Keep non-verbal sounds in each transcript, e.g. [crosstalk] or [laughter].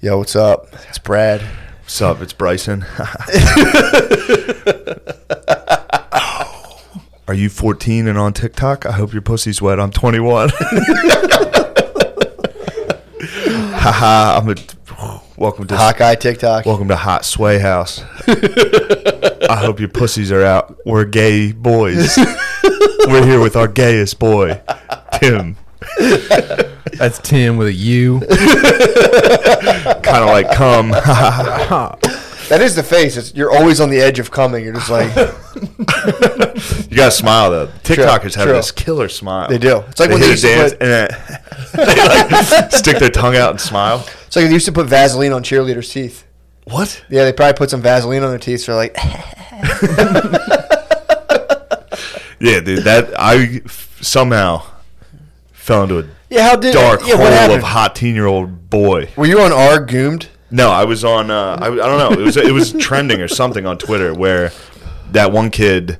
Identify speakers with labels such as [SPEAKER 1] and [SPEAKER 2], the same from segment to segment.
[SPEAKER 1] Yo, what's up? It's Brad.
[SPEAKER 2] What's up? It's Bryson. [laughs] Are you 14 and on TikTok? I hope your pussy's wet. I'm 21. [laughs] Haha, I'm a welcome to
[SPEAKER 1] Hawkeye TikTok.
[SPEAKER 2] welcome to Hot Sway House. I hope your pussies are out. We're gay boys. We're here with our gayest boy, Tim.
[SPEAKER 3] That's Tim with a U.
[SPEAKER 2] Kind of like come. [laughs]
[SPEAKER 1] that is the face. It's, you're always on the edge of coming. You're just
[SPEAKER 2] [laughs]
[SPEAKER 1] like
[SPEAKER 2] you gotta smile though. TikTokers have
[SPEAKER 1] true.
[SPEAKER 2] this killer smile.
[SPEAKER 1] they do. It's like
[SPEAKER 2] They
[SPEAKER 1] when they
[SPEAKER 2] hit
[SPEAKER 1] used
[SPEAKER 2] a dance
[SPEAKER 1] to put,
[SPEAKER 2] and then [laughs] they like stick their tongue out and smile.
[SPEAKER 1] it's like they used to put Vaseline on cheerleaders' teeth.
[SPEAKER 2] What?
[SPEAKER 1] Yeah, they probably put some Vaseline on their teeth. So they're like, [laughs]
[SPEAKER 2] Yeah, dude. That I f- somehow fell into a
[SPEAKER 1] yeah, how did
[SPEAKER 2] dark
[SPEAKER 1] yeah, what
[SPEAKER 2] hole
[SPEAKER 1] happened?
[SPEAKER 2] of hot teen-year-old boy.
[SPEAKER 1] Were you on R Goomed?
[SPEAKER 2] No, I was on. Uh, I, I don't know. It was it was trending or something on Twitter where that one kid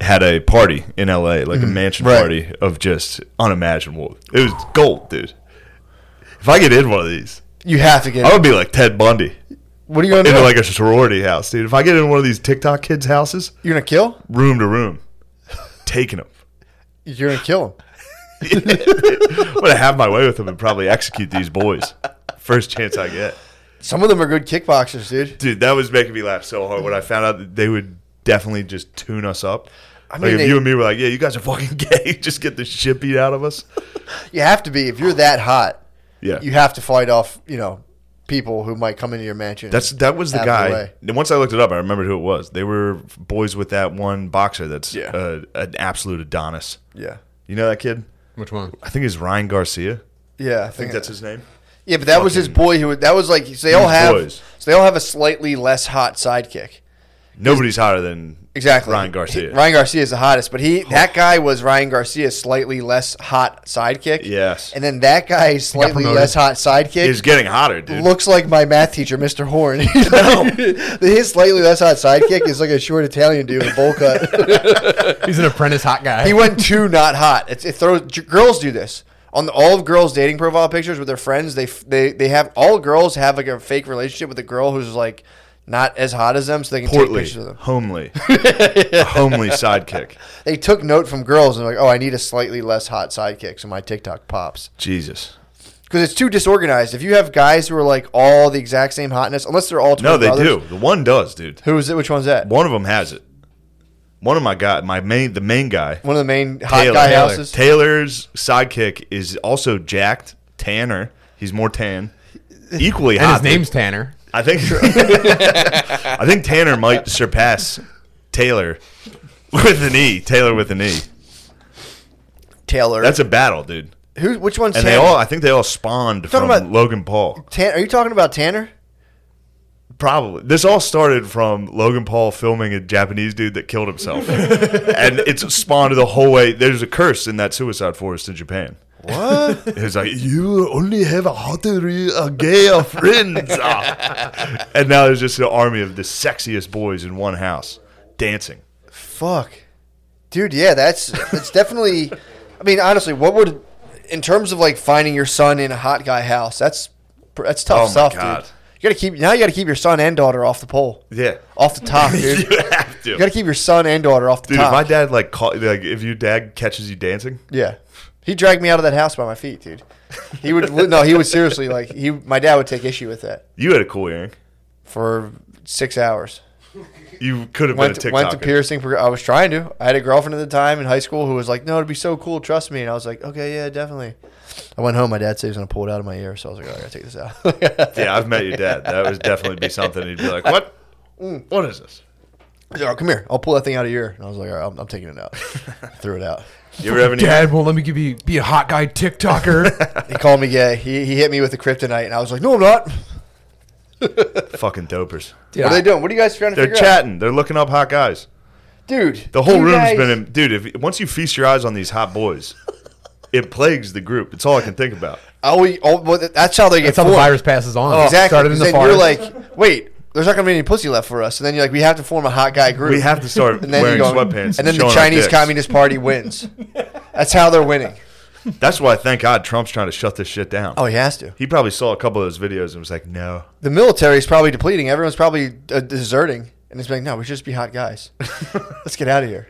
[SPEAKER 2] had a party in L.A. like a mansion
[SPEAKER 1] Mm-hmm. Right.
[SPEAKER 2] party of just unimaginable. It was gold, dude. If I get in one of these,
[SPEAKER 1] You have to get.
[SPEAKER 2] I would be like Ted Bundy.
[SPEAKER 1] what are you gonna do?
[SPEAKER 2] into Oh. like a sorority house, dude. If I get in one of these TikTok kids' houses,
[SPEAKER 1] you're gonna kill?
[SPEAKER 2] room to room, taking them.
[SPEAKER 1] You're gonna kill him.
[SPEAKER 2] I'm gonna have my way with them and probably execute these boys first chance I get.
[SPEAKER 1] Some of them are good kickboxers, dude.
[SPEAKER 2] Dude, that was making me laugh so hard when I found out that they would definitely just tune us up. I
[SPEAKER 1] mean,
[SPEAKER 2] like if
[SPEAKER 1] they-
[SPEAKER 2] you and me were like, "Yeah, you guys are fucking [laughs] gay," just get the shit beat out of us.
[SPEAKER 1] You have to be if you're that hot.
[SPEAKER 2] Yeah,
[SPEAKER 1] You have to fight off, you know, people who might come into your mansion.
[SPEAKER 2] That's that was the
[SPEAKER 1] Out of the
[SPEAKER 2] guy.
[SPEAKER 1] way.
[SPEAKER 2] And once I looked it up, I remembered who it was. They were boys with that one boxer that's
[SPEAKER 1] Yeah.
[SPEAKER 2] uh, an absolute Adonis.
[SPEAKER 1] yeah,
[SPEAKER 2] You know that kid?
[SPEAKER 3] Which one?
[SPEAKER 2] I think it's Ryan Garcia.
[SPEAKER 1] yeah. I
[SPEAKER 2] I think that's his name.
[SPEAKER 1] Yeah, but that was his boy who that was like so they all
[SPEAKER 2] These
[SPEAKER 1] have
[SPEAKER 2] boys.
[SPEAKER 1] so they all have a slightly less hot sidekick.
[SPEAKER 2] Nobody's hotter than
[SPEAKER 1] Exactly.
[SPEAKER 2] Ryan Garcia. Oh.
[SPEAKER 1] He- Ryan Garcia is the hottest, but he that guy was Ryan Garcia's slightly less hot sidekick.
[SPEAKER 2] Yes.
[SPEAKER 1] And then that guy's slightly
[SPEAKER 3] promoted.
[SPEAKER 1] less hot sidekick
[SPEAKER 2] He's getting hotter, dude.
[SPEAKER 1] looks like my math teacher, Mr. Horn. [laughs] His slightly less hot sidekick is like a short Italian dude with a bowl cut.
[SPEAKER 3] He's an apprentice hot guy.
[SPEAKER 1] he went too not hot. It's, it throws g- girls do this. On the, all of girls' dating profile pictures with their friends, they f- they they have all girls have like a fake relationship with a girl who's like not as hot as them, so they can take
[SPEAKER 2] portly,
[SPEAKER 1] pictures of them. [laughs]
[SPEAKER 2] homely, A homely sidekick.
[SPEAKER 1] They took note from girls and like, oh, I need a slightly less hot sidekick, so my TikTok pops
[SPEAKER 2] Jesus.
[SPEAKER 1] because it's too disorganized. If you have guys who are like all the exact same hotness, unless they're all twin
[SPEAKER 2] No, they
[SPEAKER 1] brothers-
[SPEAKER 2] do. The one does, dude.
[SPEAKER 1] Who is it? Which one's that?
[SPEAKER 2] One of them has it. One of my guy, my main, the main guy,
[SPEAKER 1] One of the main hot
[SPEAKER 2] Taylor.
[SPEAKER 1] guy
[SPEAKER 2] Taylor.
[SPEAKER 1] houses.
[SPEAKER 2] Taylor's sidekick is also jacked, tanner. He's more tan,
[SPEAKER 1] [laughs]
[SPEAKER 2] equally
[SPEAKER 3] and
[SPEAKER 2] hot.
[SPEAKER 3] his
[SPEAKER 2] dude.
[SPEAKER 3] name's Tanner.
[SPEAKER 2] I think. [laughs] I think Tanner might surpass Taylor with an E. Taylor with an E.
[SPEAKER 1] Taylor.
[SPEAKER 2] That's a battle, dude.
[SPEAKER 1] Who? Which one's
[SPEAKER 2] And
[SPEAKER 1] Tanner?
[SPEAKER 2] they all, I think they all spawned from
[SPEAKER 1] Talking about-
[SPEAKER 2] Logan Paul.
[SPEAKER 1] Tan- are you talking about Tanner?
[SPEAKER 2] Probably. This all started from Logan Paul filming a Japanese dude that
[SPEAKER 1] [laughs]
[SPEAKER 2] killed himself. and it's spawned the whole way. There's a curse in that suicide forest in Japan. [laughs] What? It was like, you only have a hotter, uh gay of friends. Ah. and now there's just an army of the sexiest boys in one house dancing.
[SPEAKER 1] Fuck, dude. Yeah, that's that's definitely. I mean, honestly, what would in terms of like finding your son in a hot guy house? That's pr- that's tough
[SPEAKER 2] Oh my
[SPEAKER 1] stuff,
[SPEAKER 2] God.
[SPEAKER 1] dude. You gotta keep now. You gotta keep your son and daughter off the pole,
[SPEAKER 2] Yeah.
[SPEAKER 1] off the top, dude.
[SPEAKER 2] [laughs] you have to.
[SPEAKER 1] You gotta keep your son and daughter off the
[SPEAKER 2] Dude,
[SPEAKER 1] top.
[SPEAKER 2] if my dad like caught, like if your dad catches you dancing,
[SPEAKER 1] yeah, he dragged me out of that house by my feet, dude. He would no, he would seriously like he. My dad would take issue with that
[SPEAKER 2] [laughs] you had a cool earring.
[SPEAKER 1] for six hours.
[SPEAKER 2] You could have been a
[SPEAKER 1] went to,
[SPEAKER 2] TikToker.
[SPEAKER 1] went to piercing. For, I was trying to. I had a girlfriend at the time in high school who was like, "No, it'd be so cool. Trust me." And I was like, "Okay, yeah, definitely." I went home. My dad said he was gonna pull it out of my ear, so I was like, "All right, "I gotta take this out." [laughs]
[SPEAKER 2] Yeah, I've met your dad. That would definitely be something. He'd be like, "What? Mm, What is
[SPEAKER 1] [laughs]
[SPEAKER 2] this?"
[SPEAKER 1] He's like, "Oh, come here. I'll pull that thing out of your ear." And I was like, "All right, I'm, I'm taking it out." [laughs] Threw it out.
[SPEAKER 2] You ever have any?
[SPEAKER 3] Dad won't let me give you be a hot guy TikToker.
[SPEAKER 1] He called me gay. He, he hit me with a kryptonite, and I was like, "No, I'm not."
[SPEAKER 2] Fucking dopers.
[SPEAKER 3] Dude,
[SPEAKER 1] What are
[SPEAKER 3] I-
[SPEAKER 1] they doing? What are you guys trying to
[SPEAKER 2] They're
[SPEAKER 1] figure
[SPEAKER 2] chatting. They're looking up hot guys.
[SPEAKER 1] out, dude?
[SPEAKER 2] The whole
[SPEAKER 1] you
[SPEAKER 2] room's
[SPEAKER 1] guys-
[SPEAKER 2] been in. Dude, if once you feast your eyes on these hot boys, it plagues the group. It's all I can think about.
[SPEAKER 1] Oh, we- oh, well, that's how they get.
[SPEAKER 3] That's how the
[SPEAKER 1] formed.
[SPEAKER 3] virus passes on. It
[SPEAKER 1] Oh, Exactly.
[SPEAKER 3] Started in the
[SPEAKER 1] then you're
[SPEAKER 3] forest.
[SPEAKER 1] like, wait, there's not gonna be any pussy left for us. And then you're like, we have to form a hot guy group.
[SPEAKER 2] We have to
[SPEAKER 1] [laughs]
[SPEAKER 2] start
[SPEAKER 1] and then
[SPEAKER 2] wearing
[SPEAKER 1] you go,
[SPEAKER 2] sweatpants.
[SPEAKER 1] And then the
[SPEAKER 2] showing our
[SPEAKER 1] Chinese
[SPEAKER 2] dicks.
[SPEAKER 1] Communist Party wins. That's how they're winning.
[SPEAKER 2] That's why, thank God, Trump's trying to shut this shit down.
[SPEAKER 1] Oh, he has to.
[SPEAKER 2] He probably saw a couple of those videos and was like, no.
[SPEAKER 1] The military is probably depleting. Everyone's probably uh, deserting, and it's like, no, we should just be hot [laughs] guys. Let's get out of here.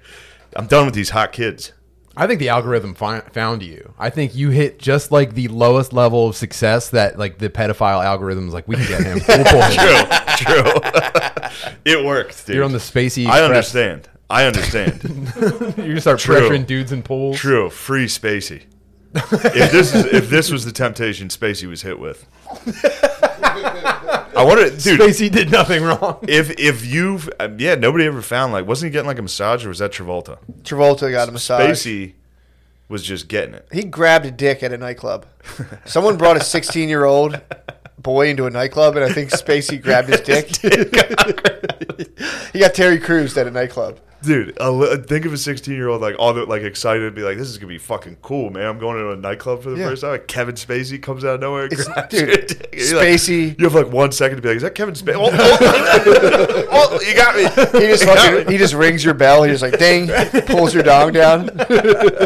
[SPEAKER 2] I'm done with these hot kids.
[SPEAKER 3] I think the algorithm fi- found you. I think you hit just like the lowest level of success that like the pedophile algorithms like we can get him. We'll pull him.
[SPEAKER 2] True, [laughs] true. it worked, dude.
[SPEAKER 3] You're on the spacey.
[SPEAKER 2] I
[SPEAKER 3] Express.
[SPEAKER 2] understand. I
[SPEAKER 3] [laughs]
[SPEAKER 2] understand.
[SPEAKER 3] You start
[SPEAKER 2] True.
[SPEAKER 3] pressuring dudes in pools.
[SPEAKER 2] true. Free Spacey. If this is if this was the temptation Spacey was hit with. I wonder, dude.
[SPEAKER 3] Spacey did nothing wrong.
[SPEAKER 2] If if you um, yeah, nobody ever found like wasn't he getting like a massage or was that Travolta?
[SPEAKER 1] Travolta got a massage.
[SPEAKER 2] Spacey was just getting it.
[SPEAKER 1] He grabbed a dick at a nightclub. Someone brought a 16 year old boy into a nightclub, and I think Spacey grabbed [laughs] his dick. [laughs] he got Terry Crews at a nightclub.
[SPEAKER 2] Dude, a li- think of a 16 year old like all the, like excited, be like, "This is gonna be fucking cool, man! I'm going to a nightclub for the
[SPEAKER 1] Yeah.
[SPEAKER 2] first time." Like, Kevin Spacey comes out of nowhere, and
[SPEAKER 1] It's-
[SPEAKER 2] grabs
[SPEAKER 1] dude,
[SPEAKER 2] your dick. And [laughs] you're like-
[SPEAKER 1] Spacey-
[SPEAKER 2] you have like one second to be like, "Is that Kevin
[SPEAKER 1] [laughs]
[SPEAKER 2] Spacey?" Oh, oh, oh, you got me. [laughs]
[SPEAKER 1] He just fucking, he just rings your bell. He's like, ding, pulls your dong
[SPEAKER 2] [laughs]
[SPEAKER 1] down.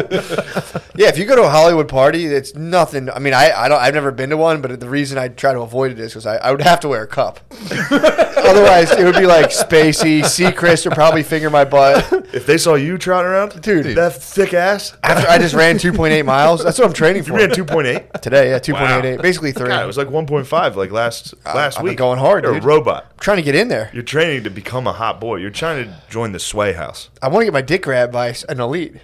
[SPEAKER 1] yeah, if you go to a Hollywood party, it's nothing. I mean, I, I don't. I've never been to one, but the reason I try to avoid it is because I, I would have to wear a
[SPEAKER 2] [laughs]
[SPEAKER 1] cup. Otherwise, it would be like Spacey, Seacrest would probably finger my butt.
[SPEAKER 2] If they saw you trotting around,
[SPEAKER 1] Dude.
[SPEAKER 2] that thick ass.
[SPEAKER 1] After I just ran 2.8 miles, that's what I'm training
[SPEAKER 2] You
[SPEAKER 1] for [laughs]
[SPEAKER 2] ran 2.8.
[SPEAKER 1] today. Yeah, 2.88, basically three.
[SPEAKER 2] God, it was like 1.5 like last last
[SPEAKER 1] I've been
[SPEAKER 2] week.
[SPEAKER 1] going hard,
[SPEAKER 2] You're
[SPEAKER 1] dude.
[SPEAKER 2] a robot.
[SPEAKER 1] trying to get in there.
[SPEAKER 2] You're training to become a hot boy. You're trying to join the sway house.
[SPEAKER 1] I want to get my dick grabbed by an elite.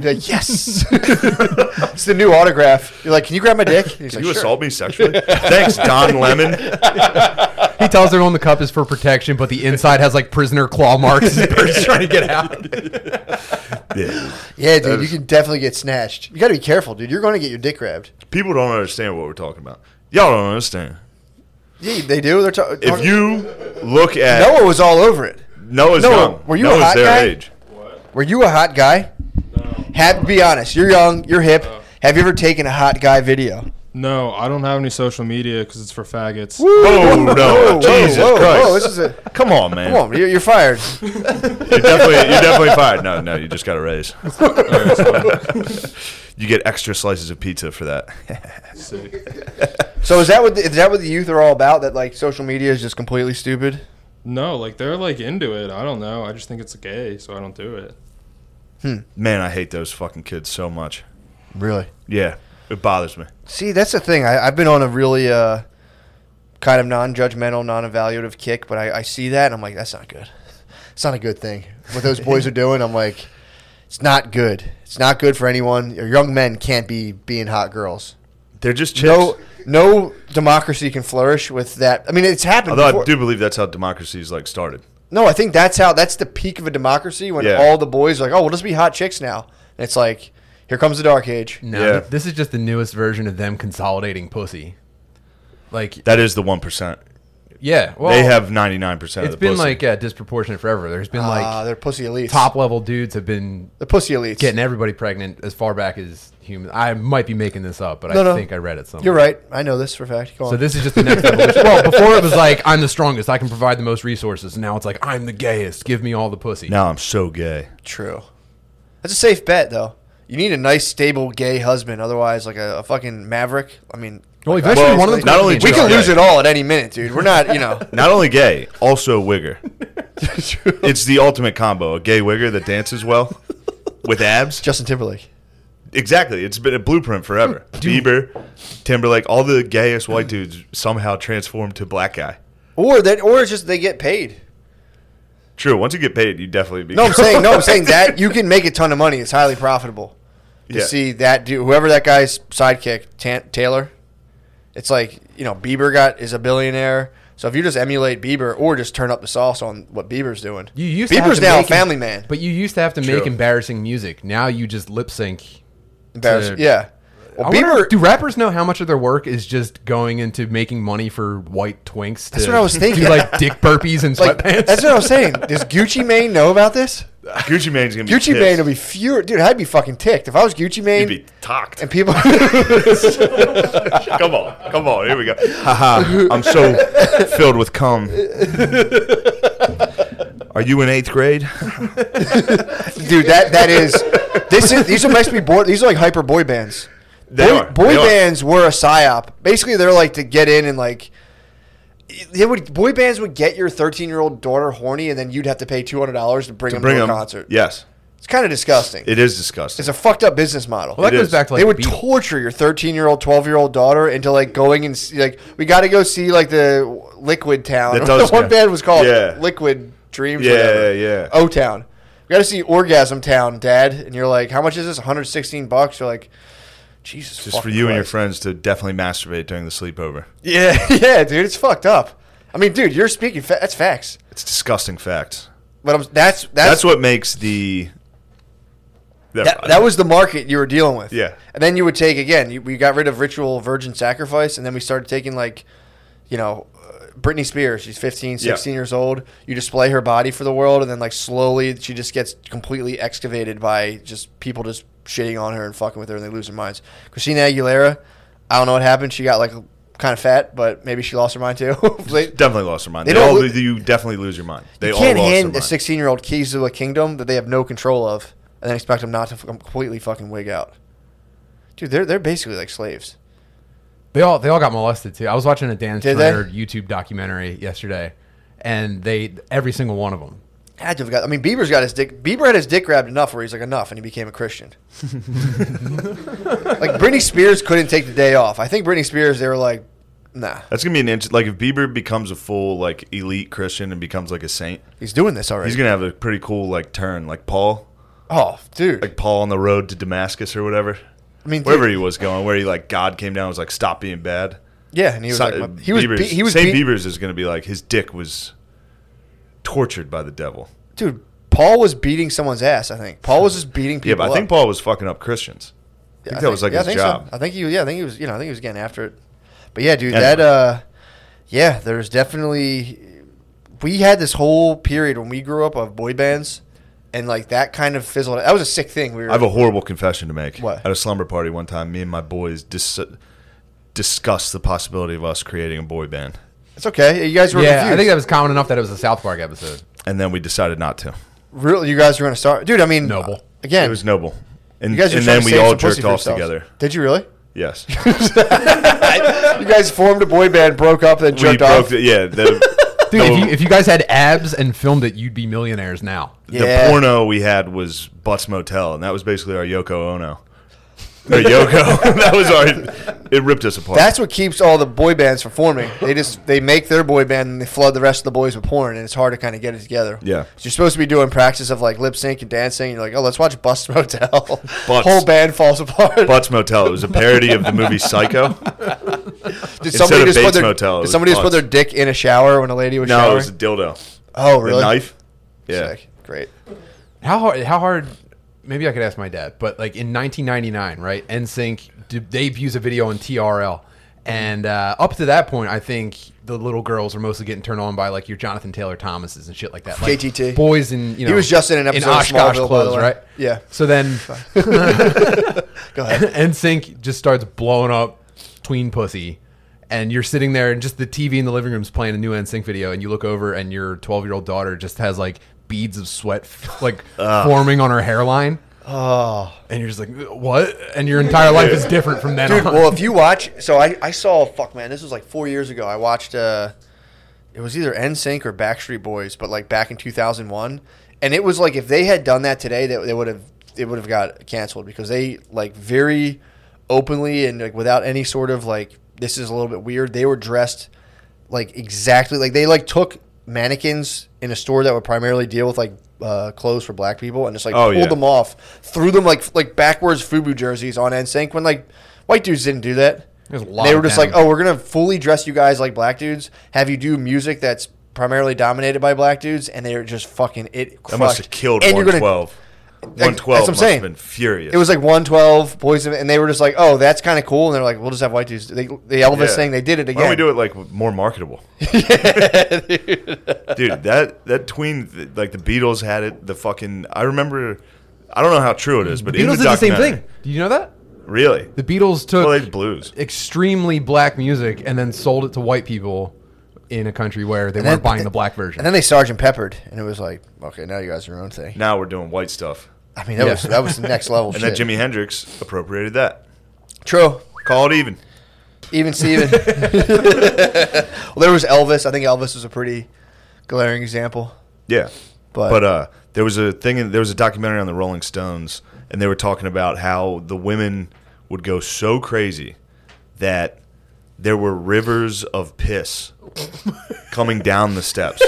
[SPEAKER 1] Be like,
[SPEAKER 2] [laughs]
[SPEAKER 1] yes, [laughs] it's the new autograph. You're like, can you grab my dick? And
[SPEAKER 2] [laughs]
[SPEAKER 1] he's
[SPEAKER 2] Did
[SPEAKER 1] like,
[SPEAKER 2] you
[SPEAKER 1] sure.
[SPEAKER 2] assault
[SPEAKER 1] [laughs]
[SPEAKER 2] me sexually? Thanks, Don Lemon.
[SPEAKER 3] He tells everyone the cup is for protection, but the inside has like prisoner claw marks. His bird's trying to get out.
[SPEAKER 2] Yeah.
[SPEAKER 1] Yeah, dude,
[SPEAKER 2] was-
[SPEAKER 1] you can definitely get snatched. You got to be careful, dude. You're going to get your dick grabbed.
[SPEAKER 2] People don't understand what we're talking about. Y'all don't understand.
[SPEAKER 1] Yeah, they do. They're talking.
[SPEAKER 2] If you look at
[SPEAKER 1] Noah was all over it.
[SPEAKER 2] Noah's
[SPEAKER 1] Noah,
[SPEAKER 2] young,
[SPEAKER 1] were you a
[SPEAKER 2] Noah's
[SPEAKER 1] hot
[SPEAKER 2] their
[SPEAKER 1] guy?
[SPEAKER 2] age.
[SPEAKER 1] Were you a hot guy? Have be honest. You're young. You're hip. Have you ever taken a hot guy video?
[SPEAKER 4] No, I don't have any social media because it's for faggots.
[SPEAKER 2] Oh no, Jesus Christ!
[SPEAKER 1] this is a
[SPEAKER 2] Come on, man.
[SPEAKER 1] come on. You're, you're fired.
[SPEAKER 2] You're definitely you're definitely fired. No, no, you just got
[SPEAKER 1] [laughs]
[SPEAKER 2] a raise. [laughs] you get extra slices of pizza for that.
[SPEAKER 4] [laughs]
[SPEAKER 3] [laughs]
[SPEAKER 4] Sick.
[SPEAKER 1] So is that what the, is that what the youth are all about? That like social media is just completely stupid.
[SPEAKER 4] No, like they're like into it. I don't know. I just think it's gay, so I don't do it.
[SPEAKER 2] Man, I hate those fucking kids so much.
[SPEAKER 1] Really.
[SPEAKER 2] Yeah, it bothers me.
[SPEAKER 1] See, that's the thing. I, I've been on a really uh, kind of non-judgmental, non-evaluative kick, but I, I see that and I'm like, that's not good. It's not a good thing. What those boys are doing, I'm like, it's not good. It's not good for anyone. Your young men can't be being hot girls.
[SPEAKER 2] They're just chicks.
[SPEAKER 1] No, no democracy can flourish with that. I mean, it's happened.
[SPEAKER 2] Although I
[SPEAKER 1] before.
[SPEAKER 2] do believe that's how democracies like started.
[SPEAKER 1] No, I think that's how that's the peak of a democracy when
[SPEAKER 2] Yeah.
[SPEAKER 1] all the boys are like, oh, we'll just be hot chicks now. And it's like, here comes the dark age.
[SPEAKER 3] No,
[SPEAKER 2] Yeah.
[SPEAKER 3] this is just the newest version of them consolidating pussy. Like,
[SPEAKER 2] That is the one percent.
[SPEAKER 3] yeah, well,
[SPEAKER 2] They have ninety nine percent.
[SPEAKER 3] It's
[SPEAKER 2] of the
[SPEAKER 3] been
[SPEAKER 2] pussy.
[SPEAKER 3] like uh, disproportionate forever. There's been like
[SPEAKER 1] Ah, they're pussy elites.
[SPEAKER 3] top level dudes have been
[SPEAKER 1] They're pussy elites.
[SPEAKER 3] getting everybody pregnant as far back as human. I might be making this up, but
[SPEAKER 1] No,
[SPEAKER 3] I
[SPEAKER 1] no.
[SPEAKER 3] think I read it somewhere.
[SPEAKER 1] You're right. I know this for a fact. Go
[SPEAKER 3] So
[SPEAKER 1] on.
[SPEAKER 3] this is just the next evolution. Well, before it was like I'm the strongest, I can provide the most resources. Now it's like I'm the gayest. Give me all the pussy.
[SPEAKER 2] now I'm so gay.
[SPEAKER 1] True. That's a safe bet, though. You need a nice, stable, gay husband. Otherwise, like a, a fucking maverick. I mean,
[SPEAKER 3] Well,
[SPEAKER 1] like,
[SPEAKER 3] eventually
[SPEAKER 2] Well,
[SPEAKER 3] one of them.
[SPEAKER 2] not only
[SPEAKER 1] we
[SPEAKER 2] You're
[SPEAKER 1] could
[SPEAKER 2] right.
[SPEAKER 1] lose it all at any minute, dude. We're not, you know.
[SPEAKER 2] Not only gay, also wigger.
[SPEAKER 3] [laughs]
[SPEAKER 2] it's the ultimate combo: a gay wigger that dances well with abs.
[SPEAKER 1] Justin Timberlake.
[SPEAKER 2] Exactly, it's been a blueprint forever. Bieber, Timberlake, all the gayest white dudes somehow transformed to black guy.
[SPEAKER 1] Or that, or it's just they get paid.
[SPEAKER 2] True. Once you get paid, you definitely be.
[SPEAKER 1] No,
[SPEAKER 2] [laughs]
[SPEAKER 1] I'm saying, no, I'm saying that you can make a ton of money. It's highly profitable. To
[SPEAKER 2] Yeah.
[SPEAKER 1] see that dude, whoever that guy's sidekick, Tan Taylor. It's like you know, Bieber got is a billionaire. So if you just emulate Bieber, or just turn up the sauce on what Bieber's doing,
[SPEAKER 3] You used to have
[SPEAKER 1] Bieber's
[SPEAKER 3] to
[SPEAKER 1] now a
[SPEAKER 3] make em-
[SPEAKER 1] family man.
[SPEAKER 3] But you used to have to
[SPEAKER 2] True.
[SPEAKER 3] make embarrassing music. Now you just lip sync.
[SPEAKER 1] Embarrassing.
[SPEAKER 3] to-
[SPEAKER 1] yeah. Well,
[SPEAKER 3] I wonder-
[SPEAKER 1] Bieber.
[SPEAKER 3] do rappers know how much of their work is just going into making money for white twinks?
[SPEAKER 1] That's
[SPEAKER 3] to
[SPEAKER 1] what I was thinking.
[SPEAKER 3] Do like dick burpees
[SPEAKER 1] [laughs]
[SPEAKER 3] and
[SPEAKER 1] like,
[SPEAKER 3] sweatpants.
[SPEAKER 1] That's what I was saying. Does Gucci Mane know about
[SPEAKER 2] [laughs]
[SPEAKER 1] this?
[SPEAKER 2] Gucci Mane's gonna be.
[SPEAKER 1] Gucci
[SPEAKER 2] pissed.
[SPEAKER 1] Mane would be furious. Dude, I'd be fucking ticked. If I was Gucci Mane
[SPEAKER 2] He'd be talked. [laughs]
[SPEAKER 1] and people. [laughs]
[SPEAKER 2] Come on, come on. Here we go. Haha, I'm so filled with cum. [laughs] Are you in eighth
[SPEAKER 1] [laughs]
[SPEAKER 2] grade?
[SPEAKER 1] dude, that, that is. This is, these are supposed to be boy. These are like hyper boy bands.
[SPEAKER 2] They
[SPEAKER 1] boy,
[SPEAKER 2] are.
[SPEAKER 1] boy
[SPEAKER 2] They are.
[SPEAKER 1] bands were a psyop. Basically, they're like to get in and like. They would boy bands would get your thirteen year old daughter horny, and then you'd have to pay two hundred dollars to bring them
[SPEAKER 2] Bring
[SPEAKER 1] to a
[SPEAKER 2] them.
[SPEAKER 1] concert.
[SPEAKER 2] Yes,
[SPEAKER 1] it's kind of disgusting.
[SPEAKER 2] it is disgusting.
[SPEAKER 1] it's a fucked up business model.
[SPEAKER 3] Well, that
[SPEAKER 2] It
[SPEAKER 3] goes
[SPEAKER 2] is.
[SPEAKER 3] back to like
[SPEAKER 1] they would
[SPEAKER 3] Beatles.
[SPEAKER 1] torture your 13 year old 12 year old daughter into like going and see, like we got to go see like the liquid town [laughs]
[SPEAKER 2] That does-
[SPEAKER 1] one band was called
[SPEAKER 2] Yeah.
[SPEAKER 1] liquid dreams
[SPEAKER 2] Yeah,
[SPEAKER 1] whatever.
[SPEAKER 2] yeah.
[SPEAKER 1] o town we got to see orgasm town dad and you're like how much is this 116 bucks you're like jesus
[SPEAKER 2] just for
[SPEAKER 1] fucking
[SPEAKER 2] you and your
[SPEAKER 1] Christ.
[SPEAKER 2] friends to definitely masturbate during the sleepover.
[SPEAKER 1] [laughs] yeah yeah dude it's fucked up i mean dude you're speaking fa- that's facts
[SPEAKER 2] It's disgusting facts.
[SPEAKER 1] but i'm that's that's,
[SPEAKER 2] That's what makes the.
[SPEAKER 1] that, that was the market you were dealing with.
[SPEAKER 2] Yeah.
[SPEAKER 1] And then you would take again. You, we got rid of ritual virgin sacrifice, and then we started taking like, you know, uh, Britney Spears. She's 15, 16 years old. You display her body for the world, and then like slowly she just gets completely excavated by just people just shitting on her and fucking with her, and they lose their minds. Christina Aguilera. I don't know what happened. She got like kind of fat, but maybe she lost her mind too. [laughs] They-
[SPEAKER 2] definitely lost their mind.
[SPEAKER 1] They
[SPEAKER 2] They,
[SPEAKER 1] don't
[SPEAKER 2] all,
[SPEAKER 1] lo-
[SPEAKER 2] you definitely lose your mind. They
[SPEAKER 1] you can't
[SPEAKER 2] all lost
[SPEAKER 1] hand
[SPEAKER 2] their
[SPEAKER 1] a
[SPEAKER 2] mind.
[SPEAKER 1] 16 year old keys to a kingdom that they have no control of and then expect them not to f- completely fucking wig out. Dude, they're, they're basically like slaves.
[SPEAKER 3] They all they all got molested too. I was watching a Dan
[SPEAKER 1] Did they?
[SPEAKER 3] Turner YouTube documentary yesterday, and they every single one of them.
[SPEAKER 1] Had to have got. I mean, Bieber's got his dick. Bieber had his dick grabbed enough where he's like enough, and he became a Christian. like Britney Spears couldn't take the day off. I think Britney Spears, they were like, nah,
[SPEAKER 2] That's gonna be an int- like if Bieber becomes a full like elite Christian and becomes like a saint,
[SPEAKER 1] he's doing this already.
[SPEAKER 2] he's gonna have a pretty cool like turn, like Paul,
[SPEAKER 1] oh, dude.
[SPEAKER 2] like Paul on the road to Damascus or whatever,
[SPEAKER 1] I mean, dude,
[SPEAKER 2] wherever he was going, where he like God came down and was like stop being bad.
[SPEAKER 1] yeah, and he was
[SPEAKER 2] Si-
[SPEAKER 1] like, my- he was,
[SPEAKER 2] Bieber's-
[SPEAKER 1] be- he was,
[SPEAKER 2] Saint
[SPEAKER 1] be-
[SPEAKER 2] Bieber's is gonna be like his dick was tortured by the devil.
[SPEAKER 1] dude. Paul was beating someone's ass. I think Paul was just beating people.
[SPEAKER 2] Yeah, but I
[SPEAKER 1] up.
[SPEAKER 2] think Paul was fucking up Christians. I think that was like
[SPEAKER 1] yeah,
[SPEAKER 2] his
[SPEAKER 1] I think
[SPEAKER 2] job.
[SPEAKER 1] So. I think he, yeah, I think he was, you know, I think he was getting after it. But yeah, dude,
[SPEAKER 2] Anyway.
[SPEAKER 1] that, uh, yeah, there's definitely. We had this whole period when we grew up of boy bands, and like that kind of fizzled. That was a sick thing. We were.
[SPEAKER 2] I have a horrible confession to make.
[SPEAKER 1] What?
[SPEAKER 2] At a slumber party one time, me and my boys dis- discussed the possibility of us creating a boy band,
[SPEAKER 1] it's okay. You guys were.
[SPEAKER 3] yeah,
[SPEAKER 1] confused.
[SPEAKER 3] I think that was common enough that it was a South Park episode.
[SPEAKER 2] and then we decided not to.
[SPEAKER 1] really you guys were going to start, dude. I mean, uh,
[SPEAKER 3] Noble.
[SPEAKER 1] again.
[SPEAKER 2] It was noble, and,
[SPEAKER 1] you guys were
[SPEAKER 2] and
[SPEAKER 1] trying
[SPEAKER 2] then
[SPEAKER 1] to
[SPEAKER 2] we
[SPEAKER 1] save
[SPEAKER 2] all
[SPEAKER 1] some pussy
[SPEAKER 2] jerked
[SPEAKER 1] for
[SPEAKER 2] off
[SPEAKER 1] yourselves.
[SPEAKER 2] together.
[SPEAKER 1] Did [laughs] you really?
[SPEAKER 2] Yes,
[SPEAKER 1] you guys formed a boy band, broke up, then
[SPEAKER 2] we
[SPEAKER 1] jerked
[SPEAKER 2] broke.
[SPEAKER 1] off.
[SPEAKER 2] The,
[SPEAKER 1] [laughs]
[SPEAKER 2] yeah, the,
[SPEAKER 3] Dude,
[SPEAKER 2] No.
[SPEAKER 3] if, you, if you guys had abs and filmed it, you'd be millionaires now.
[SPEAKER 1] Yeah.
[SPEAKER 2] the porno we had was Butts Motel, and that was basically our Yoko Ono. Or
[SPEAKER 1] [laughs]
[SPEAKER 2] Yoko, [laughs] that was our. It ripped us apart.
[SPEAKER 1] That's what keeps all the boy bands from forming. They just they make their boy band and they flood the rest of the boys with porn, and it's hard to kind of get it together.
[SPEAKER 2] Yeah.
[SPEAKER 1] so you're supposed to be doing practice of like lip sync and dancing. And you're like, oh, let's watch Bust Motel.
[SPEAKER 2] [laughs] Butts.
[SPEAKER 1] Whole band falls apart.
[SPEAKER 2] Butts Motel. It was a parody of the
[SPEAKER 1] [laughs]
[SPEAKER 2] movie Psycho.
[SPEAKER 1] did somebody
[SPEAKER 2] of
[SPEAKER 1] just put
[SPEAKER 2] Bates
[SPEAKER 1] their
[SPEAKER 2] Motel, it
[SPEAKER 1] did
[SPEAKER 2] was
[SPEAKER 1] somebody just put
[SPEAKER 2] Butts.
[SPEAKER 1] their dick in a shower when a lady was
[SPEAKER 2] No, it
[SPEAKER 1] showering?
[SPEAKER 2] was a dildo.
[SPEAKER 1] oh,
[SPEAKER 2] The
[SPEAKER 1] really?
[SPEAKER 2] knife. Yeah.
[SPEAKER 1] Sick. great.
[SPEAKER 3] How hard? How hard? Maybe I could ask my dad. But like in 1999, right? NSYNC de- debuts a video on TRL, and uh, up to that point, I think the little girls were mostly getting turned on by like your Jonathan Taylor Thomases and shit like that. Like,
[SPEAKER 1] JTT.
[SPEAKER 3] boys in you know
[SPEAKER 1] He was just in an episode of
[SPEAKER 3] Oshkosh
[SPEAKER 1] Smallville, by the
[SPEAKER 3] clothes,
[SPEAKER 1] way.
[SPEAKER 3] right?
[SPEAKER 1] Yeah.
[SPEAKER 3] So then
[SPEAKER 1] Go ahead.
[SPEAKER 3] [laughs] NSYNC just starts blowing up tween pussy. And you're sitting there, and just the TV in the living room's playing a new NSYNC video, and you look over, and your 12 year old daughter just has like beads of sweat [laughs] f-
[SPEAKER 1] [laughs]
[SPEAKER 3] like forming on her hairline.
[SPEAKER 1] Oh,
[SPEAKER 3] And you're just like, what? And your entire life is different from then
[SPEAKER 1] dude.
[SPEAKER 3] on.
[SPEAKER 1] Well, if you watch, so I I saw fuck man, this was like four years ago. I watched uh, it was either NSYNC or Backstreet Boys, but like back in two thousand one, and it was like if they had done that today, they, they would have it would have got canceled because they like very openly and like without any sort of like this is a little bit weird. They were dressed like exactly like they like took mannequins in a store that would primarily deal with like uh, clothes for black people and just like
[SPEAKER 2] Oh,
[SPEAKER 1] pulled
[SPEAKER 2] yeah.
[SPEAKER 1] them off, threw them like like backwards FUBU jerseys on NSYNC when like white dudes didn't do that.
[SPEAKER 3] There's a lot
[SPEAKER 1] they
[SPEAKER 3] of
[SPEAKER 1] were just
[SPEAKER 3] them.
[SPEAKER 1] like, oh, we're gonna fully dress you guys like black dudes, have you do music that's primarily dominated by black dudes, and they were just fucking it.
[SPEAKER 2] That must have
[SPEAKER 1] crushed.
[SPEAKER 2] killed
[SPEAKER 1] And you're gonna-
[SPEAKER 2] 112.
[SPEAKER 1] that's what I'm
[SPEAKER 2] 112 must
[SPEAKER 1] saying.
[SPEAKER 2] have been furious.
[SPEAKER 1] It was like 112 boys, and they were just like, oh, that's kind of cool, and they're like, we'll just have white dudes. They, the Elvis
[SPEAKER 2] Yeah.
[SPEAKER 1] thing, they did it again.
[SPEAKER 2] Why don't we do it like more
[SPEAKER 3] [laughs]
[SPEAKER 2] marketable? dude. that that tween like the Beatles had it. The fucking I remember. I don't know how true it is, but
[SPEAKER 3] the [laughs] Beatles
[SPEAKER 2] in the
[SPEAKER 3] did the same
[SPEAKER 2] documentary-
[SPEAKER 3] thing. Do you know that?
[SPEAKER 2] Really?
[SPEAKER 3] The Beatles took
[SPEAKER 2] Well, they did blues.
[SPEAKER 3] extremely black music and then sold it to white people in a country where they
[SPEAKER 1] then-
[SPEAKER 3] weren't buying
[SPEAKER 1] but
[SPEAKER 3] the black version.
[SPEAKER 1] And then they Sergeant Peppered, and it was like, okay, now you guys are your own thing.
[SPEAKER 2] Now we're doing white stuff,
[SPEAKER 1] I mean, that was that was the next level.
[SPEAKER 2] [laughs] and
[SPEAKER 1] shit.
[SPEAKER 2] then Jimi Hendrix appropriated that.
[SPEAKER 1] True.
[SPEAKER 2] Call it even.
[SPEAKER 1] Even
[SPEAKER 2] [laughs]
[SPEAKER 1] Steven. well, there was Elvis. I think Elvis was a pretty glaring example.
[SPEAKER 2] Yeah.
[SPEAKER 1] But,
[SPEAKER 2] But uh, there was a thing. in- There was a documentary on the Rolling Stones, and they were talking about how the women would go so crazy that there were rivers of piss coming down
[SPEAKER 1] [laughs]
[SPEAKER 2] the steps.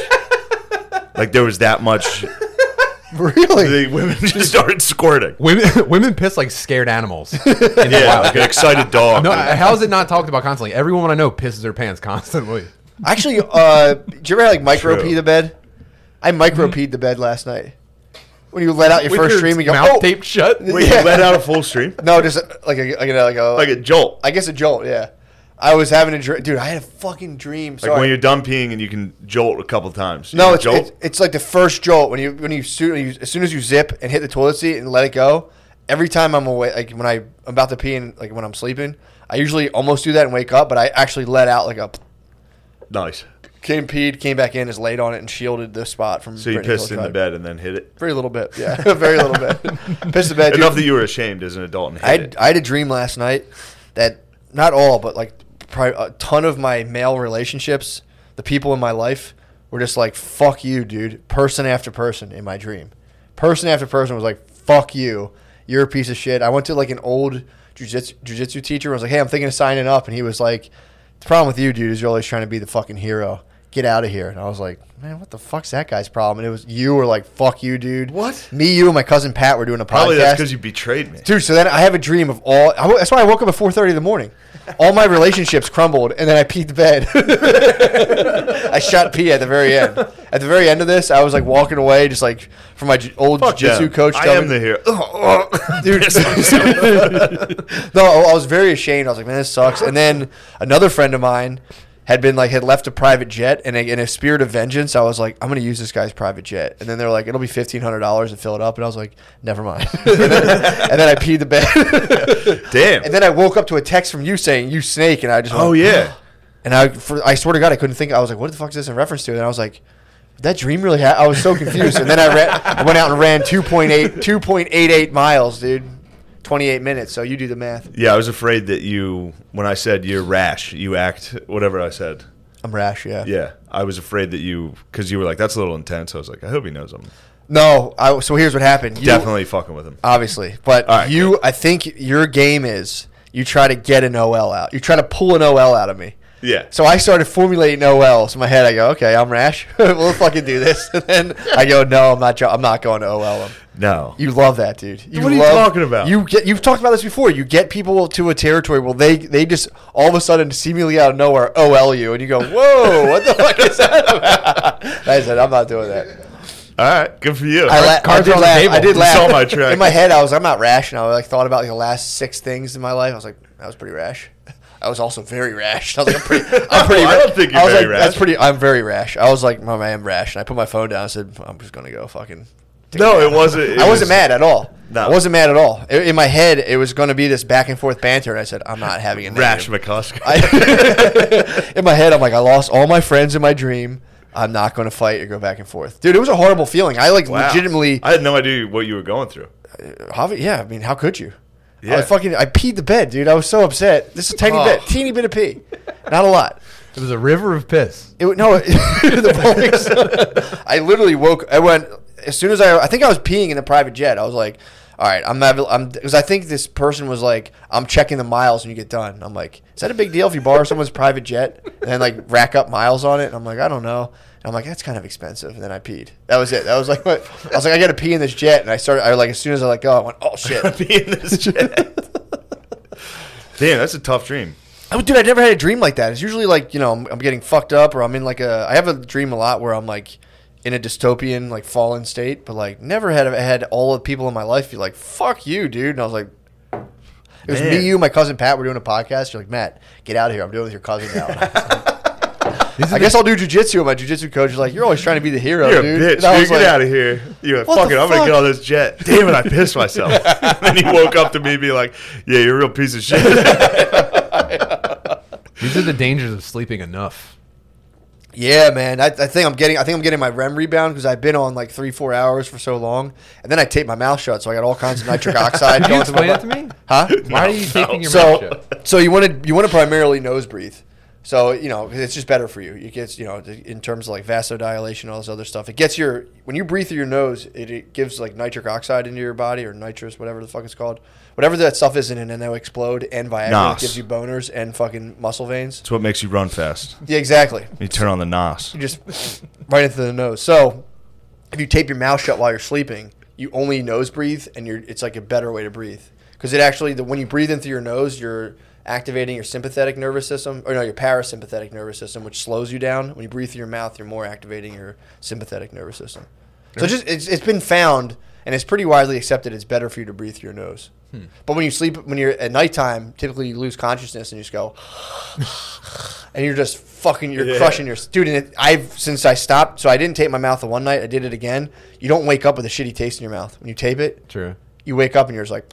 [SPEAKER 2] like there was that much.
[SPEAKER 1] really, [laughs]
[SPEAKER 2] The women just started squirting.
[SPEAKER 3] Women, [laughs] women piss like
[SPEAKER 1] [laughs]
[SPEAKER 3] scared animals.
[SPEAKER 2] Yeah, like an excited dog.
[SPEAKER 3] No, how is it not talked about constantly? Everyone I know pisses their pants constantly.
[SPEAKER 1] actually, uh, did you ever like micro
[SPEAKER 2] True. Mm-hmm.
[SPEAKER 1] pee the bed? I micro peed the bed last night when you let out your
[SPEAKER 3] With
[SPEAKER 1] first
[SPEAKER 3] your
[SPEAKER 1] stream and you go,
[SPEAKER 3] mouth
[SPEAKER 1] oh,
[SPEAKER 3] taped shut.
[SPEAKER 2] Wait, you let out a
[SPEAKER 1] [laughs]
[SPEAKER 2] full stream?
[SPEAKER 1] no, just uh, like a like a like a,
[SPEAKER 2] Like a jolt.
[SPEAKER 1] I guess a jolt. Yeah, I was having a dream, dude. I had a fucking dream.
[SPEAKER 2] Like
[SPEAKER 1] Sorry.
[SPEAKER 2] when you're done peeing and you can jolt a couple times. You
[SPEAKER 1] No,
[SPEAKER 2] can
[SPEAKER 1] it's, it's it's like the first jolt when you when you, soo- when you as soon as you zip and hit the toilet seat and let it go. Every time I'm away, like when I am about to pee and like when I'm sleeping, I usually almost do that and wake up, but I actually let out like a
[SPEAKER 2] nice.
[SPEAKER 1] came peed, came back in, is laid on it and shielded the spot from.
[SPEAKER 2] So you
[SPEAKER 1] Britney
[SPEAKER 2] pissed
[SPEAKER 1] Spears'
[SPEAKER 2] in the
[SPEAKER 1] driving.
[SPEAKER 2] bed and then hit it.
[SPEAKER 1] Very little bit, yeah, [laughs] very little
[SPEAKER 2] [laughs]
[SPEAKER 1] bit. Pissed the bed. dude.
[SPEAKER 2] Enough that you were ashamed as an adult and hit
[SPEAKER 1] I
[SPEAKER 2] it.
[SPEAKER 1] had, I had a dream last night that not all, but like probably a ton of my male relationships, the people in my life were just like, fuck you, dude. Person after person in my dream. Person after person was like, fuck you. You're a piece of shit. I went to like an old jujitsu jujitsu teacher and was like, hey, I'm thinking of signing up. And he was like, the problem with you, dude, is you're always trying to be the fucking hero. Get out of here. And I was like, man, what the fuck's that guy's problem? And it was you were like, fuck you, dude.
[SPEAKER 2] What?
[SPEAKER 1] Me, you, and my cousin Pat were doing a podcast
[SPEAKER 2] Probably that's because you betrayed me.
[SPEAKER 1] dude. So then I have a dream of all. I, wo- that's why I woke up at four thirty in the morning. All my relationships crumbled, and then I peed the bed. [laughs] I shot pee at the very end. At the very end of this, I was like walking away, just like from my j- old jiu-jitsu
[SPEAKER 2] Yeah.
[SPEAKER 1] coach.
[SPEAKER 2] I
[SPEAKER 1] telling
[SPEAKER 2] am
[SPEAKER 1] me-
[SPEAKER 2] the hero. Oh, oh.
[SPEAKER 1] [laughs] Dude.
[SPEAKER 2] Pissed myself.
[SPEAKER 1] [laughs] no, I was very ashamed. I was like, man, this sucks. And then another friend of mine had been like had left a private jet, and in a spirit of vengeance, I was like, I'm gonna use this guy's private jet. And then they were like, it'll be fifteen hundred dollars to fill it up, and I was like, never mind. [laughs] and, then, and then I peed the [laughs] bed.
[SPEAKER 2] Damn.
[SPEAKER 1] And then I woke up to a text from you saying you snake, and I just went,
[SPEAKER 2] oh yeah.
[SPEAKER 1] And I for, I swear to God, I couldn't think. I was like, what the fuck is this in reference to? And I was like. "Did That dream really ha I was so confused. And then I, ran, I went out and ran 2.8, 2.88 miles, dude. 28 minutes. So you do the math.
[SPEAKER 2] Yeah, I was afraid that you when I said you're rash, you act whatever I said.
[SPEAKER 1] I'm rash, yeah.
[SPEAKER 2] Yeah, I was afraid that you because you were like that's a little intense. I was like, I hope he knows I'm
[SPEAKER 1] No, I, so here's what happened. You,
[SPEAKER 2] definitely fucking with him.
[SPEAKER 1] Obviously. But
[SPEAKER 2] All right,
[SPEAKER 1] you, I think your game is you try to get an OL out. You try to pull an OL out of me.
[SPEAKER 2] Yeah.
[SPEAKER 1] So I started formulating OLs in my head. I go, okay, I'm rash. [laughs] we'll fucking do this. [laughs] And then I go, no, I'm not. jo- I'm not going to OL him.
[SPEAKER 2] no.
[SPEAKER 1] You love that, dude. You
[SPEAKER 2] What are you
[SPEAKER 1] love-
[SPEAKER 2] talking about?
[SPEAKER 1] You get. You've talked about this before. You get people to a territory where they they just all of a sudden seemingly out of nowhere OL you, and you go, whoa, what the [laughs] fuck is that about? I said, I'm not doing that.
[SPEAKER 2] All right, good for you.
[SPEAKER 1] I, la- I
[SPEAKER 3] cards
[SPEAKER 1] did
[SPEAKER 3] on the
[SPEAKER 1] laugh.
[SPEAKER 3] table.
[SPEAKER 1] I did
[SPEAKER 2] You
[SPEAKER 1] laugh.
[SPEAKER 2] saw my
[SPEAKER 1] [laughs]
[SPEAKER 2] track.
[SPEAKER 1] In my head, I was I'm not rash, and I like thought about like the last six things in my life. I was like, that was pretty rash. I was also very rash. [laughs] I was like, I'm
[SPEAKER 2] [laughs]
[SPEAKER 1] pretty. I'm pretty.
[SPEAKER 2] Oh, I
[SPEAKER 1] ra-
[SPEAKER 2] don't think you're
[SPEAKER 1] I was
[SPEAKER 2] very
[SPEAKER 1] like,
[SPEAKER 2] rash.
[SPEAKER 1] That's pretty. I'm very rash. I was like, Mom, I am rash, and I put my phone down. I said, I'm just gonna go fucking.
[SPEAKER 2] no, it wasn't. it
[SPEAKER 1] I
[SPEAKER 2] was-
[SPEAKER 1] wasn't mad at all.
[SPEAKER 2] No.
[SPEAKER 1] I wasn't mad at all. I- in my head, it was going to be this back and forth banter, and I said, I'm not having a
[SPEAKER 2] Rash
[SPEAKER 1] negative.
[SPEAKER 2] McCusker.
[SPEAKER 1] [laughs] I- [laughs] in my head, I'm like, I lost all my friends in my dream. I'm not going to fight or go back and forth, dude. It was a horrible feeling. I like
[SPEAKER 2] Wow.
[SPEAKER 1] legitimately.
[SPEAKER 2] I had no idea what you were going through.
[SPEAKER 1] Javi, yeah, I mean, how could you? I
[SPEAKER 2] Yeah.
[SPEAKER 1] was fucking. I peed the bed, dude. I was so upset. This is a tiny
[SPEAKER 3] Oh.
[SPEAKER 1] bit, teeny bit of pee, not a lot.
[SPEAKER 3] It was a river of piss.
[SPEAKER 1] It would- no, [laughs] it- the boys. I literally woke. I went as soon as I. I think I was peeing in the private jet. I was like, "All right, I'm having. I'm because I think this person was like, I'm checking the miles when you get done. I'm like, is that a big deal if you borrow someone's private jet and then like rack up miles on it? And I'm like, I don't know. And I'm like, that's kind of expensive. And then I peed. That was it. That was like, what, I was like, I got to pee in this jet. And I started. I like as soon as I let go, I went, oh shit.
[SPEAKER 2] Be
[SPEAKER 1] [laughs]
[SPEAKER 2] in this chat. Damn, that's a tough dream.
[SPEAKER 1] Oh, dude, I never had a dream like that. It's usually like you know I'm, I'm getting fucked up or I'm in like a. I have a dream a lot where I'm like in a dystopian like fallen state, but like never had I had all the people in my life be like "fuck you, dude," and I was like. It was
[SPEAKER 2] Man.
[SPEAKER 1] me, you, my cousin Pat. We're doing a podcast. You're like, Matt, get out of here. I'm doing it with your cousin
[SPEAKER 2] [laughs]
[SPEAKER 1] now.
[SPEAKER 3] These are
[SPEAKER 1] I
[SPEAKER 3] the-
[SPEAKER 1] guess I'll do jujitsu. And my jujitsu coach is like, you're always trying to be the hero,
[SPEAKER 2] You're
[SPEAKER 1] dude.
[SPEAKER 2] a bitch,
[SPEAKER 1] And I
[SPEAKER 2] dude.
[SPEAKER 1] was
[SPEAKER 2] Get
[SPEAKER 1] like-
[SPEAKER 2] out of here. You're like,
[SPEAKER 1] What
[SPEAKER 2] fuck it.
[SPEAKER 1] the
[SPEAKER 2] I'm going to
[SPEAKER 1] fuck?
[SPEAKER 2] get on this jet. Damn it. I pissed myself.
[SPEAKER 1] [laughs]
[SPEAKER 2] [laughs] and he woke up to me and be like, yeah, you're a real piece of shit.
[SPEAKER 3] these are the dangers of sleeping enough.
[SPEAKER 1] Yeah, man. I, I think I'm getting. I think I'm getting my REM rebound because I've been on like three, four hours for so long, and then I tape my mouth shut, so I got all kinds of
[SPEAKER 2] [laughs]
[SPEAKER 1] nitric oxide.
[SPEAKER 3] Can you
[SPEAKER 1] going through my
[SPEAKER 3] explain that to
[SPEAKER 1] bu-
[SPEAKER 3] me?
[SPEAKER 1] Huh?
[SPEAKER 3] Why are you taking your
[SPEAKER 1] so,
[SPEAKER 3] mouth shut?
[SPEAKER 1] so you want to you want to primarily nose breathe. So you know 'cause it's just better for you. It gets you know th- in terms of like vasodilation, all this other stuff. It gets your when you breathe through your nose, it, it gives like nitric oxide into your body or nitrous, whatever the fuck it's called, whatever that stuff is in it, and they'll explode. And Viagra
[SPEAKER 2] Nos.
[SPEAKER 1] gives you boners and fucking muscle veins.
[SPEAKER 2] It's what makes you run fast.
[SPEAKER 1] Yeah, exactly.
[SPEAKER 2] You turn on the nos.
[SPEAKER 1] You just [laughs] right into the nose. So if you tape your mouth shut while you're sleeping, you only nose breathe, and you're it's like a better way to breathe because it actually the, when you breathe in through your nose, you're activating your sympathetic nervous system or no your parasympathetic nervous system, which slows you down. When you breathe through your mouth, you're more activating your sympathetic nervous system. So just it's, it's been found and it's pretty widely accepted. It's better for you to breathe through your nose. But when you sleep, when you're at nighttime, typically you lose consciousness and you just go, and you're just fucking, you're
[SPEAKER 2] Yeah.
[SPEAKER 1] crushing your student. It, I've since I stopped, so I didn't tape my mouth the one night. I did it again. You don't wake up with a shitty taste in your mouth when you tape it.
[SPEAKER 3] True.
[SPEAKER 1] You wake up and you're just like,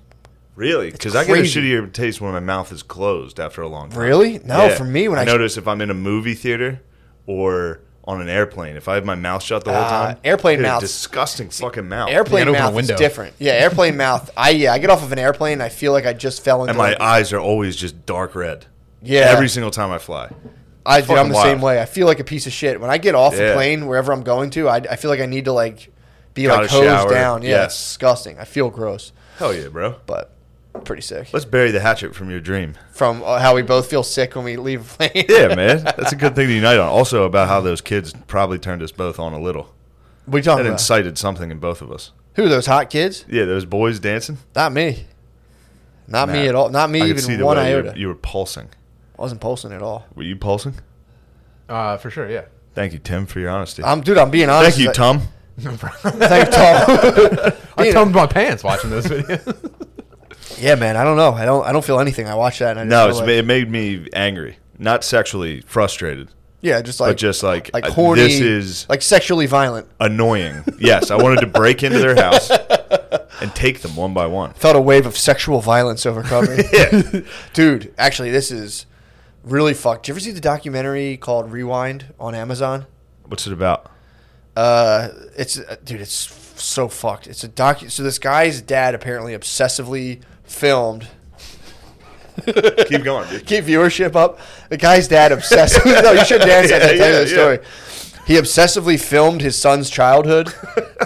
[SPEAKER 2] Really? Because I get a
[SPEAKER 1] crazy.
[SPEAKER 2] shittier taste when my mouth is closed after a long time.
[SPEAKER 1] really? No,
[SPEAKER 2] Yeah.
[SPEAKER 1] for me when I,
[SPEAKER 2] I notice if I'm in a movie theater or on an airplane, if I have my mouth shut the whole
[SPEAKER 1] Ah,
[SPEAKER 2] time,
[SPEAKER 1] airplane
[SPEAKER 2] dude,
[SPEAKER 1] mouth.
[SPEAKER 2] disgusting fucking mouth,
[SPEAKER 1] airplane
[SPEAKER 3] You gotta open a
[SPEAKER 1] mouth is
[SPEAKER 3] window.
[SPEAKER 1] different. Yeah, airplane mouth. I yeah, I get off of an airplane and I feel like I just fell into
[SPEAKER 2] and my
[SPEAKER 1] like,
[SPEAKER 2] eyes are always just dark red.
[SPEAKER 1] yeah
[SPEAKER 2] every single time I fly.
[SPEAKER 1] I dude, I'm
[SPEAKER 2] fucking
[SPEAKER 1] the
[SPEAKER 2] wild.
[SPEAKER 1] same way. I feel like a piece of shit when I get off the
[SPEAKER 2] Yeah.
[SPEAKER 1] plane wherever I'm going to. I, I feel like I need to like be
[SPEAKER 2] Gotta
[SPEAKER 1] like hosed
[SPEAKER 2] shower.
[SPEAKER 1] down. Yeah,
[SPEAKER 2] Yeah.
[SPEAKER 1] it's disgusting. I feel gross,
[SPEAKER 2] Hell yeah, bro.
[SPEAKER 1] but pretty sick.
[SPEAKER 2] Let's bury the hatchet from your dream.
[SPEAKER 1] From uh, how we both feel sick when we leave a plane.
[SPEAKER 2] Yeah, man, that's a good thing to unite on. Also, about how those kids probably turned us both on a little.
[SPEAKER 1] what are you talking
[SPEAKER 2] That
[SPEAKER 1] about?
[SPEAKER 2] incited something in both of us.
[SPEAKER 1] Who are those hot kids?
[SPEAKER 2] Yeah, those boys dancing.
[SPEAKER 1] Not me. Not me
[SPEAKER 2] Nah.
[SPEAKER 1] at all. Not me
[SPEAKER 2] I could see
[SPEAKER 1] even
[SPEAKER 2] the
[SPEAKER 1] one
[SPEAKER 2] way you were-
[SPEAKER 1] iota.
[SPEAKER 2] You were pulsing.
[SPEAKER 1] I wasn't posting at all.
[SPEAKER 2] Were you pulsing?
[SPEAKER 3] Uh, for sure, yeah.
[SPEAKER 2] Thank you, Tim, for your honesty.
[SPEAKER 1] I'm dude. I'm being honest.
[SPEAKER 2] Thank you,
[SPEAKER 1] Like-
[SPEAKER 2] Tom.
[SPEAKER 1] Thank
[SPEAKER 2] [laughs]
[SPEAKER 1] you, Tom.
[SPEAKER 3] I
[SPEAKER 1] Yeah.
[SPEAKER 3] tumbed my pants watching
[SPEAKER 1] [laughs]
[SPEAKER 3] those videos.
[SPEAKER 1] yeah, man. I don't know. I don't. I don't feel anything. I watch that. And I just
[SPEAKER 2] No,
[SPEAKER 1] feel
[SPEAKER 2] it's,
[SPEAKER 1] like-
[SPEAKER 2] it made me angry. Not sexually frustrated,
[SPEAKER 1] yeah, just like
[SPEAKER 2] but just like,
[SPEAKER 1] like
[SPEAKER 2] uh,
[SPEAKER 1] horny.
[SPEAKER 2] This is
[SPEAKER 1] like sexually violent.
[SPEAKER 2] annoying. yes, I wanted to break into their
[SPEAKER 1] [laughs]
[SPEAKER 2] house and take them one by one.
[SPEAKER 1] felt a wave of sexual violence overcome me.
[SPEAKER 2] [laughs] Yeah.
[SPEAKER 1] [laughs] Dude, actually, this is really fucked. Did you ever see the documentary called Rewind on Amazon?
[SPEAKER 2] What's it about?
[SPEAKER 1] Uh, it's uh, dude, it's so fucked. It's a doc. So this guy's dad apparently obsessively filmed.
[SPEAKER 2] Keep going, dude.
[SPEAKER 1] Keep viewership up. The guy's dad obsessively. [laughs] no, you should dance at that.
[SPEAKER 2] [laughs] Yeah,
[SPEAKER 1] Tell you
[SPEAKER 2] yeah,
[SPEAKER 1] the story. He obsessively filmed his son's childhood,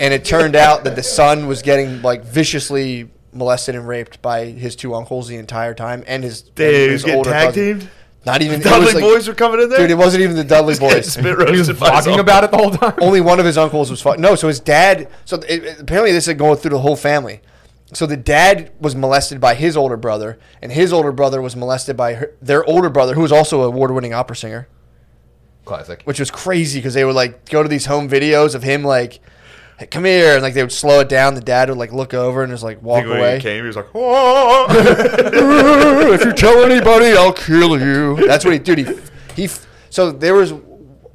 [SPEAKER 1] and it turned out that the son was getting like viciously molested and raped by his two uncles the entire time, and his and
[SPEAKER 2] Dude, he was
[SPEAKER 1] his
[SPEAKER 2] getting
[SPEAKER 1] older
[SPEAKER 2] tag
[SPEAKER 1] cousin.
[SPEAKER 2] teamed.
[SPEAKER 1] Not even it
[SPEAKER 2] Dudley
[SPEAKER 1] was, like-
[SPEAKER 2] boys were coming in there.
[SPEAKER 1] Dude, it wasn't even the
[SPEAKER 2] [laughs]
[SPEAKER 1] Dudley boys.
[SPEAKER 2] Spit
[SPEAKER 1] [laughs]
[SPEAKER 3] he was
[SPEAKER 2] roasted by his
[SPEAKER 3] talking
[SPEAKER 2] uncle.
[SPEAKER 3] about it the whole time.
[SPEAKER 1] Only one of his uncles was fucked. No, so his dad. So it, it- apparently, this is going through the whole family. So the dad was molested by his older brother, and his older brother was molested by her, their older brother, who was also an award-winning opera singer,
[SPEAKER 3] Classic.
[SPEAKER 1] which was crazy because they would like go to these home videos of him like, "Hey, "Come here," and like they would slow it down. The dad would like look over and just like walk
[SPEAKER 2] Think when
[SPEAKER 1] away.
[SPEAKER 2] He came, he was like,
[SPEAKER 1] [laughs]
[SPEAKER 2] "Oh."
[SPEAKER 1] if you tell anybody, I'll kill you. That's what he did. He, he. So there was.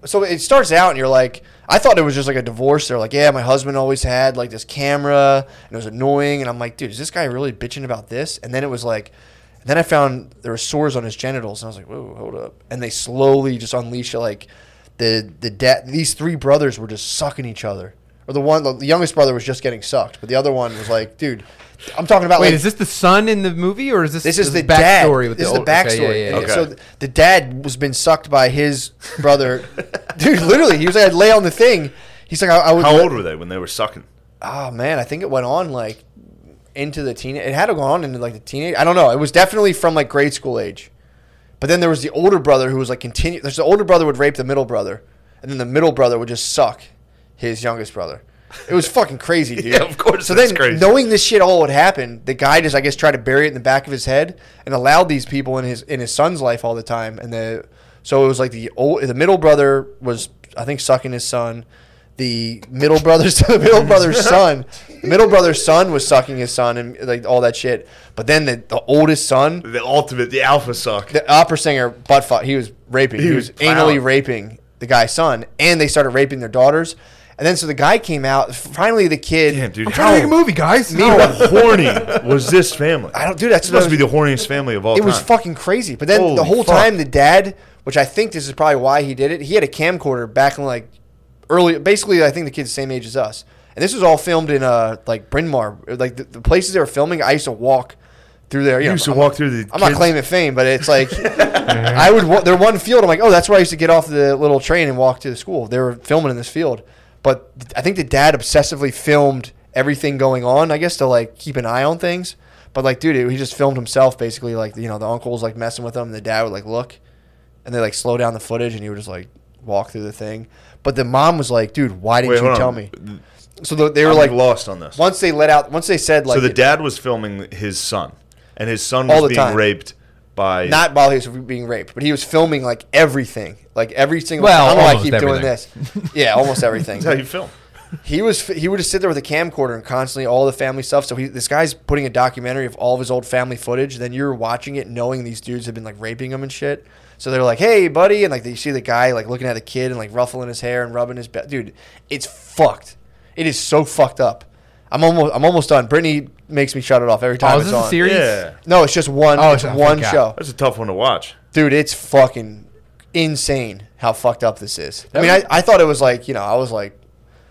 [SPEAKER 1] So it starts out, and you're like, I thought it was just like a divorce. They're like, yeah, my husband always had like this camera, and it was annoying. And I'm like, dude, is this guy really bitching about this? And then it was like. And then I found there were sores on his genitals, and I was like, "Whoa, hold up!" And they slowly just unleash it, like the the dad. These three brothers were just sucking each other, or the one the youngest brother was just getting sucked, but the other one was like, "Dude, I'm talking about
[SPEAKER 3] Wait,
[SPEAKER 1] like,
[SPEAKER 3] is this the son in the movie, or is this
[SPEAKER 1] this is the dad.
[SPEAKER 3] backstory? With
[SPEAKER 1] this
[SPEAKER 3] the
[SPEAKER 1] is the backstory.
[SPEAKER 3] Okay, yeah, yeah,
[SPEAKER 1] And
[SPEAKER 3] yeah.
[SPEAKER 1] So th- the dad was been sucked by his brother, [laughs] dude. Literally, he was like, I'd lay on the thing. He's like, I, I would.
[SPEAKER 2] How old were they when they were sucking?
[SPEAKER 1] Oh man, I think it went on like into the teen. It had to go on into like the teenage. I don't know. It was definitely from like grade school age. But then there was the older brother who was like continue. There's the older brother would rape the middle brother, and then the middle brother would just suck his youngest brother. It was fucking crazy, dude.
[SPEAKER 2] [laughs] Yeah, of course,
[SPEAKER 1] So
[SPEAKER 2] that's
[SPEAKER 1] then,
[SPEAKER 2] crazy.
[SPEAKER 1] knowing this shit all would happen, the guy just I guess tried to bury it in the back of his head and allowed these people in his in his son's life all the time. And the so it was like the old the middle brother was I think sucking his son. The middle brother's [laughs] the middle brother's
[SPEAKER 2] [laughs]
[SPEAKER 1] son, the middle brother's son was sucking his son and like all that shit. But then the, the oldest son
[SPEAKER 2] The ultimate, the alpha suck.
[SPEAKER 1] the opera singer butt fuck. He was raping. He,
[SPEAKER 2] He
[SPEAKER 1] was,
[SPEAKER 2] was plowing.
[SPEAKER 1] anally raping the guy's son, and they started raping their daughters. And then so the guy came out. Finally, the kid.
[SPEAKER 2] Damn, dude,
[SPEAKER 3] I'm trying to make a movie, guys. No.
[SPEAKER 2] How [laughs] horny
[SPEAKER 1] [laughs]
[SPEAKER 2] was this family?
[SPEAKER 1] I don't, dude. That's
[SPEAKER 2] This must be the horniest family of all
[SPEAKER 1] It
[SPEAKER 2] time.
[SPEAKER 1] was fucking crazy. But then
[SPEAKER 2] Holy
[SPEAKER 1] the whole
[SPEAKER 2] fuck.
[SPEAKER 1] time, the dad which I think this is probably why he did it. He had a camcorder back in like early, basically, I think the kid's the same age as us. And this was all filmed in uh, like Bryn Mawr, like the, the places they were filming. I used to walk through there. You,
[SPEAKER 2] You
[SPEAKER 1] know,
[SPEAKER 2] used to
[SPEAKER 1] I'm
[SPEAKER 2] walk
[SPEAKER 1] not-
[SPEAKER 2] through the
[SPEAKER 1] I'm not
[SPEAKER 2] kids-
[SPEAKER 1] claiming fame, but it's
[SPEAKER 2] [laughs]
[SPEAKER 1] like I would. wa- There one field. I'm like, oh, that's where I used to get off the little train and walk to the school. They were filming in this field, but I think the dad obsessively filmed everything going on. I guess to like keep an eye on things. But like, dude, he just filmed himself basically. Like, you know, the uncle was like messing with him, and the dad would like look, and they like slow down the footage, and he would just like walk through the thing. But the mom was like, dude, why didn't
[SPEAKER 2] Wait,
[SPEAKER 1] you
[SPEAKER 2] hold
[SPEAKER 1] tell
[SPEAKER 2] on.
[SPEAKER 1] me? So the, they were
[SPEAKER 2] You're like
[SPEAKER 1] like,
[SPEAKER 2] lost on this.
[SPEAKER 1] once they let out, once they said like,
[SPEAKER 2] so the dad was filming his son, and his son
[SPEAKER 1] All
[SPEAKER 2] was
[SPEAKER 1] the
[SPEAKER 2] being
[SPEAKER 1] time.
[SPEAKER 2] raped by
[SPEAKER 1] not while he was being raped, but he was filming like everything, like every single. Well,
[SPEAKER 3] Well,
[SPEAKER 1] time. I don't know why I
[SPEAKER 3] almost
[SPEAKER 1] keep doing this. Yeah, almost
[SPEAKER 3] [laughs]
[SPEAKER 1] everything.
[SPEAKER 2] That's how you film.
[SPEAKER 1] he was he would just sit there with a camcorder and constantly all the family stuff. So he, this guy's putting a documentary of all of his old family footage. Then you're watching it, knowing these dudes have been like raping him and shit. So they're like, "Hey, buddy," and like you see the guy like looking at the kid and like ruffling his hair and rubbing his back. Dude, it's fucked. It is so fucked up. I'm almost I'm almost done. Brittany makes me shut it off every time.
[SPEAKER 3] Oh,
[SPEAKER 1] it's
[SPEAKER 3] is this a
[SPEAKER 1] on.
[SPEAKER 3] series?
[SPEAKER 2] Yeah,
[SPEAKER 1] No, it's just one.
[SPEAKER 3] Oh,
[SPEAKER 1] it's
[SPEAKER 3] it's- I
[SPEAKER 1] one
[SPEAKER 3] forgot.
[SPEAKER 1] show
[SPEAKER 2] that's a tough one to watch.
[SPEAKER 1] dude, it's fucking insane how fucked up this is. I
[SPEAKER 3] That
[SPEAKER 1] mean,
[SPEAKER 3] was-
[SPEAKER 1] I, I thought it was like, you know, I was like,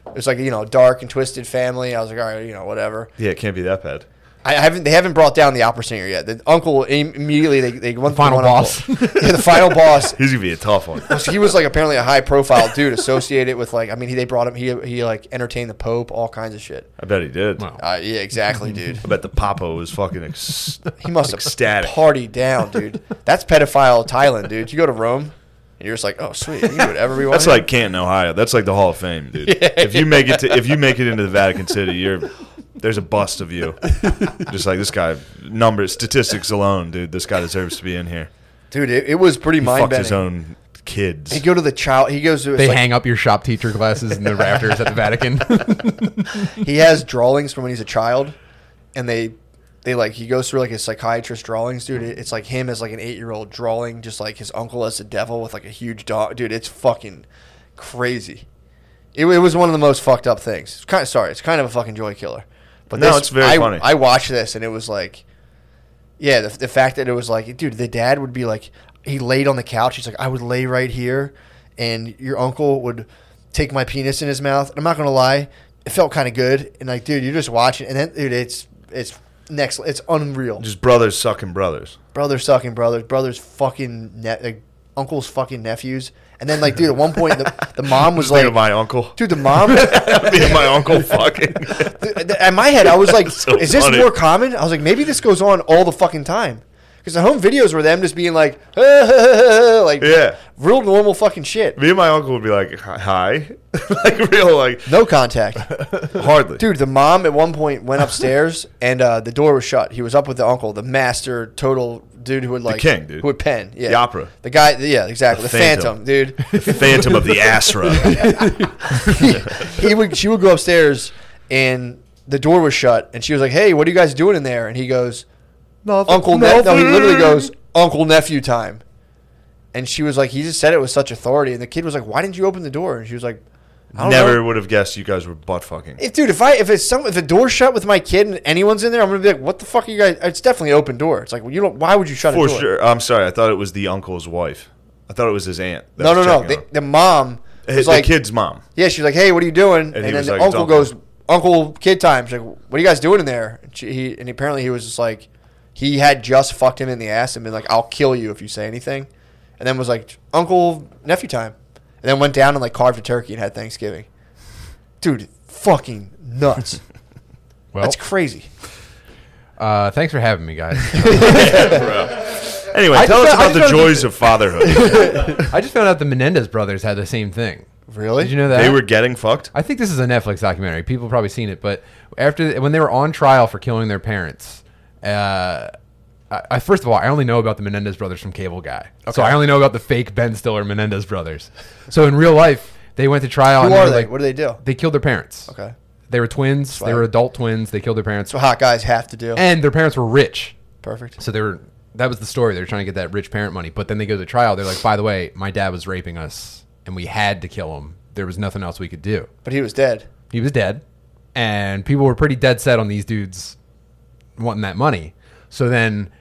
[SPEAKER 1] it was like, you know, dark and twisted family. I was like, all right, you know, whatever.
[SPEAKER 2] Yeah, it can't be that bad.
[SPEAKER 1] I haven't, they haven't brought down the opera singer yet. The uncle im- immediately, they, they went the
[SPEAKER 3] final
[SPEAKER 1] one uncle- [laughs]
[SPEAKER 3] boss.
[SPEAKER 1] yeah, the final boss.
[SPEAKER 2] He's gonna be a
[SPEAKER 1] [laughs]
[SPEAKER 2] tough one.
[SPEAKER 1] So he was like apparently a high profile dude associated with like, I mean, he, they brought him, he, he like entertained the Pope, all kinds of shit.
[SPEAKER 2] I bet he did.
[SPEAKER 3] Wow.
[SPEAKER 1] Uh, yeah, exactly, dude.
[SPEAKER 2] I bet the Papa was fucking ex-
[SPEAKER 1] [laughs] He must have
[SPEAKER 2] ecstatic.
[SPEAKER 1] party down, dude. That's pedophile Thailand, dude. You go to Rome, and you're just like, oh sweet, you can do whatever we want.
[SPEAKER 2] That's
[SPEAKER 1] here.
[SPEAKER 2] like Canton, Ohio. That's like the Hall of Fame,
[SPEAKER 1] [laughs]
[SPEAKER 2] dude. If you make it to if you make it into the Vatican City, you're there's a bust of you. Just like this guy, numbers, statistics alone, dude. This guy deserves to be in here.
[SPEAKER 1] Dude, it, it was pretty
[SPEAKER 2] He
[SPEAKER 1] mind
[SPEAKER 2] fucked his
[SPEAKER 1] bending.
[SPEAKER 2] own kids.
[SPEAKER 1] He go to the child. He goes to. His,
[SPEAKER 3] They
[SPEAKER 1] like,
[SPEAKER 3] hang up your shop teacher glasses in the rafters at the Vatican.
[SPEAKER 1] [laughs] He has drawings from when he's a child, and they, they like he goes through like his psychiatrist drawings, dude. It- It's like him as like an eight year old drawing, just like his uncle as the devil with like a huge dog, dude. It's fucking crazy. It, it was one of the most fucked up things. It's kind of sorry. It's kind of a fucking joy killer. But
[SPEAKER 2] No,
[SPEAKER 1] this-
[SPEAKER 2] it's very
[SPEAKER 1] I-
[SPEAKER 2] funny.
[SPEAKER 1] I watched this and it was like, yeah, the, the fact that it was like, dude, the dad would be like, he laid on the couch. He's like, I would lay right here, and your uncle would take my penis in his mouth. And I'm not gonna lie, it felt kind of good. And like, dude, you're just watching, and then dude, it's it's next, it's unreal.
[SPEAKER 2] Just brothers sucking brothers.
[SPEAKER 1] brothers sucking brothers, brothers fucking ne- like, uncles fucking nephews. And then like, dude, at one point the, the mom was
[SPEAKER 2] Just like
[SPEAKER 1] like,
[SPEAKER 2] of my uncle.
[SPEAKER 1] dude, the mom. [laughs]
[SPEAKER 2] [laughs] Me and my uncle fucking.
[SPEAKER 1] Th- th- in my head, I was like,
[SPEAKER 2] [laughs] That's so
[SPEAKER 1] "Is this
[SPEAKER 2] funny.
[SPEAKER 1] more common?" I was like, "Maybe this goes on all the fucking time." Because the home videos were them just being like, [laughs] like
[SPEAKER 2] Yeah.
[SPEAKER 1] real normal fucking shit,
[SPEAKER 2] Me and my uncle would be like, hi, [laughs] like real, like
[SPEAKER 1] no
[SPEAKER 2] [laughs]
[SPEAKER 1] contact.
[SPEAKER 2] hardly.
[SPEAKER 1] Dude, the mom at one point went upstairs and uh, the door was shut. He was up with the uncle, the master, total dude who would like
[SPEAKER 2] king, dude.
[SPEAKER 1] who would pen, yeah,
[SPEAKER 2] The opera.
[SPEAKER 1] the guy, yeah, exactly,
[SPEAKER 2] The
[SPEAKER 1] the, phantom,
[SPEAKER 2] phantom.
[SPEAKER 1] dude.
[SPEAKER 2] Phantom of
[SPEAKER 1] [laughs]
[SPEAKER 2] the Asra. [laughs]
[SPEAKER 1] he would she would go upstairs and the door was shut and she was like, "Hey, what are you guys doing in there?" And he goes, "Uncle ne- no." He literally goes, "Uncle nephew time." And she was like, "He just said it with such authority." And the kid was like, "Why didn't you open the door?" And she was like, I don't
[SPEAKER 2] Never
[SPEAKER 1] know.
[SPEAKER 2] would have guessed you guys were butt fucking.
[SPEAKER 1] If, dude, if I if it's some if a door shut with my kid and anyone's in there, I'm gonna be like, "What the fuck are you guys?" It's definitely an open door. It's like, well, you don't. Why would you shut
[SPEAKER 2] For
[SPEAKER 1] a door?
[SPEAKER 2] sure. I'm sorry. I thought it was the uncle's wife. I thought it was his aunt. that
[SPEAKER 1] No, no,
[SPEAKER 2] was
[SPEAKER 1] no.
[SPEAKER 2] checking
[SPEAKER 1] The,
[SPEAKER 2] on
[SPEAKER 1] the mom
[SPEAKER 2] him.
[SPEAKER 1] was
[SPEAKER 2] the
[SPEAKER 1] like,
[SPEAKER 2] kid's mom.
[SPEAKER 1] Yeah, she's like, "Hey, what are you doing?" And,
[SPEAKER 2] he
[SPEAKER 1] then
[SPEAKER 2] was
[SPEAKER 1] the
[SPEAKER 2] like,
[SPEAKER 1] uncle
[SPEAKER 2] "Dunkin'."
[SPEAKER 1] goes, "Uncle, kid time." She's like, "What are you guys doing in there?" And, she, he, and apparently he was just like, he had just fucked him in the ass and been like, "I'll kill you if you say anything," and then was like, "Uncle, nephew time," and then went down and like carved a turkey and had Thanksgiving. Dude, fucking nuts.
[SPEAKER 3] [laughs] well,
[SPEAKER 1] That's crazy.
[SPEAKER 3] uh, thanks for having me, guys. [laughs]
[SPEAKER 2] Anyway,
[SPEAKER 3] I
[SPEAKER 2] tell
[SPEAKER 3] just
[SPEAKER 2] us
[SPEAKER 3] found- I
[SPEAKER 2] about the
[SPEAKER 3] just found-
[SPEAKER 2] joys of fatherhood.
[SPEAKER 1] [laughs]
[SPEAKER 3] I just found out the Menendez brothers had the same thing.
[SPEAKER 1] Really?
[SPEAKER 3] Did you know that?
[SPEAKER 2] they were getting fucked.
[SPEAKER 3] I think this is a Netflix documentary. People have probably seen it, but after when they were on trial for killing their parents, uh, I, I first of all, I only know about the Menendez brothers from Cable Guy, so I only know about the fake Ben Stiller Menendez brothers. So in real life, they went to trial.
[SPEAKER 1] Who
[SPEAKER 3] and oh, they
[SPEAKER 1] are
[SPEAKER 3] were
[SPEAKER 1] they?
[SPEAKER 3] Like,
[SPEAKER 1] what do they do?
[SPEAKER 3] they killed their parents.
[SPEAKER 1] Okay,
[SPEAKER 3] They were twins. They
[SPEAKER 1] Wow.
[SPEAKER 3] were adult twins. They killed their parents,
[SPEAKER 1] that's what hot guys have to do.
[SPEAKER 3] and their parents were rich.
[SPEAKER 1] Perfect.
[SPEAKER 3] So they were that was the story. They were trying to get that rich parent money, but then they go to trial. They're like, by the way, my dad was raping us, and we had to kill him. There was nothing else we could do.
[SPEAKER 1] But he was dead.
[SPEAKER 3] He was dead, and people were pretty dead set on these dudes wanting that money. So then,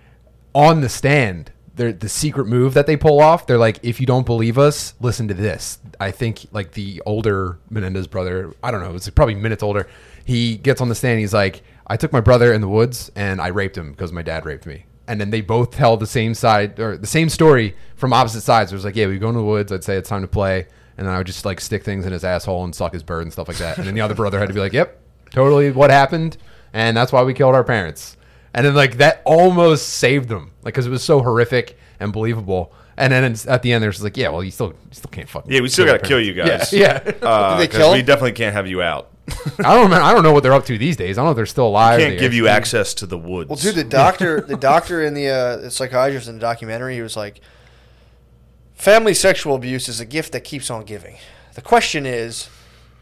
[SPEAKER 3] on the stand, their the secret move that they pull off. They're like, if you don't believe us, listen to this. I think like the older Menendez brother, I don't know, it's probably minutes older. He gets on the stand. He's like, I took my brother in the woods and I raped him because my dad raped me. And then they both tell the same side or the same story from opposite sides. It was like, yeah, we go in the woods. I'd say it's time to play, and then I would just like stick things in his asshole and suck his bird and stuff like that. And then the other brother had to be like, yep, totally what happened, and that's why we killed our parents. And then like that almost saved them, like because it was so horrific and believable. And then it's, at the end, there's like, yeah, well, you still, you still can't fucking.
[SPEAKER 2] Yeah, we still
[SPEAKER 3] your
[SPEAKER 2] gotta kill
[SPEAKER 3] parents.
[SPEAKER 2] you guys.
[SPEAKER 3] Yeah, yeah.
[SPEAKER 2] [laughs] Uh,
[SPEAKER 1] Did they
[SPEAKER 2] 'cause
[SPEAKER 1] kill
[SPEAKER 2] we
[SPEAKER 1] him?
[SPEAKER 2] definitely can't have you
[SPEAKER 1] [laughs]
[SPEAKER 2] out.
[SPEAKER 3] I don't, remember, I don't know what they're up to these days. I don't know if they're still alive.
[SPEAKER 2] Can't
[SPEAKER 3] They-
[SPEAKER 2] give you access to the woods.
[SPEAKER 1] Well,
[SPEAKER 2] [laughs]
[SPEAKER 1] dude, the doctor, the doctor in the, uh, the psychiatrist in the documentary, he was like, "Family sexual abuse is a gift that keeps on giving." The question is,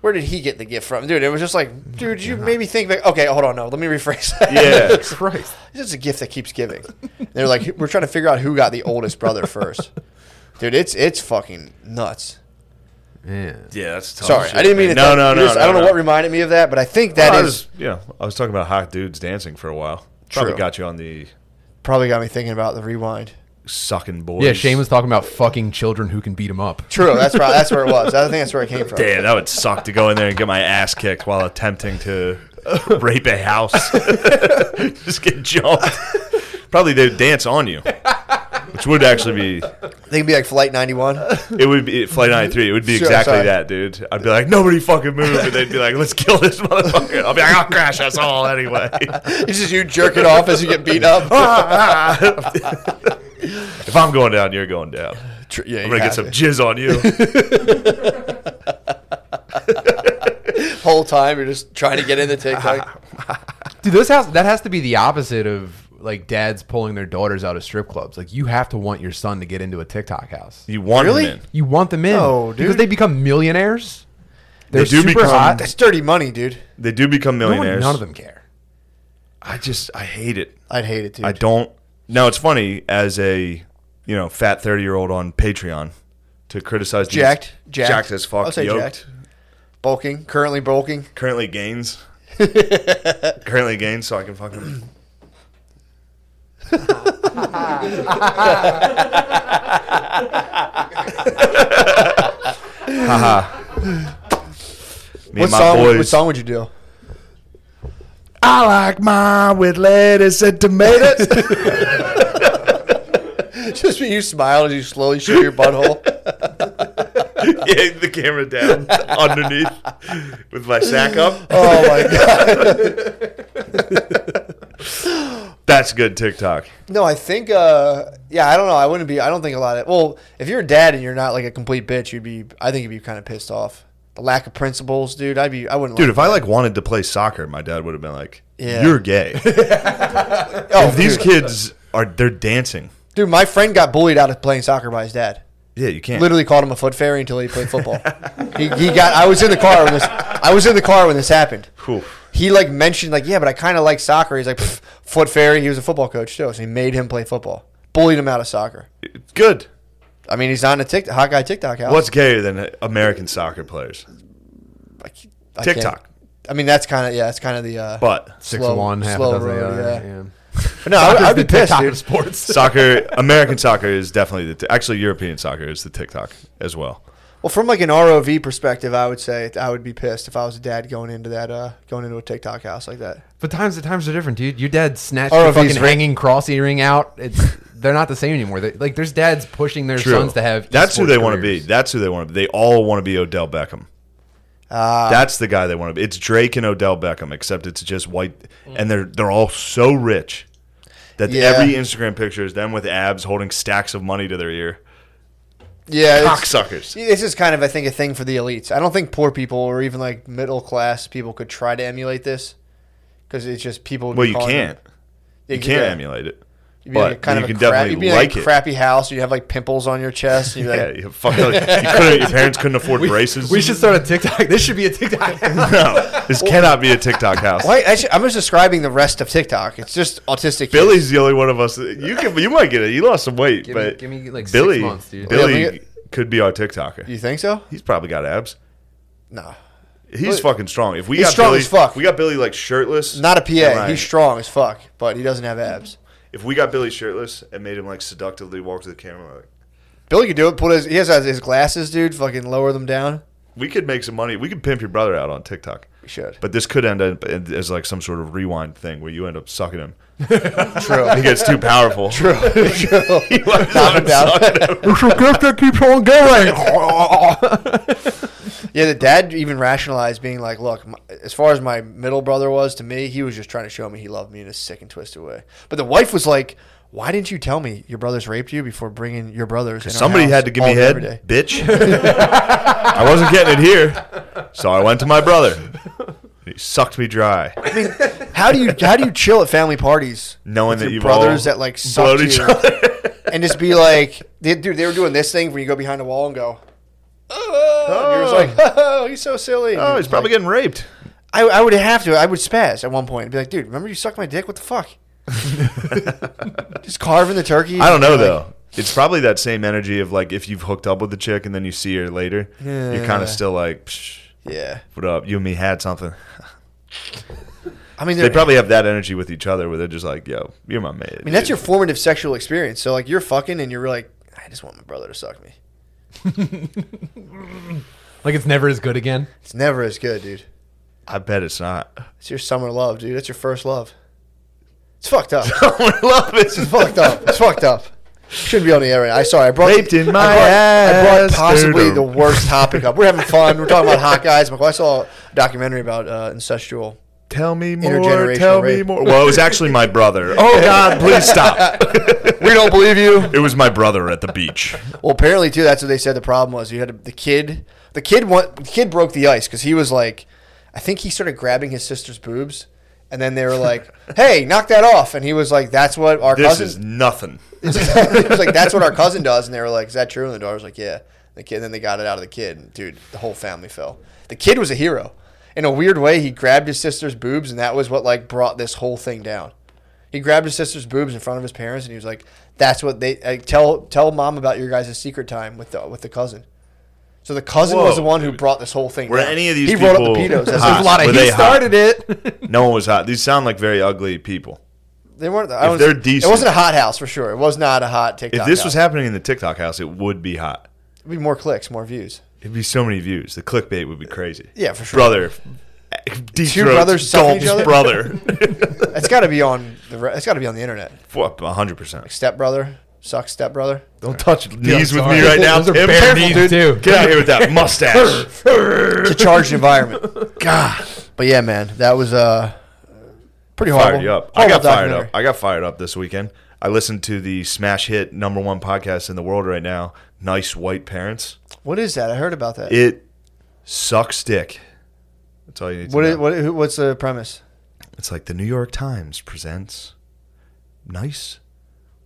[SPEAKER 1] where did he get the gift from, dude? It was just like, dude, you maybe think back. Okay, hold on, no, let me rephrase. That.
[SPEAKER 2] yeah, [laughs]
[SPEAKER 3] Christ.
[SPEAKER 1] [laughs] it's just a gift that keeps giving. They're like, we're trying to figure out who got the oldest brother first, dude. It's it's fucking nuts.
[SPEAKER 3] Yeah.
[SPEAKER 2] yeah, that's tough.
[SPEAKER 1] Sorry,
[SPEAKER 2] Oh, shit,
[SPEAKER 1] I didn't mean
[SPEAKER 2] man.
[SPEAKER 1] it.
[SPEAKER 2] No,
[SPEAKER 1] that-
[SPEAKER 2] no,
[SPEAKER 1] it
[SPEAKER 2] no,
[SPEAKER 1] just-
[SPEAKER 2] no.
[SPEAKER 1] I don't know
[SPEAKER 2] no.
[SPEAKER 1] what reminded me of that, but I think that is
[SPEAKER 2] I was- yeah, I was talking about hot dudes dancing for a while. Probably
[SPEAKER 1] True.
[SPEAKER 2] got you on the
[SPEAKER 1] probably got me thinking about the rewind.
[SPEAKER 2] sucking boys.
[SPEAKER 3] Yeah, Shane was talking about fucking children who can beat him up.
[SPEAKER 1] True, that's right. That's where it was. I think that's where it
[SPEAKER 2] [laughs]
[SPEAKER 1] came from.
[SPEAKER 2] Damn, that would suck to go in there and get my ass kicked while attempting to rape a house. [laughs] Just get jumped. Probably they would dance on you, which would actually be
[SPEAKER 1] They can be like Flight 91.
[SPEAKER 2] it would be flight 93. It would be
[SPEAKER 1] Sure,
[SPEAKER 2] exactly
[SPEAKER 1] sorry.
[SPEAKER 2] that, dude. I'd be like, nobody fucking move, and they'd be like, let's kill this motherfucker. I'll be like, I'll crash us all anyway.
[SPEAKER 1] [laughs]
[SPEAKER 2] [laughs]
[SPEAKER 1] It's just you jerking off as you get beat up.
[SPEAKER 2] if I'm going down, you're going down.
[SPEAKER 1] Tr- yeah,
[SPEAKER 2] I'm
[SPEAKER 1] you
[SPEAKER 2] gonna
[SPEAKER 1] have
[SPEAKER 2] get some
[SPEAKER 1] it.
[SPEAKER 2] jizz on you.
[SPEAKER 1] [laughs] whole time. You're just trying to get
[SPEAKER 2] [laughs]
[SPEAKER 1] in the TikTok.
[SPEAKER 3] Dude, this has that has to be the opposite of like dads pulling their daughters out of strip clubs. Like you have to want your son to get into a TikTok house.
[SPEAKER 2] You want
[SPEAKER 1] Really?
[SPEAKER 2] him in.
[SPEAKER 3] You want them in
[SPEAKER 1] No,
[SPEAKER 3] because
[SPEAKER 1] dude.
[SPEAKER 3] they become millionaires. They're
[SPEAKER 2] do
[SPEAKER 3] super
[SPEAKER 2] become-
[SPEAKER 3] hot.
[SPEAKER 1] That's dirty money, dude.
[SPEAKER 2] They do become
[SPEAKER 3] No one-
[SPEAKER 2] millionaires.
[SPEAKER 3] none of them care.
[SPEAKER 2] I just I hate it.
[SPEAKER 1] I'd hate it, dude.
[SPEAKER 2] I don't. Now it's funny as a you know fat thirty year old on Patreon to criticize these-
[SPEAKER 1] Jacked. Jacked.
[SPEAKER 2] jacked as fuck,
[SPEAKER 1] I'll say
[SPEAKER 2] yoked.
[SPEAKER 1] jacked. Bulking. Currently bulking.
[SPEAKER 2] Currently gains.
[SPEAKER 1] [laughs]
[SPEAKER 2] Currently gains, so I can fucking. Haha. Me
[SPEAKER 1] What
[SPEAKER 2] and my
[SPEAKER 1] song,
[SPEAKER 2] boys.
[SPEAKER 1] what song would you do? [laughs]
[SPEAKER 2] I like mine with lettuce and [laughs] tomatoes.
[SPEAKER 1] Just when you smile as you slowly show your
[SPEAKER 2] [laughs]
[SPEAKER 1] butthole.
[SPEAKER 2] yeah, the camera down underneath with my sack up.
[SPEAKER 1] Oh, my God.
[SPEAKER 2] That's good TikTok.
[SPEAKER 1] No, I think, uh, yeah, I don't know. I wouldn't be, I don't think a lot of, well, if you're a dad and you're not like a complete bitch, you'd be, I think you'd be kind of pissed off. The lack of principles, dude. I'd be, I wouldn't.
[SPEAKER 2] Dude, if I like wanted to play soccer, my dad would have been like,
[SPEAKER 1] Yeah. [laughs]
[SPEAKER 2] "You're gay."
[SPEAKER 1] like, oh,
[SPEAKER 2] if these
[SPEAKER 1] dude.
[SPEAKER 2] kids are they're dancing.
[SPEAKER 1] Dude, my friend got bullied out of playing soccer by his dad.
[SPEAKER 2] Yeah, you can't.
[SPEAKER 1] Literally called him a foot fairy until he played
[SPEAKER 2] [laughs]
[SPEAKER 1] football. he, he got. I was in the car when this. I was in the car when this happened.
[SPEAKER 2] Whew.
[SPEAKER 1] He like mentioned like yeah, but I kind of like soccer. He's like "Pff, foot fairy. He was a football coach too, so he made him play football. Bullied him out of soccer.
[SPEAKER 2] It's good.
[SPEAKER 1] I mean, he's on the TikTok, hot guy TikTok house.
[SPEAKER 2] What's gayer than American soccer players?
[SPEAKER 1] I c- I can't-
[SPEAKER 2] TikTok.
[SPEAKER 1] I mean, that's kind of yeah. It's kind of the. Uh,
[SPEAKER 2] But
[SPEAKER 3] Six
[SPEAKER 1] Slow-
[SPEAKER 3] of one, half
[SPEAKER 1] slow
[SPEAKER 3] a dozen. of the
[SPEAKER 1] road,
[SPEAKER 3] other,
[SPEAKER 1] yeah.
[SPEAKER 3] yeah.
[SPEAKER 1] But no, I, I'd be
[SPEAKER 3] The
[SPEAKER 1] pissed,
[SPEAKER 3] TikTok
[SPEAKER 1] dude.
[SPEAKER 3] of sports.
[SPEAKER 2] soccer, American soccer is definitely the t- actually European soccer is the TikTok as well.
[SPEAKER 1] Well, from like an ROV perspective, I would say I would be pissed if I was a dad going into that, uh, going into a TikTok house like that.
[SPEAKER 3] [laughs] But times the times are different, dude. Your dad snatched
[SPEAKER 1] Or
[SPEAKER 3] your
[SPEAKER 1] if he's
[SPEAKER 3] fucking
[SPEAKER 1] ra-
[SPEAKER 3] hanging cross earring out. It's [laughs] they're not the same anymore. They, like there's dads pushing their sons to have.
[SPEAKER 2] That's who
[SPEAKER 3] esports
[SPEAKER 2] they want to be.
[SPEAKER 3] careers.
[SPEAKER 2] That's who they want to be. They all want to be Odell Beckham.
[SPEAKER 1] Ah.
[SPEAKER 2] That's the guy they want to be. It's Drake and Odell Beckham, except it's just white, and they're they're all so rich that
[SPEAKER 1] Yeah.
[SPEAKER 2] every Instagram picture is them with abs holding stacks of money to their ear.
[SPEAKER 1] Yeah, it's-
[SPEAKER 2] Cocksuckers.
[SPEAKER 1] See, This is kind of, I think, a thing for the elites. I don't think poor people or even like middle class people could try to emulate this because it's just people. would be
[SPEAKER 2] Well, you
[SPEAKER 1] calling
[SPEAKER 2] can't.
[SPEAKER 1] them-
[SPEAKER 2] You
[SPEAKER 1] could-
[SPEAKER 2] can't
[SPEAKER 1] yeah.
[SPEAKER 2] emulate it.
[SPEAKER 1] You'd be like
[SPEAKER 2] but
[SPEAKER 1] kind
[SPEAKER 2] you
[SPEAKER 1] of
[SPEAKER 2] can
[SPEAKER 1] a crap,
[SPEAKER 2] definitely
[SPEAKER 1] you'd be in, like,
[SPEAKER 2] like it.
[SPEAKER 1] a crappy house. You would have like pimples on your chest. And you'd be
[SPEAKER 2] [laughs] Yeah,
[SPEAKER 1] like,
[SPEAKER 2] you
[SPEAKER 1] [laughs]
[SPEAKER 2] fucking, you couldn't. Your parents couldn't afford braces.
[SPEAKER 3] We should start a TikTok. [laughs] This should be
[SPEAKER 1] [laughs]
[SPEAKER 3] a TikTok.
[SPEAKER 2] [laughs]
[SPEAKER 3] [laughs]
[SPEAKER 2] No, this cannot be a TikTok house.
[SPEAKER 1] Why- I should- I'm just describing the rest of TikTok. It's just autistic. kids.
[SPEAKER 2] Billy's the only one of us. that- You can. You might get it. You lost some weight,
[SPEAKER 3] Give me-
[SPEAKER 2] but
[SPEAKER 3] give me, like, six
[SPEAKER 2] Billy.
[SPEAKER 3] months, dude.
[SPEAKER 2] Billy
[SPEAKER 1] Yeah, we-
[SPEAKER 2] could be our TikToker.
[SPEAKER 1] You think so?
[SPEAKER 2] He's probably got abs.
[SPEAKER 1] No.
[SPEAKER 2] He's fucking strong. If we
[SPEAKER 1] He's
[SPEAKER 2] got
[SPEAKER 1] strong
[SPEAKER 2] Billy,
[SPEAKER 1] as fuck.
[SPEAKER 2] we got Billy like shirtless.
[SPEAKER 1] Not a PA.
[SPEAKER 2] Right.
[SPEAKER 1] He's strong as fuck, but he doesn't have abs.
[SPEAKER 2] If we got Billy shirtless and made him like seductively walk to the camera, like
[SPEAKER 1] Billy could do it. Put his he has his glasses, dude. Fucking lower them
[SPEAKER 2] [laughs]
[SPEAKER 1] down. [laughs]
[SPEAKER 2] we could make some money. We could pimp your brother out on TikTok.
[SPEAKER 1] We should.
[SPEAKER 2] But this could end up as like some sort of rewind thing where you end up sucking him.
[SPEAKER 1] [laughs] True.
[SPEAKER 2] He gets too powerful.
[SPEAKER 1] True. True.
[SPEAKER 2] [laughs] You end
[SPEAKER 1] Knock him
[SPEAKER 2] up
[SPEAKER 1] down.
[SPEAKER 2] sucking him.
[SPEAKER 3] It's a gift that keeps on
[SPEAKER 2] [laughs]
[SPEAKER 3] going.
[SPEAKER 1] Yeah, the dad even rationalized being like, "Look, my, as far as my middle brother was to me, he was just trying to show me he loved me in a sick and twisted way." But the wife was like, "Why didn't you tell me your brothers raped you before bringing your brothers?" in our
[SPEAKER 2] Somebody
[SPEAKER 1] house
[SPEAKER 2] had to give me
[SPEAKER 1] all day, every [laughs]
[SPEAKER 2] head, bitch. I wasn't getting it here, so I went to my brother. He sucked me dry,
[SPEAKER 1] day?" How do you how do you chill at family parties?
[SPEAKER 2] knowing
[SPEAKER 1] with
[SPEAKER 2] [laughs] that
[SPEAKER 1] your
[SPEAKER 2] you've
[SPEAKER 1] brothers
[SPEAKER 2] all
[SPEAKER 1] that like
[SPEAKER 2] blowed
[SPEAKER 1] sucked
[SPEAKER 2] each
[SPEAKER 1] you,
[SPEAKER 2] other.
[SPEAKER 1] [laughs] and just be like, they, "Dude, they were doing this thing where you go behind a wall and go." Oh, and you're just like, [laughs] oh, he's so silly.
[SPEAKER 2] Oh, he's probably
[SPEAKER 1] [laughs]
[SPEAKER 2] getting raped.
[SPEAKER 1] I, I would have to. I would spaz at one point and be like, dude, remember you sucked my dick? What the fuck? Just carving the turkey.
[SPEAKER 2] I don't know
[SPEAKER 1] Like,
[SPEAKER 2] though. It's probably that same energy of like if you've hooked up with the chick and then you see her later, you're kind
[SPEAKER 1] Yeah.
[SPEAKER 2] of still like, Psh,
[SPEAKER 1] Yeah.
[SPEAKER 2] "What up? You and me had something."
[SPEAKER 1] I mean,
[SPEAKER 2] They
[SPEAKER 1] they're-
[SPEAKER 2] probably have that energy with each other where they're just like, "Yo, you're my mate."
[SPEAKER 1] I mean, that's your formative sexual experience. So, like, you're fucking and you're like, I just want my brother to suck me.
[SPEAKER 3] like it's never as good again.
[SPEAKER 1] It's never as good, dude.
[SPEAKER 2] I bet
[SPEAKER 1] [laughs]
[SPEAKER 2] it's not.
[SPEAKER 1] It's your summer love, dude. That's your first love. It's fucked
[SPEAKER 2] [laughs]
[SPEAKER 1] up.
[SPEAKER 2] I love it.
[SPEAKER 1] It's fucked up. It's fucked up. Shouldn't be on the air right now. I sorry. I brought
[SPEAKER 2] Raped in my
[SPEAKER 1] I brought, I brought
[SPEAKER 2] ass,
[SPEAKER 1] possibly
[SPEAKER 2] dude.
[SPEAKER 1] the worst topic up. We're having fun. We're talking about hot guys. I saw a documentary about uh, incestual
[SPEAKER 2] Tell me more.
[SPEAKER 1] Intergenerational
[SPEAKER 2] Tell me
[SPEAKER 1] rape.
[SPEAKER 2] more. Well, it was actually my brother. [laughs] Oh God, please stop.
[SPEAKER 1] We don't believe you.
[SPEAKER 2] It was my brother at the beach.
[SPEAKER 1] Well, apparently too. That's what they said. The problem was you had a, the kid. The kid wa- the kid broke the ice because he was like, I think he started grabbing his sister's boobs, and then they were
[SPEAKER 2] [laughs]
[SPEAKER 1] like, "Hey, knock that off!" And he was like, "That's what our
[SPEAKER 2] This
[SPEAKER 1] cousin."
[SPEAKER 2] is nothing.
[SPEAKER 1] he was like, [laughs] "That's what our cousin does." And they were like, "Is that true?" And the daughter was like, "Yeah." The kid. Then they got it out of the kid. And dude, the whole family fell. The kid was a hero. In a weird way, he grabbed his sister's boobs, and that was what like brought this whole thing down. He grabbed his sister's boobs in front of his parents, and he was like, "That's what they like, tell tell mom about your guys' secret time with the with the cousin." So the cousin
[SPEAKER 2] Whoa.
[SPEAKER 1] was the one who brought this whole thing.
[SPEAKER 2] Were
[SPEAKER 1] down.
[SPEAKER 2] any of these
[SPEAKER 1] He brought up the
[SPEAKER 2] people
[SPEAKER 1] pedos. That's
[SPEAKER 2] hot?
[SPEAKER 1] a lot of
[SPEAKER 2] Were
[SPEAKER 1] he
[SPEAKER 2] they hot?
[SPEAKER 1] started it.
[SPEAKER 2] No one was hot. These sound like very ugly people.
[SPEAKER 1] They weren't. I was,
[SPEAKER 2] they're decent.
[SPEAKER 1] It wasn't a hot house for sure. It was not a hot TikTok.
[SPEAKER 2] If this
[SPEAKER 1] house.
[SPEAKER 2] was happening in the TikTok house, it would be hot.
[SPEAKER 1] it'd be more clicks, more views.
[SPEAKER 2] It'd be so many views. The clickbait would be crazy.
[SPEAKER 1] Yeah, for sure.
[SPEAKER 2] Brother, deep
[SPEAKER 1] Two
[SPEAKER 2] throats,
[SPEAKER 1] brothers sucking each
[SPEAKER 2] gulps
[SPEAKER 1] other?
[SPEAKER 2] Brother,
[SPEAKER 1] [laughs] It's got to be on the. re- It's got to be on the internet.
[SPEAKER 2] one hundred percent.
[SPEAKER 1] Stepbrother sucks. Stepbrother.
[SPEAKER 3] Don't touch
[SPEAKER 2] Knees with me right now.
[SPEAKER 3] Those are
[SPEAKER 2] Tim.
[SPEAKER 3] bare
[SPEAKER 2] Knees.
[SPEAKER 3] knees, too.
[SPEAKER 2] Get out of here with that
[SPEAKER 1] [laughs]
[SPEAKER 2] mustache.
[SPEAKER 1] It's a charged
[SPEAKER 2] [laughs]
[SPEAKER 1] environment. God. But yeah, man, that was uh pretty horrible.
[SPEAKER 2] fired you up. I
[SPEAKER 1] horrible
[SPEAKER 2] got fired up.
[SPEAKER 1] documentary.
[SPEAKER 2] I got fired up this weekend. I listened to the smash hit number one podcast in the world right now. Nice white parents.
[SPEAKER 1] What is that? I heard about that.
[SPEAKER 2] It sucks dick. That's all you need to
[SPEAKER 1] what
[SPEAKER 2] know.
[SPEAKER 1] is, what who- what's the premise?
[SPEAKER 2] It's like the New York Times presents nice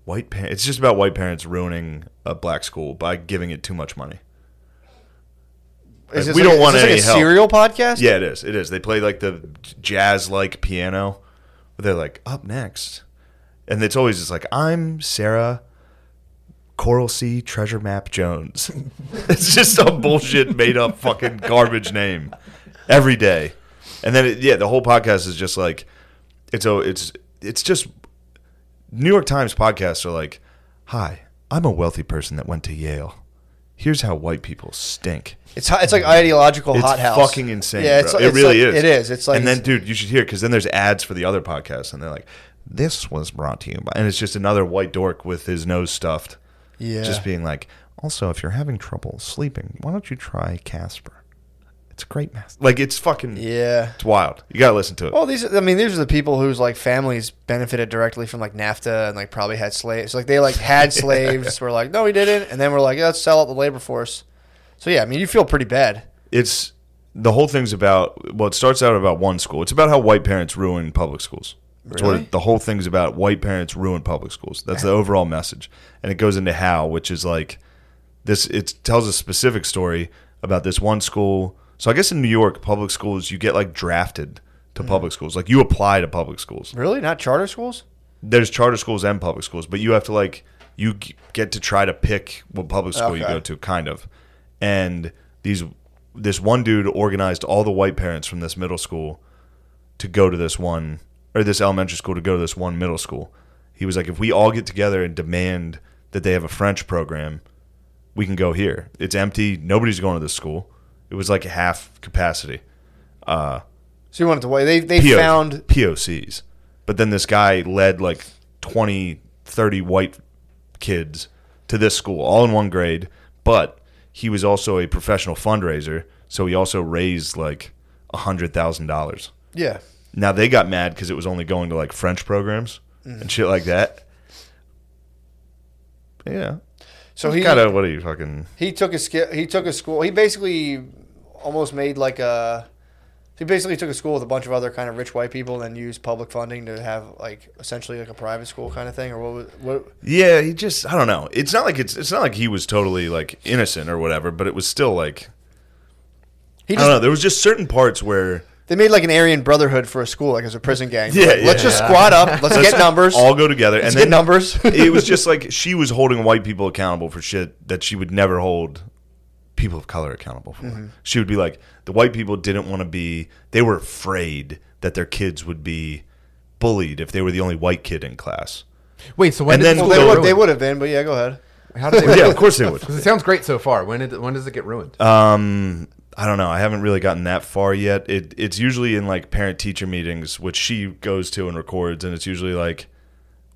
[SPEAKER 2] white parents. It's just about white parents ruining a black school by giving it too much money.
[SPEAKER 1] Is
[SPEAKER 2] Like,
[SPEAKER 1] this
[SPEAKER 2] we
[SPEAKER 1] like-
[SPEAKER 2] don't want
[SPEAKER 1] is this
[SPEAKER 2] any
[SPEAKER 1] like a
[SPEAKER 2] help.
[SPEAKER 1] serial podcast?
[SPEAKER 2] Yeah, it is. It is. They play like the jazz like piano. But they're like, up next. And it's always just like, I'm Sarah Coral Sea Treasure Map Jones. [laughs] it's just some bullshit made up fucking garbage name every day. And then, it, yeah, the whole podcast is just like, it's a, it's, it's just New York Times podcasts are like, hi, I'm a wealthy person that went to Yale. Here's how white people stink.
[SPEAKER 1] It's hi- it's like ideological
[SPEAKER 2] It's
[SPEAKER 1] hot house.
[SPEAKER 2] fucking insane.
[SPEAKER 1] Yeah, it's,
[SPEAKER 2] bro.
[SPEAKER 1] like-
[SPEAKER 2] it
[SPEAKER 1] it's
[SPEAKER 2] really
[SPEAKER 1] like- It
[SPEAKER 2] is.
[SPEAKER 1] is. It's like
[SPEAKER 2] and then, dude, you should hear because then there's ads for the other podcasts, and they're like, "This was brought to you by," and it's just another white dork with his nose stuffed,
[SPEAKER 1] yeah.
[SPEAKER 2] just being like, "Also, if you're having trouble sleeping, why don't you try Casper? It's a great mask. Like, it's fucking,
[SPEAKER 1] yeah.
[SPEAKER 2] it's wild. You gotta listen to it.
[SPEAKER 1] Well, these I mean, these are the people whose like families benefited directly from like NAFTA and like probably had slaves. Like they like [laughs] had slaves. Were like, no, we didn't, and then we're like, let's sell out the labor force. So yeah, I mean, you feel pretty bad.
[SPEAKER 2] It's the whole thing's about. Well, it starts out about one school. It's about how white parents ruin public schools. That's what
[SPEAKER 1] Really?
[SPEAKER 2] it- the whole thing's about. White parents ruin public schools. That's the overall message, and it goes into how, which is like this. It tells a specific story about this one school. So I guess in New York, public schools you get like drafted to public schools. Like you apply to public schools.
[SPEAKER 1] Really, not charter schools?
[SPEAKER 2] There's charter schools and public schools, but you have to like you g- get to try to pick what public school you
[SPEAKER 1] Okay.
[SPEAKER 2] go to, kind of. And these this one dude organized all the white parents from this middle school to go to this one or this elementary school to go to this one middle school. He was like, if we all get together and demand that they have a French program, we can go here. It's empty. Nobody's going to this school. It was like half capacity.
[SPEAKER 1] So you wanted to wait. They they
[SPEAKER 2] PO
[SPEAKER 1] found
[SPEAKER 2] POCs. But then this guy led like 20, 30 white kids to this school, all in one grade. But he was also a professional fundraiser, so he also raised like a hundred thousand dollars.
[SPEAKER 1] yeah.
[SPEAKER 2] Now they got mad because it was only going to like French programs
[SPEAKER 1] Mm.
[SPEAKER 2] and shit like that. Yeah,
[SPEAKER 1] So he
[SPEAKER 2] kind of what are you fucking?
[SPEAKER 1] he took a skill. He took a school. He basically almost made like a. He basically took a school with a bunch of other kind of rich white people, and then used public funding to have like essentially like a private school kind of thing, or what? Was, what
[SPEAKER 2] Yeah, he just I don't know. It's not like it's it's not like he was totally like innocent or whatever, but it was still like
[SPEAKER 1] he
[SPEAKER 2] I don't
[SPEAKER 1] just
[SPEAKER 2] know. There was just certain parts where
[SPEAKER 1] they made like an Aryan Brotherhood for a school, like as a prison gang.
[SPEAKER 2] Yeah,
[SPEAKER 1] Like, let's
[SPEAKER 2] yeah.
[SPEAKER 1] just squad up. Let's get numbers.
[SPEAKER 2] [laughs] all go together,
[SPEAKER 1] let's
[SPEAKER 2] and
[SPEAKER 1] get
[SPEAKER 2] then
[SPEAKER 1] numbers.
[SPEAKER 2] [laughs] it was just like she was holding white people accountable for shit that she would never hold people of color accountable for.
[SPEAKER 1] Mm-hmm.
[SPEAKER 2] She would be like, the white people didn't want to be. They were afraid that their kids would be bullied if they were the only white kid
[SPEAKER 1] [laughs]
[SPEAKER 2] in class.
[SPEAKER 3] [laughs] Wait, so when
[SPEAKER 2] And
[SPEAKER 3] did
[SPEAKER 2] then-
[SPEAKER 3] the
[SPEAKER 1] well,
[SPEAKER 3] school
[SPEAKER 1] they
[SPEAKER 3] get
[SPEAKER 1] would they
[SPEAKER 3] ruined?
[SPEAKER 1] would have been, but yeah, go ahead.
[SPEAKER 3] How did they?
[SPEAKER 2] yeah, of course they would.
[SPEAKER 3] Because it sounds great so far. When did when does it get ruined?
[SPEAKER 2] Um, I don't know. I haven't really gotten that far yet. It it's usually in like parent teacher meetings, which she goes to and records, and it's usually like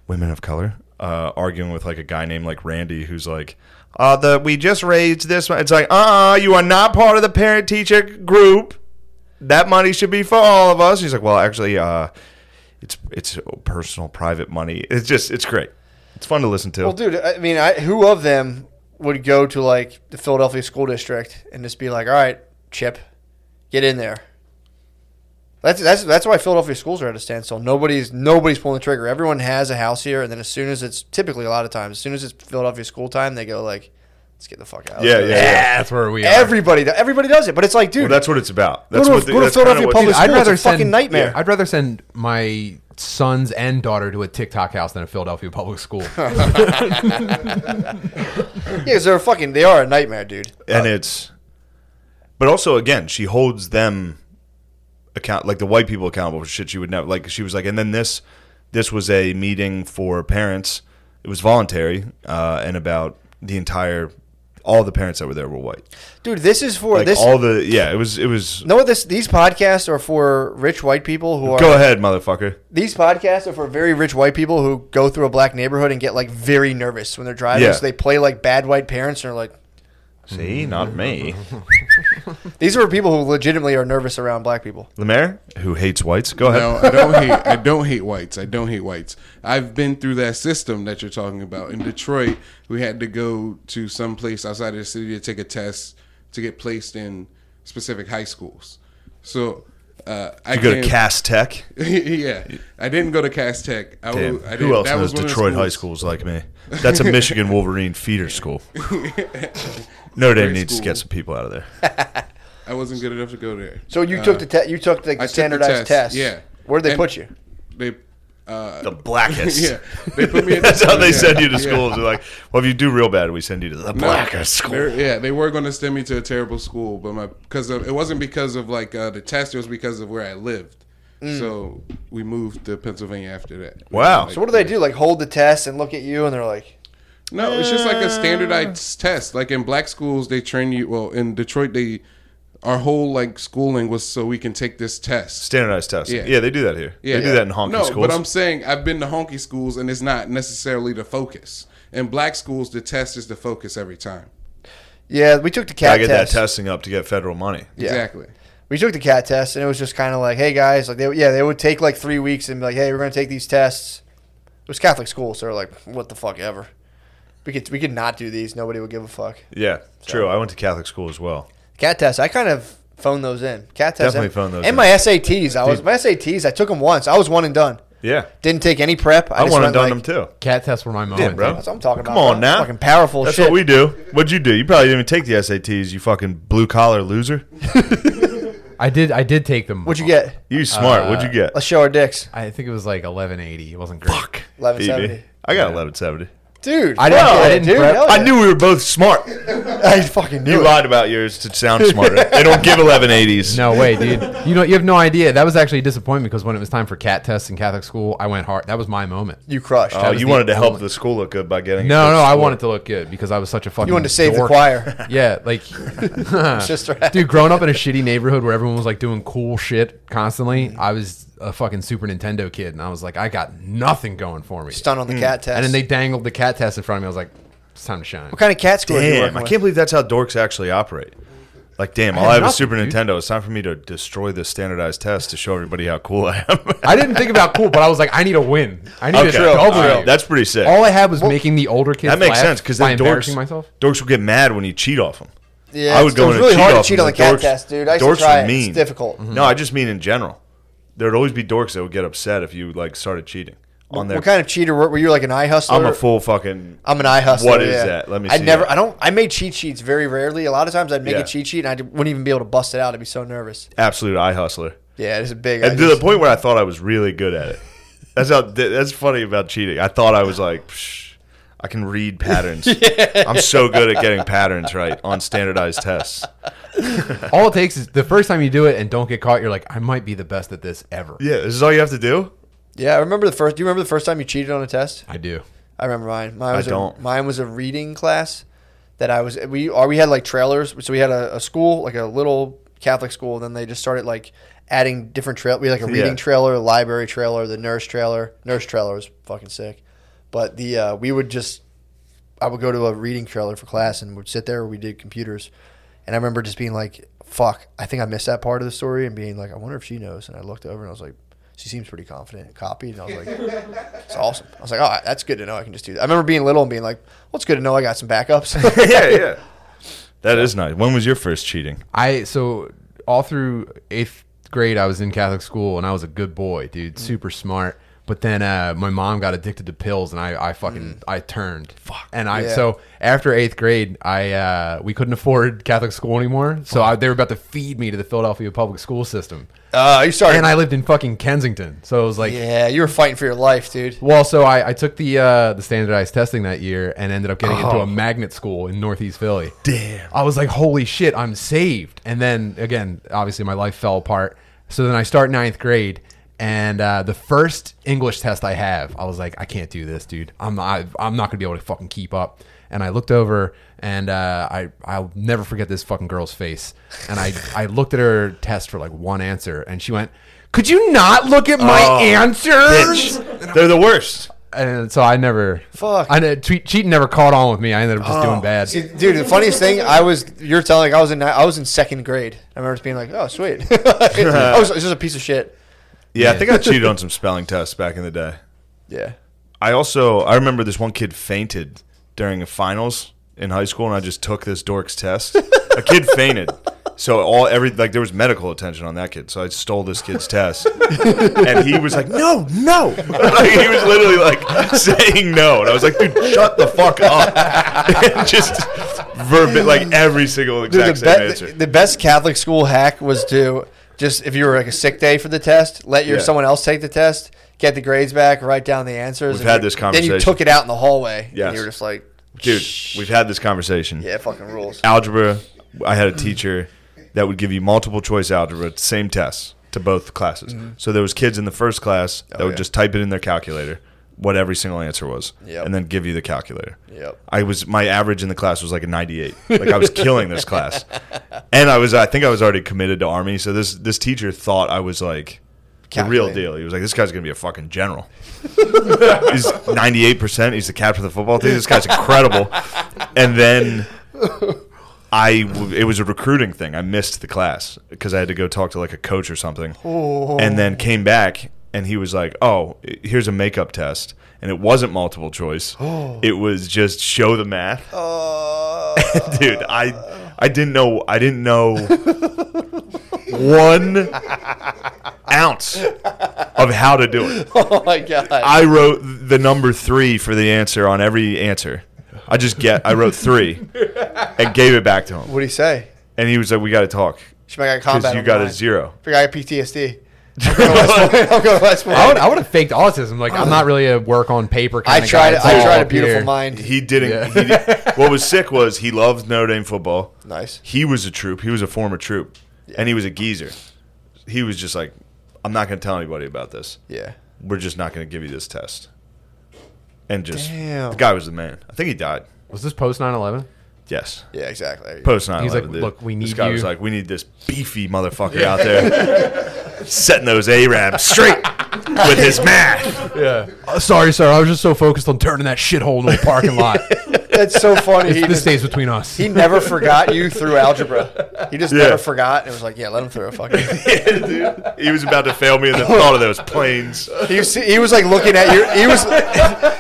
[SPEAKER 2] women of color uh, arguing with like a guy named like Randy, who's like, uh, the we just raised this one. It's like, uh, uh you are not part of the parent teacher group. That money should be for all of us. He's like, well, actually, uh, it's it's personal, private money. It's just it's great. It's fun to listen to.
[SPEAKER 1] Well, dude, I mean, I, who of them would go to like the Philadelphia school district and just be like, "All right, Chip, get in there." That's that's that's why Philadelphia schools are at a standstill. Nobody's nobody's pulling the trigger. Everyone has a house here, and then as soon as it's typically a lot of times, as soon as it's Philadelphia school time, they go like, "Let's get the fuck out."
[SPEAKER 2] yeah, yeah, yeah.
[SPEAKER 3] that's where we are.
[SPEAKER 1] Everybody, everybody does it, but it's like, dude,
[SPEAKER 2] Well, that's what it's about. That's
[SPEAKER 1] to-
[SPEAKER 2] what the,
[SPEAKER 1] go to
[SPEAKER 2] that's kinda
[SPEAKER 1] Philadelphia
[SPEAKER 2] what-
[SPEAKER 1] Public
[SPEAKER 3] Dude, I'd
[SPEAKER 1] school, it's
[SPEAKER 3] rather
[SPEAKER 1] a
[SPEAKER 3] send,
[SPEAKER 1] fucking nightmare.
[SPEAKER 3] yeah, I'd rather send my sons and daughter to a TikTok house than a Philadelphia
[SPEAKER 1] [laughs]
[SPEAKER 3] public school.
[SPEAKER 1] yeah, 'cause they're fucking, they are a nightmare, dude.
[SPEAKER 2] and it's but also again she holds them account like the white people accountable for shit she would never like she was like and then this this was a meeting for parents it was voluntary uh, and about the entire all the parents that were there were white
[SPEAKER 1] Dude, this is for
[SPEAKER 2] like
[SPEAKER 1] this.
[SPEAKER 2] all the yeah it was it was
[SPEAKER 1] know what this? These podcasts are for rich white people who are
[SPEAKER 2] go ahead motherfucker
[SPEAKER 1] these podcasts are for very rich white people who go through a black neighborhood and get like very nervous when they're driving.
[SPEAKER 2] Yeah.
[SPEAKER 1] So they play like bad white parents and are like,
[SPEAKER 2] see not me
[SPEAKER 1] these are people who legitimately are nervous around black people.
[SPEAKER 2] lemaire who hates whites go ahead
[SPEAKER 5] No, I don't hate. I don't hate whites. I don't hate whites. I've been through that system that you're talking about in Detroit. We had to go to some place outside of the city to take a test to get placed in specific high schools. So uh, I
[SPEAKER 2] you go to
[SPEAKER 5] came-
[SPEAKER 2] Cass Tech.
[SPEAKER 5] [laughs] yeah, I didn't go to Cass Tech. I,
[SPEAKER 2] Damn.
[SPEAKER 5] w- I didn't-
[SPEAKER 2] Who else
[SPEAKER 5] that
[SPEAKER 2] knows
[SPEAKER 5] was one of the
[SPEAKER 2] Detroit high schools like me? That's a Michigan Wolverine feeder
[SPEAKER 5] [laughs]
[SPEAKER 2] school. Notre Dame
[SPEAKER 5] Great
[SPEAKER 2] needs to
[SPEAKER 5] school.
[SPEAKER 2] get some people out of there.
[SPEAKER 5] I wasn't good enough to go there.
[SPEAKER 1] So you took the te- you took like, the
[SPEAKER 5] Uh, I took the
[SPEAKER 1] standardized
[SPEAKER 5] test,
[SPEAKER 1] test.
[SPEAKER 5] yeah.
[SPEAKER 1] Where'd they
[SPEAKER 5] And-
[SPEAKER 1] put you?
[SPEAKER 5] They, uh,
[SPEAKER 2] the blackest.
[SPEAKER 5] [laughs] yeah, they put me. In
[SPEAKER 2] That's how they
[SPEAKER 5] yeah,
[SPEAKER 2] send you to
[SPEAKER 5] yeah.
[SPEAKER 2] schools. They're like, well, if you do real bad, we send you to the
[SPEAKER 5] No,
[SPEAKER 2] blackest school.
[SPEAKER 5] they're- Yeah, they were going to send me to a terrible school, but my because of it wasn't because of like uh, the test; it was because of where I lived. So we moved to Pennsylvania after that.
[SPEAKER 2] Mm. Wow.
[SPEAKER 1] So what do they do? Like hold the test and look at you and they're like,
[SPEAKER 5] No, it's just like a standardized test. Like in black schools, they train you. Well, in Detroit, they our whole like schooling was so we can take this test.
[SPEAKER 2] Standardized tests. Yeah.
[SPEAKER 5] Yeah.
[SPEAKER 2] they do that here.
[SPEAKER 5] Yeah,
[SPEAKER 2] they do
[SPEAKER 5] yeah.
[SPEAKER 2] that in honky
[SPEAKER 5] no,
[SPEAKER 2] schools.
[SPEAKER 5] but I'm saying I've been to honky schools, and it's not necessarily the focus. In black schools, the test is the focus every time.
[SPEAKER 1] yeah, we took the
[SPEAKER 2] I
[SPEAKER 1] cat
[SPEAKER 2] get
[SPEAKER 1] test.
[SPEAKER 2] that testing up to get federal money.
[SPEAKER 1] Yeah.
[SPEAKER 5] Exactly.
[SPEAKER 1] We took the cat test and it was just kind of like, hey guys, like they yeah they would take like three weeks and be like, hey, we're gonna take these tests. It was Catholic school, so they're like, what the fuck ever. We could we could not do these. Nobody would give a fuck.
[SPEAKER 2] Yeah, true. I went to Catholic school as well.
[SPEAKER 1] Cat tests. I kind of phoned those in. Cat tests.
[SPEAKER 2] Definitely
[SPEAKER 1] and,
[SPEAKER 2] phoned those
[SPEAKER 1] And
[SPEAKER 2] in.
[SPEAKER 1] my SATs. I was my SATs. I took them once. I was one and done.
[SPEAKER 2] Yeah.
[SPEAKER 1] Didn't take any prep.
[SPEAKER 2] I,
[SPEAKER 1] just
[SPEAKER 2] want to
[SPEAKER 1] went
[SPEAKER 2] done
[SPEAKER 1] like-
[SPEAKER 2] them too.
[SPEAKER 3] Cat tests were my moment.
[SPEAKER 2] Yeah, bro.
[SPEAKER 1] That's what I'm talking
[SPEAKER 2] Come
[SPEAKER 1] about.
[SPEAKER 2] on now.
[SPEAKER 1] Fucking powerful
[SPEAKER 2] That's
[SPEAKER 1] shit.
[SPEAKER 2] what we do. What'd you do? You probably didn't even take the SATs, you fucking blue collar loser.
[SPEAKER 3] I did. I did take them.
[SPEAKER 1] What'd you get?
[SPEAKER 2] You smart. What'd you get?
[SPEAKER 1] Let's show our dicks.
[SPEAKER 3] I think it was like eleven eighty. It wasn't great.
[SPEAKER 2] Fuck.
[SPEAKER 1] 1170.
[SPEAKER 2] I got eleven seventy.
[SPEAKER 1] dude.
[SPEAKER 3] I didn't-
[SPEAKER 1] fuck
[SPEAKER 3] I
[SPEAKER 1] yeah,
[SPEAKER 3] didn't
[SPEAKER 1] dude,
[SPEAKER 3] prep.
[SPEAKER 1] hell yeah.
[SPEAKER 2] I knew we were both smart.
[SPEAKER 1] [laughs] I fucking knew
[SPEAKER 2] You
[SPEAKER 1] it.
[SPEAKER 2] lied about yours to sound
[SPEAKER 1] [laughs]
[SPEAKER 2] smarter. they don't give 1180s.
[SPEAKER 3] No way, dude. You know, you have no idea. That was actually a disappointment because when it was time for cat tests in Catholic school, I went hard. That was my moment.
[SPEAKER 1] You crushed.
[SPEAKER 2] Oh,
[SPEAKER 3] was
[SPEAKER 2] you
[SPEAKER 3] the
[SPEAKER 2] wanted to help
[SPEAKER 3] only-
[SPEAKER 2] the school look good by getting.
[SPEAKER 3] No, no, I wanted to look good because I was such a fucking.
[SPEAKER 1] you wanted to save the
[SPEAKER 3] dork.
[SPEAKER 1] choir.
[SPEAKER 3] [laughs] Yeah,
[SPEAKER 1] [laughs]
[SPEAKER 3] like,
[SPEAKER 1] Sister
[SPEAKER 3] dude, growing up in a shitty neighborhood where everyone was like doing cool shit constantly, I was a fucking Super Nintendo kid, and I was like, I got nothing going for me.
[SPEAKER 1] stunned on
[SPEAKER 2] Mm.
[SPEAKER 1] the cat test.
[SPEAKER 3] And then they dangled the cat test in front of me. I was like, it's time to shine.
[SPEAKER 1] what kind of cat score? are you
[SPEAKER 2] Damn,
[SPEAKER 1] working
[SPEAKER 2] I
[SPEAKER 1] with?
[SPEAKER 2] can't believe that's how dorks actually operate. Like, damn,
[SPEAKER 3] I
[SPEAKER 2] I will
[SPEAKER 3] had
[SPEAKER 2] have a
[SPEAKER 3] nothing,
[SPEAKER 2] Super
[SPEAKER 3] dude.
[SPEAKER 2] Nintendo. It's time for me to destroy this standardized test to show everybody how cool [laughs] I am.
[SPEAKER 3] I didn't think about cool, but I was like, I need a win. I need a
[SPEAKER 2] Okay.
[SPEAKER 3] double.
[SPEAKER 2] All right, That's pretty sick.
[SPEAKER 3] all I had was making the older kids.
[SPEAKER 2] that makes
[SPEAKER 3] laugh
[SPEAKER 2] sense because
[SPEAKER 3] by
[SPEAKER 2] then
[SPEAKER 3] embarrassing
[SPEAKER 2] dorks,
[SPEAKER 3] myself.
[SPEAKER 2] dorks will get mad when you cheat off them.
[SPEAKER 1] Yeah,
[SPEAKER 2] I would go
[SPEAKER 1] it's
[SPEAKER 2] in
[SPEAKER 1] really
[SPEAKER 2] and cheat
[SPEAKER 1] hard to
[SPEAKER 2] off
[SPEAKER 1] cheat
[SPEAKER 2] them.
[SPEAKER 1] on the cat
[SPEAKER 2] Dorks-
[SPEAKER 1] test, dude. I used
[SPEAKER 2] dorks
[SPEAKER 1] to try
[SPEAKER 2] were
[SPEAKER 1] it.
[SPEAKER 2] mean. Mm-hmm.
[SPEAKER 1] It's difficult. Mm-hmm.
[SPEAKER 2] No, I just mean in general. There'd always be dorks that would get upset if you like started cheating on their.
[SPEAKER 1] What kind of cheater were, were you? Like an eye hustler?
[SPEAKER 2] I'm a full fucking.
[SPEAKER 1] I'm an eye hustler.
[SPEAKER 2] What is
[SPEAKER 1] yeah.
[SPEAKER 2] that? Let me
[SPEAKER 1] I
[SPEAKER 2] see
[SPEAKER 1] never.
[SPEAKER 2] that.
[SPEAKER 1] I don't. I made cheat sheets very rarely. A lot of times I'd make
[SPEAKER 2] Yeah.
[SPEAKER 1] a cheat sheet and I d- wouldn't even be able to bust it out. I'd be so nervous.
[SPEAKER 2] absolute eye hustler.
[SPEAKER 1] Yeah, it's a big. I
[SPEAKER 2] And to the
[SPEAKER 1] just-
[SPEAKER 2] point where I thought I was really good at
[SPEAKER 1] [laughs]
[SPEAKER 2] it. That's how. That's funny about cheating. I thought I was like, Psh, I can read
[SPEAKER 1] [laughs]
[SPEAKER 2] patterns. I'm so good at getting patterns right on standardized tests.
[SPEAKER 3] All it takes is the first time you do it and don't get caught. You're like, I might be the best at this ever.
[SPEAKER 2] Yeah, this is all you have to do.
[SPEAKER 1] yeah, I remember the first. Do you remember the first time you cheated on a test?
[SPEAKER 3] I do.
[SPEAKER 1] I remember mine. Mine
[SPEAKER 2] I
[SPEAKER 1] was a-
[SPEAKER 2] don't.
[SPEAKER 1] mine was a reading class that I was we or we had like trailers. So we had a, a school like a little Catholic school. And then they just started like adding different trail. We had like a reading
[SPEAKER 2] Yeah.
[SPEAKER 1] trailer, a library trailer, the nurse trailer. Nurse trailer was fucking sick. But the uh, we would just I would go to a reading trailer for class and would sit there. We did computers, and I remember just being like, "Fuck, I think I missed that part of the story," and being like, "I wonder if she knows." And I looked over and I was like, "She seems pretty confident." And copied, and I was like, "It's awesome." I was like, "All right, that's good to know. I can just do that." I remember being little and being like, "Well, it's good to know I got some backups." [laughs]
[SPEAKER 2] yeah, yeah. That is nice. When was your first cheating?
[SPEAKER 3] I so all through eighth grade, I was in Catholic school and I was a good boy, dude,
[SPEAKER 1] Mm.
[SPEAKER 3] super smart. But then uh, my mom got addicted to pills and I, I fucking I turned. Fuck. And I
[SPEAKER 1] Mm. Yeah.
[SPEAKER 3] so after eighth grade, I uh, we couldn't afford Catholic school anymore, so I, they were about to feed me to the Philadelphia public school system,
[SPEAKER 1] uh, you started.
[SPEAKER 3] and I lived in fucking Kensington, so it was like.
[SPEAKER 1] yeah, you were fighting for your life, dude.
[SPEAKER 3] Well, so I, I took the uh, the standardized testing that year and ended up getting into
[SPEAKER 2] Oh.
[SPEAKER 3] a magnet school in Northeast Philly. Damn! I was like, "Holy shit, I'm saved!" And then again, obviously, my life fell apart. So then I start ninth grade, and uh, the first English test I have, I was like, "I can't do this, dude. I'm not, I'm not gonna be able to fucking keep up." And I looked over, and uh, I I'll never forget this fucking girl's face. And I I looked at her test for like one answer, and she went. Could you not look at my
[SPEAKER 2] Oh,
[SPEAKER 3] answers?
[SPEAKER 2] Bitch. They're the worst.
[SPEAKER 3] and so I never
[SPEAKER 1] Fuck. Oh,
[SPEAKER 3] I ne- tweet, cheating never caught on with me. I ended up just doing bad.
[SPEAKER 1] See, dude, the funniest thing I was you're telling I was in ni- I was in second grade. I remember just being like, "Oh, sweet." [laughs] I was, it's just a piece of shit.
[SPEAKER 2] Yeah, I think I
[SPEAKER 1] [laughs]
[SPEAKER 2] cheated on some spelling tests back in the day.
[SPEAKER 1] Yeah.
[SPEAKER 2] I also I remember this one kid fainted during the finals in high school, and I just took this dork's test. a
[SPEAKER 1] [laughs]
[SPEAKER 2] kid fainted, so all every like there was medical attention on that kid. So I stole this kid's test, and he was like, "No, [laughs] no!" like, he was literally like saying no, and I was like, "Dude, shut the fuck up!" [laughs] And just verbi like every single
[SPEAKER 1] Dude,
[SPEAKER 2] exact
[SPEAKER 1] the,
[SPEAKER 2] same
[SPEAKER 1] be-
[SPEAKER 2] answer.
[SPEAKER 1] the best Catholic school hack was to just if you were like a sick day for the test, let your
[SPEAKER 2] Yeah.
[SPEAKER 1] someone else take the test, get the grades back, write down the answers.
[SPEAKER 2] We've
[SPEAKER 1] and
[SPEAKER 2] had
[SPEAKER 1] you-
[SPEAKER 2] this
[SPEAKER 1] Then
[SPEAKER 2] conversation.
[SPEAKER 1] you took it out in the hallway,
[SPEAKER 2] Yes.
[SPEAKER 1] and you were just like,
[SPEAKER 2] Dude, we've had this conversation.
[SPEAKER 1] "Yeah, fucking rules." [laughs]
[SPEAKER 2] algebra i had a teacher that would give you multiple choice algebra same tests to both classes
[SPEAKER 1] Mm-hmm.
[SPEAKER 2] so there was kids in the first class that would
[SPEAKER 1] yeah.
[SPEAKER 2] just type it in their calculator what every single answer was
[SPEAKER 1] Yep.
[SPEAKER 2] and then give you the calculator
[SPEAKER 1] Yep.
[SPEAKER 2] i was my average in the class was like a 98 like i was killing this
[SPEAKER 1] [laughs]
[SPEAKER 2] class and i was i think i was already committed to army so this this teacher thought i was like the real
[SPEAKER 1] Calculating.
[SPEAKER 2] deal. He was like, "This guy's gonna be a fucking general. [laughs] he's ninety eight percent. He's the captain of the football team. This guy's incredible." And then I w- it was a recruiting thing. I missed the class because I had to go talk to like a coach or something, and then came back and he was like, "Oh, i- here's a makeup test." And it wasn't multiple choice. It was just show the math. [laughs] Dude, I I didn't know I didn't know one ounce of how to do it.
[SPEAKER 1] oh my god!
[SPEAKER 2] I wrote the number three for the answer on every answer. I just get I wrote three and gave it back to him.
[SPEAKER 1] what do you say?
[SPEAKER 2] And he was like, "We got to talk
[SPEAKER 1] She might got combat.
[SPEAKER 2] because you
[SPEAKER 1] on
[SPEAKER 2] got a
[SPEAKER 1] mine.
[SPEAKER 2] zero. [laughs]
[SPEAKER 1] I got PTSD. I'm going to West Point. I'm going to West Point.
[SPEAKER 3] I would, I would have faked autism. Like I'm not really a work on paper.
[SPEAKER 1] I
[SPEAKER 3] Kind
[SPEAKER 1] tried.
[SPEAKER 3] Guy.
[SPEAKER 1] I tried a beautiful mind.
[SPEAKER 2] He didn't.
[SPEAKER 3] Yeah.
[SPEAKER 2] he did- what was sick was he loved Notre Dame football.
[SPEAKER 1] Nice.
[SPEAKER 2] He was a troop. He was a former troop, and he was a geezer. He was just like, I'm not going to tell anybody about this.
[SPEAKER 1] Yeah.
[SPEAKER 2] We're just not going to give you this test. And just
[SPEAKER 1] Damn.
[SPEAKER 2] the guy was the man. I think he died.
[SPEAKER 3] Was this post 9/11?
[SPEAKER 2] Yes.
[SPEAKER 1] Yeah. Exactly.
[SPEAKER 2] Post 9
[SPEAKER 3] He's like, "Look, we
[SPEAKER 2] This
[SPEAKER 3] need
[SPEAKER 2] guy was
[SPEAKER 3] you."
[SPEAKER 2] like, we need this beefy motherfucker out there [laughs] setting those Arabs straight with his math.
[SPEAKER 3] Yeah. Uh, sorry, sir. I was just so focused on turning that shithole into a parking
[SPEAKER 1] [laughs]
[SPEAKER 3] lot.
[SPEAKER 1] That's so funny. He,
[SPEAKER 3] this
[SPEAKER 1] just,
[SPEAKER 3] stays between us.
[SPEAKER 1] he never forgot you through algebra. He just
[SPEAKER 2] Yeah.
[SPEAKER 1] never forgot. It was like, yeah, let him through. Fuck it.
[SPEAKER 2] Yeah, dude. He was about to fail me in the thought of those planes.
[SPEAKER 1] He was, he was like looking at your. He was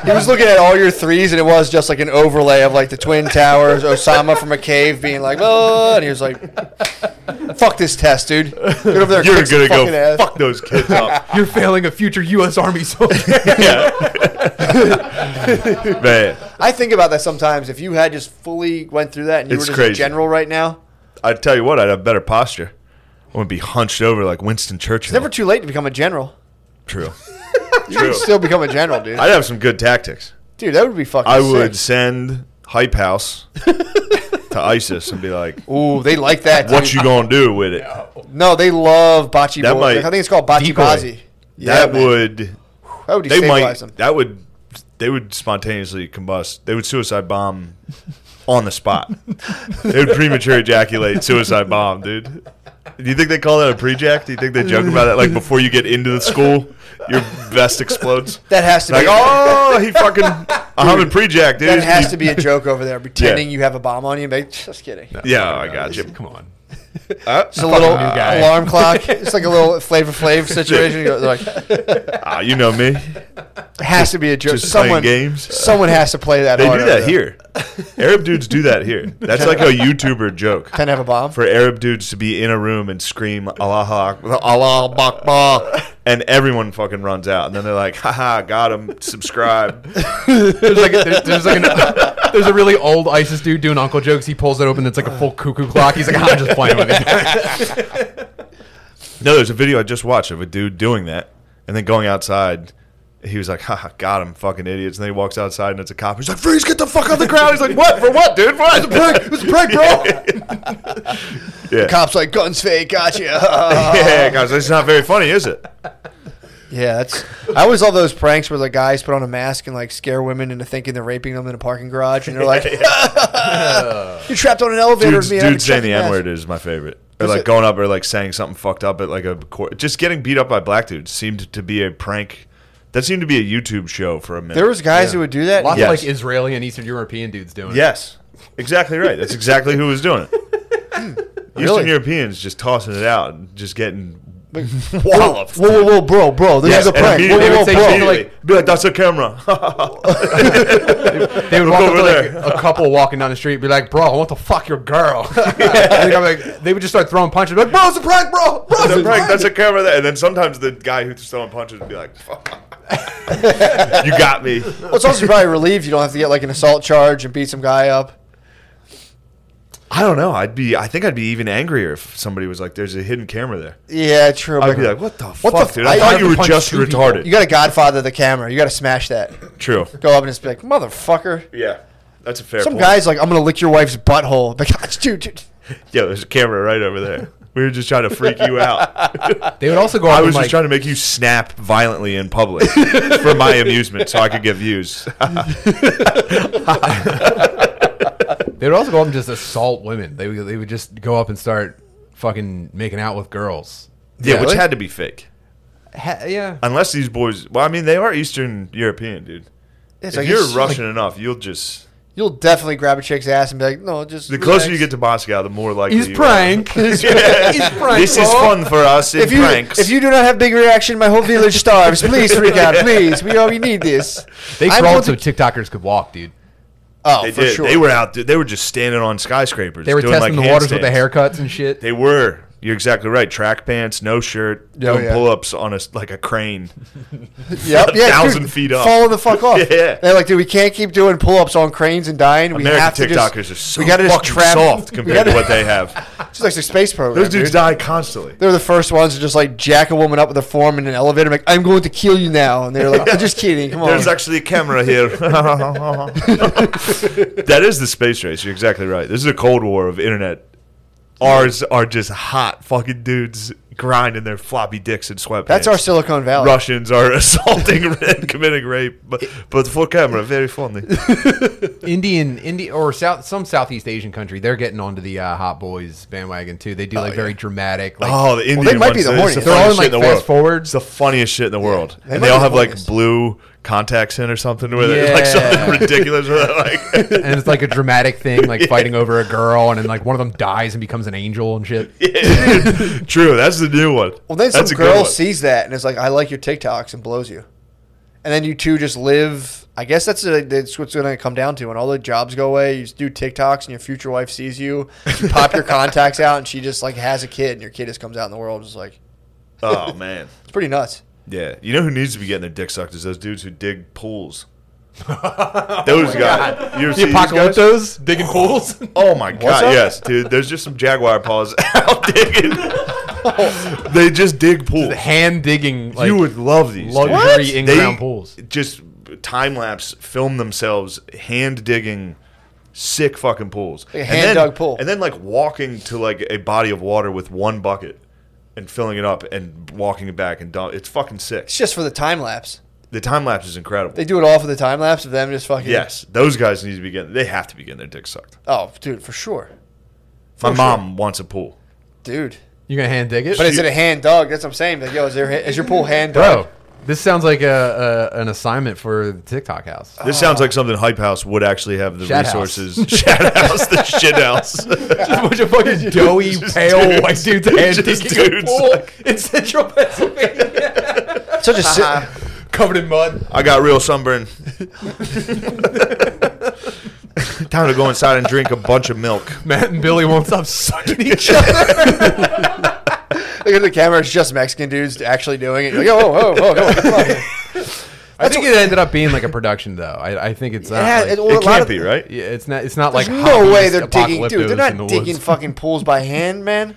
[SPEAKER 1] he was looking at all your threes, and it was just like an overlay of like the twin towers, Osama from a cave, being like, oh, and he was like, fuck this test, dude. Get over there. and
[SPEAKER 2] You're
[SPEAKER 1] kick some
[SPEAKER 2] gonna go
[SPEAKER 1] fucking ass."
[SPEAKER 2] fuck those kids
[SPEAKER 1] [laughs]
[SPEAKER 2] up.
[SPEAKER 3] You're failing a future U.S. Army soldier.
[SPEAKER 2] [laughs] Man,
[SPEAKER 1] I think about that sometimes. If you had just fully went through that, and you
[SPEAKER 2] It's
[SPEAKER 1] were just
[SPEAKER 2] crazy.
[SPEAKER 1] a general right now,
[SPEAKER 2] I tell you what, I'd have better posture. I wouldn't be hunched over like Winston Churchill.
[SPEAKER 1] it's never too late to become a general. [laughs]
[SPEAKER 2] true.
[SPEAKER 1] You
[SPEAKER 2] true.
[SPEAKER 1] can still become a general, dude.
[SPEAKER 2] I'd have some good tactics.
[SPEAKER 1] Dude, that would be fucking.
[SPEAKER 2] I would
[SPEAKER 1] sick.
[SPEAKER 2] send
[SPEAKER 1] [laughs]
[SPEAKER 2] Hype House to ISIS and be like,
[SPEAKER 1] Ooh, they like that. Dude.
[SPEAKER 2] "What you gonna do with it?"
[SPEAKER 1] [laughs] No, they love bocce.
[SPEAKER 2] That
[SPEAKER 1] Bo-
[SPEAKER 2] might-
[SPEAKER 1] I think it's called bocce
[SPEAKER 3] Decoy.
[SPEAKER 1] bozzy.
[SPEAKER 2] that would
[SPEAKER 1] That would
[SPEAKER 2] they might
[SPEAKER 1] destabilize them.
[SPEAKER 2] that would they would spontaneously combust. They would suicide bomb on
[SPEAKER 1] [laughs]
[SPEAKER 2] the spot. they would premature ejaculate, suicide bomb, dude. Do you think they call that a prejack? Do you think they joke about it like before you get into the school, your vest explodes?
[SPEAKER 1] That has to
[SPEAKER 2] Like,
[SPEAKER 1] be.
[SPEAKER 2] oh, he fucking, I'm in prejack, dude.
[SPEAKER 1] that has to
[SPEAKER 2] [laughs]
[SPEAKER 1] be a joke over there, pretending
[SPEAKER 2] Yeah.
[SPEAKER 1] you have a bomb on you. Mate. Just kidding.
[SPEAKER 2] Yeah, I Uh, got you.
[SPEAKER 3] [laughs] Come on.
[SPEAKER 1] It's a little
[SPEAKER 3] new guy.
[SPEAKER 1] alarm
[SPEAKER 2] [laughs]
[SPEAKER 1] clock. It's like a little Flavor Flav situation. You're like, it
[SPEAKER 2] Ah, you know me.
[SPEAKER 1] has to be a joke.
[SPEAKER 2] Just
[SPEAKER 1] someone,
[SPEAKER 2] playing games.
[SPEAKER 1] someone has to play that.
[SPEAKER 2] They
[SPEAKER 1] hard
[SPEAKER 2] do
[SPEAKER 1] over
[SPEAKER 2] that
[SPEAKER 1] there.
[SPEAKER 2] here. Arab dudes do that here. That's like a YouTuber joke.
[SPEAKER 1] Can I have a bomb?
[SPEAKER 2] for Arab dudes to be in a room and scream Allah Akbar, Allah Akbar, and everyone fucking runs out, and then they're like, haha, got him, subscribe.
[SPEAKER 3] There's like a, there's, there's like an, there's a really old ISIS dude doing uncle jokes. He pulls it open. It's like a full cuckoo clock. He's like, I'm just playing with
[SPEAKER 1] [laughs]
[SPEAKER 3] it.
[SPEAKER 2] no, there's a video I just watched of a dude doing that, and then going outside. He was like, haha, got him, fucking idiots. And then he walks outside and it's a cop. He's like, Freeze, get the fuck off the ground. He's like, What? For what, dude? For what? It's a prank. It was a prank, bro.
[SPEAKER 3] [laughs]
[SPEAKER 2] yeah.
[SPEAKER 1] Cops like guns fake. Gotcha. [laughs]
[SPEAKER 2] yeah, guys, it's not very funny, is it?
[SPEAKER 1] yeah, that's. I always love those pranks where the guys put on a mask and like scare women into thinking they're raping them in a parking garage, and they're [laughs]
[SPEAKER 2] [laughs]
[SPEAKER 1] like, "You're trapped on an elevator."
[SPEAKER 2] Dudes,
[SPEAKER 1] with me. I have
[SPEAKER 2] dudes
[SPEAKER 1] to check
[SPEAKER 2] saying the
[SPEAKER 1] your mask."
[SPEAKER 2] N word is my favorite. Or
[SPEAKER 1] Is
[SPEAKER 2] like
[SPEAKER 1] it?
[SPEAKER 2] going up or like saying something fucked up at like a court. Just getting beat up by black dudes seemed to be a prank. That seemed to be a YouTube show for a minute.
[SPEAKER 1] There was guys who would do that.
[SPEAKER 3] Lots
[SPEAKER 2] Yes.
[SPEAKER 3] of like Israeli and Eastern European dudes doing it.
[SPEAKER 2] yes, exactly right. That's exactly who was doing it.
[SPEAKER 1] [laughs]
[SPEAKER 2] Eastern
[SPEAKER 1] Really?
[SPEAKER 2] Europeans just tossing it out and just getting
[SPEAKER 1] Whoa,
[SPEAKER 2] walloped.
[SPEAKER 1] whoa, whoa, bro, bro! This
[SPEAKER 2] Yes,
[SPEAKER 1] is a
[SPEAKER 2] and
[SPEAKER 1] prank. Whoa, whoa, whoa,
[SPEAKER 2] immediately-
[SPEAKER 3] they
[SPEAKER 1] bro.
[SPEAKER 3] would say
[SPEAKER 2] immediately be like, "That's a camera." [laughs]
[SPEAKER 3] They would walk
[SPEAKER 2] Look
[SPEAKER 3] up to
[SPEAKER 2] [laughs] over
[SPEAKER 3] like a couple walking down the street and be like, bro, I want to fuck your [laughs] girl. And I'm like, they would just start throwing punches. Like, bro, it's a prank, bro. bro it's
[SPEAKER 2] That's
[SPEAKER 3] a
[SPEAKER 2] a prank.
[SPEAKER 3] prank.
[SPEAKER 2] That's a camera there. And then sometimes the guy who's throwing punches would be like, [laughs] "You got me."
[SPEAKER 1] Well, it's also probably relieved you don't have to get like an assault charge and beat some guy up.
[SPEAKER 2] I don't know. I'd be. I think I'd be even angrier if somebody was like, "There's a hidden camera there."
[SPEAKER 1] Yeah, true.
[SPEAKER 2] I'd
[SPEAKER 1] but
[SPEAKER 2] be like, "What the
[SPEAKER 1] What
[SPEAKER 2] fuck,
[SPEAKER 1] the
[SPEAKER 2] dude?
[SPEAKER 1] f-
[SPEAKER 2] I,
[SPEAKER 1] I
[SPEAKER 2] thought
[SPEAKER 1] have
[SPEAKER 2] you
[SPEAKER 1] to
[SPEAKER 2] were
[SPEAKER 3] punch
[SPEAKER 2] just
[SPEAKER 3] two people."
[SPEAKER 2] retarded."
[SPEAKER 1] you got to Godfather the camera. You got to smash that. [laughs]
[SPEAKER 2] True.
[SPEAKER 1] Go up and just be like, motherfucker.
[SPEAKER 2] Yeah, that's a fair.
[SPEAKER 1] Some
[SPEAKER 2] point.
[SPEAKER 1] guy's like, I'm gonna lick your wife's butthole. [laughs] Like, dude, dude.
[SPEAKER 2] Yeah, there's a camera right over there. We were just trying to freak
[SPEAKER 1] [laughs]
[SPEAKER 2] you out.
[SPEAKER 3] They would also go up
[SPEAKER 1] Oh
[SPEAKER 2] I
[SPEAKER 3] and,
[SPEAKER 2] was
[SPEAKER 3] like,
[SPEAKER 2] just trying to make you snap violently in public for my amusement, so I could get
[SPEAKER 1] [laughs]
[SPEAKER 2] views.
[SPEAKER 3] They would also go up and just assault women. They would, they would just go up and start fucking making out with girls.
[SPEAKER 2] yeah, which
[SPEAKER 1] really?
[SPEAKER 2] had to be fake.
[SPEAKER 3] Ha- yeah.
[SPEAKER 2] Unless these boys, well, I mean, they are Eastern European, dude.
[SPEAKER 1] It's
[SPEAKER 2] if
[SPEAKER 1] like,
[SPEAKER 2] you're
[SPEAKER 1] it's-
[SPEAKER 2] Russian enough, you'll just
[SPEAKER 1] you'll definitely grab a chick's ass and be like, no, just
[SPEAKER 2] the closer
[SPEAKER 1] relax.
[SPEAKER 2] you get to Moscow, the more likely
[SPEAKER 3] He's
[SPEAKER 2] you are. [laughs]
[SPEAKER 3] prank. He's prank.
[SPEAKER 2] This is
[SPEAKER 3] bro.
[SPEAKER 2] fun for us in
[SPEAKER 1] If you
[SPEAKER 2] pranks.
[SPEAKER 1] if you do not have big reaction, my whole village starves. Please freak out, please. We already need this.
[SPEAKER 3] They
[SPEAKER 1] I'm
[SPEAKER 3] crawled so
[SPEAKER 1] going
[SPEAKER 3] TikTokers could walk, dude.
[SPEAKER 1] oh,
[SPEAKER 2] They
[SPEAKER 1] for
[SPEAKER 2] did.
[SPEAKER 1] sure.
[SPEAKER 2] They were out. There. They were just standing on skyscrapers.
[SPEAKER 3] They were
[SPEAKER 2] doing
[SPEAKER 3] testing
[SPEAKER 2] like
[SPEAKER 3] the waters with the
[SPEAKER 2] handstands.
[SPEAKER 3] haircuts and shit.
[SPEAKER 2] They were. You're exactly right. Track pants, no shirt,
[SPEAKER 1] Yeah,
[SPEAKER 2] doing
[SPEAKER 1] Oh, yeah.
[SPEAKER 2] pull-ups on a s- like a crane.
[SPEAKER 1] Yep, yeah,
[SPEAKER 2] thousand
[SPEAKER 1] dude,
[SPEAKER 2] feet up.
[SPEAKER 1] Falling the fuck off.
[SPEAKER 2] [laughs] Yeah.
[SPEAKER 1] They're like, dude, we can't keep doing pull ups on cranes and dying. We have
[SPEAKER 2] American
[SPEAKER 1] to
[SPEAKER 2] TikTokers
[SPEAKER 1] just,
[SPEAKER 2] are so
[SPEAKER 1] we gotta just
[SPEAKER 2] fucking
[SPEAKER 1] trap,
[SPEAKER 2] soft
[SPEAKER 1] we
[SPEAKER 2] compared
[SPEAKER 1] gotta-
[SPEAKER 2] to what
[SPEAKER 1] [laughs]
[SPEAKER 2] they have.
[SPEAKER 1] It's just like the space program.
[SPEAKER 2] Those dudes
[SPEAKER 1] dude.
[SPEAKER 2] die constantly.
[SPEAKER 1] They're the first ones to just like jack a woman up with a form in an elevator. Like, I'm going to kill you now, and they're like, I'm just kidding. Come on.
[SPEAKER 2] [laughs] There's actually a
[SPEAKER 1] [laughs]
[SPEAKER 2] camera here. [laughs] that is the space race. You're exactly right. This is a cold war of internet. Ours are just hot fucking dudes grinding their floppy dicks and sweatpants.
[SPEAKER 1] That's our Silicon Valley.
[SPEAKER 2] Russians are [laughs] assaulting and committing rape, but but for camera,
[SPEAKER 1] [laughs]
[SPEAKER 2] very funny. Oh,
[SPEAKER 3] Indian, India, or South, some Southeast Asian country, they're getting onto the uh, hot boys bandwagon too. They do like very dramatic. Like,
[SPEAKER 2] oh, the Indian
[SPEAKER 1] might be
[SPEAKER 2] ones,
[SPEAKER 1] the
[SPEAKER 2] it's
[SPEAKER 1] horniest.
[SPEAKER 2] the
[SPEAKER 1] They're
[SPEAKER 2] funniest
[SPEAKER 1] all
[SPEAKER 3] in,
[SPEAKER 2] shit in
[SPEAKER 3] like,
[SPEAKER 2] the
[SPEAKER 3] fast
[SPEAKER 2] world.
[SPEAKER 3] forward.
[SPEAKER 2] It's the funniest shit in the world,
[SPEAKER 1] They
[SPEAKER 2] and
[SPEAKER 1] might
[SPEAKER 2] they
[SPEAKER 1] be
[SPEAKER 2] all
[SPEAKER 1] the
[SPEAKER 2] have like
[SPEAKER 1] horniest.
[SPEAKER 2] blue contacts in or something with it, like something
[SPEAKER 3] Yeah.
[SPEAKER 2] ridiculous with it, like.
[SPEAKER 1] [laughs]
[SPEAKER 2] [laughs]
[SPEAKER 3] [laughs] and it's like a dramatic thing, like fighting over a girl, and then like one of them dies and becomes an angel and shit.
[SPEAKER 2] Yeah, True, that's the new one.
[SPEAKER 1] Well, then
[SPEAKER 2] that's
[SPEAKER 1] some
[SPEAKER 2] a good
[SPEAKER 1] girl
[SPEAKER 2] one.
[SPEAKER 1] sees that and is like, "I like your TikToks," and blows you. And then you two just live. I guess that's, uh that's what's going to come down to. When all the jobs go away, you just do TikToks, and your future wife sees you. You pop
[SPEAKER 2] [laughs]
[SPEAKER 1] your contacts out, and she just like has a kid, and your kid just comes out in the world. Just like
[SPEAKER 2] Oh man,
[SPEAKER 1] it's pretty nuts.
[SPEAKER 2] yeah. You know who needs to be getting their dick sucked is those dudes who
[SPEAKER 1] [laughs]
[SPEAKER 2] dig pools.
[SPEAKER 1] Oh
[SPEAKER 2] Those guys, you ever see these guys?
[SPEAKER 3] apocalyptos digging pools. [laughs]
[SPEAKER 2] Oh my god,
[SPEAKER 1] up?
[SPEAKER 2] yes, dude. There's just some jaguar paws [laughs] out digging. they just dig pools.
[SPEAKER 3] hand digging. Like,
[SPEAKER 2] you would love these. dude.
[SPEAKER 3] luxury What? in-ground pools.
[SPEAKER 2] Just time lapse, film themselves hand digging sick fucking pools.
[SPEAKER 1] Like a
[SPEAKER 2] And
[SPEAKER 1] hand
[SPEAKER 2] then-
[SPEAKER 1] dug pool.
[SPEAKER 2] And then like walking to like a body of water with one bucket and filling it up and walking it back and dump. It's fucking sick.
[SPEAKER 1] It's just for the time lapse.
[SPEAKER 2] The time lapse is incredible.
[SPEAKER 1] They do it all for the time lapse of them just fucking.
[SPEAKER 2] yes, those guys need to be getting. They have to be getting their dick sucked.
[SPEAKER 1] Oh, dude, for sure,
[SPEAKER 2] My mom wants a pool.
[SPEAKER 1] dude.
[SPEAKER 3] you gonna hand dig it?
[SPEAKER 1] But is it a hand dog? That's what I'm saying. Like, yo, is, there, is your pool hand dog?
[SPEAKER 3] bro? This sounds like a, a an assignment for the
[SPEAKER 2] [laughs]
[SPEAKER 3] TikTok house.
[SPEAKER 2] This sounds like something Hype House would actually have the
[SPEAKER 3] Shat house.
[SPEAKER 2] resources. [laughs] Shat House, the shit house.
[SPEAKER 3] Just a
[SPEAKER 1] [laughs]
[SPEAKER 3] bunch of fucking doughy,
[SPEAKER 2] Just
[SPEAKER 3] pale
[SPEAKER 2] dudes.
[SPEAKER 3] white dudes hand
[SPEAKER 2] Just
[SPEAKER 3] digging a
[SPEAKER 2] dudes,
[SPEAKER 3] pool
[SPEAKER 2] like-
[SPEAKER 3] in central Pennsylvania,
[SPEAKER 1] Such a si-
[SPEAKER 3] covered in mud.
[SPEAKER 2] I got real sunburn. [laughs] Time to go inside and drink a bunch of milk.
[SPEAKER 3] Matt and Billy won't stop sucking
[SPEAKER 2] [laughs]
[SPEAKER 3] each other.
[SPEAKER 1] [laughs] look at the camera. It's just Mexican dudes actually doing it. You're like, oh, whoa, whoa, whoa, come
[SPEAKER 2] [laughs]
[SPEAKER 1] on.
[SPEAKER 3] I think it ended up being like a production, though. I, I think it's not.
[SPEAKER 1] Yeah,
[SPEAKER 3] like-
[SPEAKER 1] it- well,
[SPEAKER 2] It
[SPEAKER 1] a lot
[SPEAKER 2] can't
[SPEAKER 1] of-
[SPEAKER 2] be, right?
[SPEAKER 3] yeah, it's not. It's not like
[SPEAKER 1] There's no way
[SPEAKER 3] hobbyist
[SPEAKER 1] they're digging, dude. They're
[SPEAKER 3] apocalyptos in the
[SPEAKER 1] not
[SPEAKER 3] woods.
[SPEAKER 1] digging fucking pools by hand,
[SPEAKER 2] [laughs]
[SPEAKER 1] man.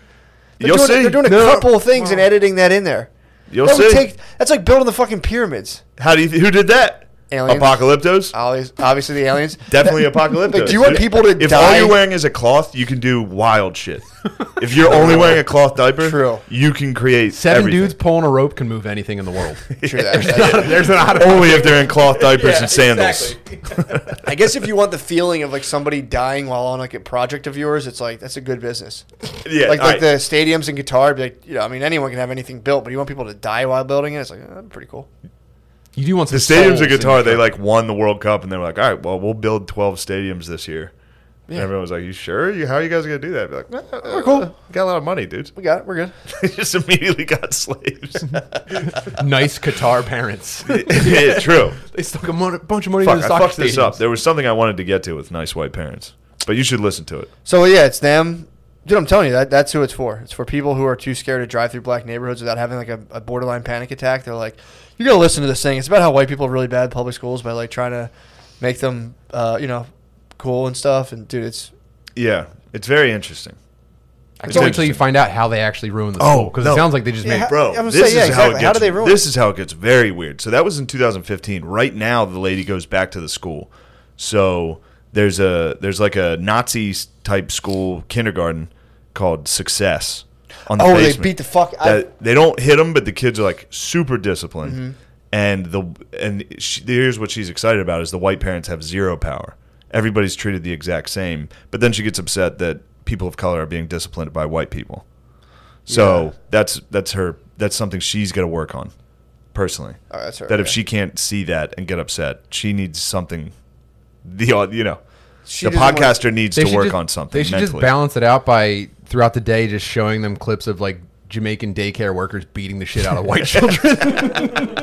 [SPEAKER 1] They're
[SPEAKER 2] You'll
[SPEAKER 1] doing,
[SPEAKER 2] see.
[SPEAKER 1] They're doing a
[SPEAKER 2] No.
[SPEAKER 1] couple of things and editing that in there.
[SPEAKER 2] You'll
[SPEAKER 1] that would
[SPEAKER 2] see.
[SPEAKER 1] take- that's like building the fucking pyramids.
[SPEAKER 2] How do you? Who did that?
[SPEAKER 1] Aliens.
[SPEAKER 2] Apocalyptos.
[SPEAKER 1] Obviously, obviously the
[SPEAKER 2] [laughs]
[SPEAKER 1] aliens.
[SPEAKER 2] Definitely
[SPEAKER 1] [laughs]
[SPEAKER 2] apocalyptos.
[SPEAKER 1] Like, do you want
[SPEAKER 2] dude.
[SPEAKER 1] people to
[SPEAKER 2] If all
[SPEAKER 1] die?
[SPEAKER 2] you're wearing is a cloth, you can do wild shit. if you're only wearing a cloth diaper,
[SPEAKER 1] True.
[SPEAKER 2] you can create
[SPEAKER 3] Seven
[SPEAKER 2] everything.
[SPEAKER 3] dudes pulling a rope can move anything in the world.
[SPEAKER 1] True that. That's- [laughs]
[SPEAKER 2] [laughs]
[SPEAKER 3] There's not.
[SPEAKER 2] Only if they're in cloth diapers and sandals.
[SPEAKER 1] I guess if you want the feeling of like somebody dying while on like a project of yours, it's like that's a good business.
[SPEAKER 2] Yeah,
[SPEAKER 1] like
[SPEAKER 2] all
[SPEAKER 1] like
[SPEAKER 2] right.
[SPEAKER 1] the stadiums and guitar, be like you know, I mean anyone can have anything built, but you want people to die while building it. It's like eh, pretty cool.
[SPEAKER 3] You do want some
[SPEAKER 2] The stadiums
[SPEAKER 3] souls
[SPEAKER 2] of
[SPEAKER 3] in
[SPEAKER 2] guitar,
[SPEAKER 3] your
[SPEAKER 2] they
[SPEAKER 3] show.
[SPEAKER 2] like won the World Cup, and they were like, "All right, well, we'll build twelve stadiums this year." And everyone was like, "You sure? You how are you guys gonna do that?" I'd be like, "Eh, eh,
[SPEAKER 1] We're cool.
[SPEAKER 2] eh, Got a lot of money, dudes.
[SPEAKER 1] We got it. We're good.
[SPEAKER 2] [laughs] they just immediately got [laughs]
[SPEAKER 3] [laughs]
[SPEAKER 2] slaves."
[SPEAKER 3] nice guitar parents.
[SPEAKER 2] yeah, true.
[SPEAKER 3] [laughs] they stuck a mon- bunch of money
[SPEAKER 2] Fuck,
[SPEAKER 3] in
[SPEAKER 2] I
[SPEAKER 3] the soccer
[SPEAKER 2] fucked this up.
[SPEAKER 3] stadiums.
[SPEAKER 2] There was something I wanted to get to with nice white parents, but you should listen to it.
[SPEAKER 1] So yeah, it's them. Dude, I'm telling you, that, that's who it's for. It's for people who are too scared to drive through black neighborhoods without having like a, a borderline panic attack. They're like, you're gonna listen to this thing. It's about how white people are really bad at public schools by like trying to make them, uh, you know, cool and stuff. And dude, it's
[SPEAKER 2] Yeah, it's very interesting.
[SPEAKER 3] I
[SPEAKER 2] It's
[SPEAKER 3] can't wait till
[SPEAKER 2] interesting.
[SPEAKER 3] you find out how they actually ruined the
[SPEAKER 2] Oh,
[SPEAKER 3] school because
[SPEAKER 2] no.
[SPEAKER 3] it sounds like they just
[SPEAKER 1] Yeah,
[SPEAKER 3] made.
[SPEAKER 1] how-
[SPEAKER 2] bro.
[SPEAKER 1] I'm gonna
[SPEAKER 2] This
[SPEAKER 1] say, yeah,
[SPEAKER 2] is how it
[SPEAKER 1] exactly.
[SPEAKER 2] gets.
[SPEAKER 1] How do they ruin
[SPEAKER 2] this is how it gets very weird. So that was in 2015. Right now, the lady goes back to the school. So there's a there's like a Nazi type school kindergarten called Success. On the
[SPEAKER 1] Oh, they
[SPEAKER 2] basement.
[SPEAKER 1] beat the fuck- I-
[SPEAKER 2] That- they don't hit them, but the kids are like super disciplined.
[SPEAKER 1] Mm-hmm.
[SPEAKER 2] And the and she, here's what she's excited about is the white parents have zero power. Everybody's treated the exact same, but then she gets upset that people of color are being disciplined by white people. So that's that's her that's something she's got to work on personally.
[SPEAKER 1] oh, that's her,
[SPEAKER 2] that if
[SPEAKER 1] yeah.
[SPEAKER 2] she can't see that and get upset, she needs something. The au- you know
[SPEAKER 1] She
[SPEAKER 2] the
[SPEAKER 1] doesn't wanna-
[SPEAKER 2] podcaster needs
[SPEAKER 3] They
[SPEAKER 2] to
[SPEAKER 3] should
[SPEAKER 2] work
[SPEAKER 3] just-
[SPEAKER 2] on something.
[SPEAKER 3] They should
[SPEAKER 2] mentally.
[SPEAKER 3] just balance it out by throughout the day, just showing them clips of like Jamaican daycare workers beating the shit out of white children.
[SPEAKER 1] Well,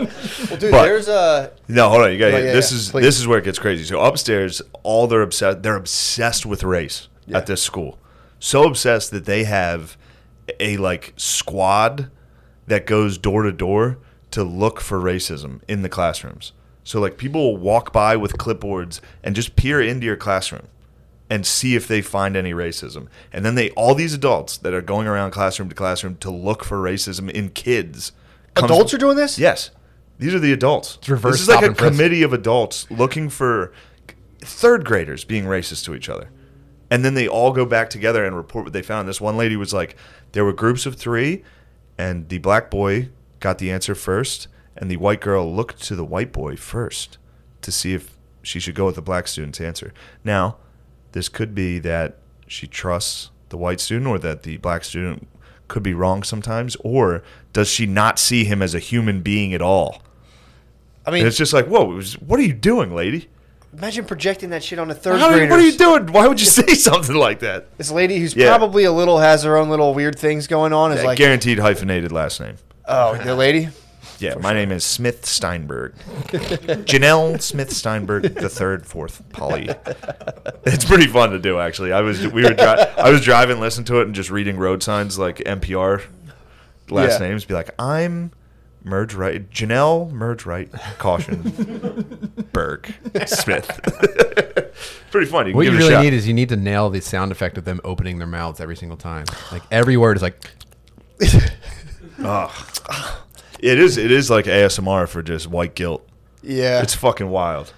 [SPEAKER 1] dude,
[SPEAKER 2] But-
[SPEAKER 1] there's uh, a
[SPEAKER 2] No, hold on. You got
[SPEAKER 1] No,
[SPEAKER 2] to
[SPEAKER 1] yeah,
[SPEAKER 2] this
[SPEAKER 1] yeah,
[SPEAKER 2] is
[SPEAKER 1] please.
[SPEAKER 2] this is where it gets crazy. So upstairs, all they're obsessed. They're obsessed with race at this school. So obsessed that they have a like squad that goes door to door to look for racism in the classrooms. So like people will walk by with clipboards and just peer into your classroom and see if they find any racism. And then they all these adults that are going around classroom to classroom to look for racism in kids. comes-
[SPEAKER 1] Adults are doing this?
[SPEAKER 2] Yes. These are the adults.
[SPEAKER 3] reverse
[SPEAKER 2] this is like
[SPEAKER 3] stop
[SPEAKER 2] a
[SPEAKER 3] and frisk.
[SPEAKER 2] committee of adults looking for third graders being racist to each other. And then they all go back together and report what they found. This one lady was like, there were groups of three, and the black boy got the answer first, and the white girl looked to the white boy first to see if she should go with the black student's answer. Now, this could be that she trusts the white student or that the black student could be wrong sometimes, or does she not see him as a human being at all?
[SPEAKER 1] I
[SPEAKER 2] And
[SPEAKER 1] mean,
[SPEAKER 2] it's just like, whoa, it was- what are you doing, lady?
[SPEAKER 1] imagine projecting that shit on a third
[SPEAKER 2] How-
[SPEAKER 1] grader.
[SPEAKER 2] what are you doing? Why would you [laughs] say something like that?
[SPEAKER 1] This lady who's
[SPEAKER 2] Yeah.
[SPEAKER 1] probably a little has her own little weird things going on is
[SPEAKER 2] Yeah,
[SPEAKER 1] like,
[SPEAKER 2] guaranteed hyphenated last name.
[SPEAKER 1] oh, the lady.
[SPEAKER 2] Yeah, my name is Smith Steinberg. Janelle Smith Steinberg, the third, fourth, Polly. It's pretty fun to do, actually. I was we were dri- I was driving, listening to it, and just reading road signs like NPR last
[SPEAKER 1] Yeah.
[SPEAKER 2] names. Be like, I'm merge right, Janelle merge right, caution,
[SPEAKER 1] [laughs]
[SPEAKER 2] Berg Smith. [laughs] pretty fun. You can
[SPEAKER 3] What
[SPEAKER 2] give
[SPEAKER 3] you
[SPEAKER 2] it a
[SPEAKER 3] really
[SPEAKER 2] shot.
[SPEAKER 3] need is you need to nail the sound effect of them opening their mouths every single time. Like every word is like,
[SPEAKER 2] it is it is like ASMR for just white guilt.
[SPEAKER 1] Yeah,
[SPEAKER 2] [laughs] It's fucking wild.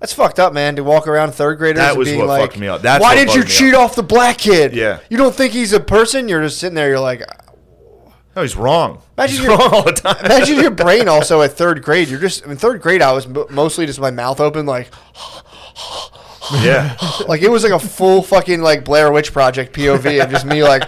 [SPEAKER 1] that's fucked up, man. To walk around third graders
[SPEAKER 2] That
[SPEAKER 1] and
[SPEAKER 2] was
[SPEAKER 1] being
[SPEAKER 2] what
[SPEAKER 1] like,
[SPEAKER 2] fucked me up. That's
[SPEAKER 1] why
[SPEAKER 2] what
[SPEAKER 1] did you
[SPEAKER 2] bugged me
[SPEAKER 1] cheat off the black kid?
[SPEAKER 2] Yeah.
[SPEAKER 1] you don't think he's a person. You're just sitting there. You're like,
[SPEAKER 2] No, he's wrong.
[SPEAKER 1] Imagine
[SPEAKER 2] he's
[SPEAKER 1] you're-
[SPEAKER 2] wrong all the time. [laughs]
[SPEAKER 1] imagine your brain also at third grade. You're just in third grade. I was mo- mostly just my mouth open, like
[SPEAKER 2] yeah.
[SPEAKER 1] like it was like a full fucking like Blair Witch Project POV of just me like,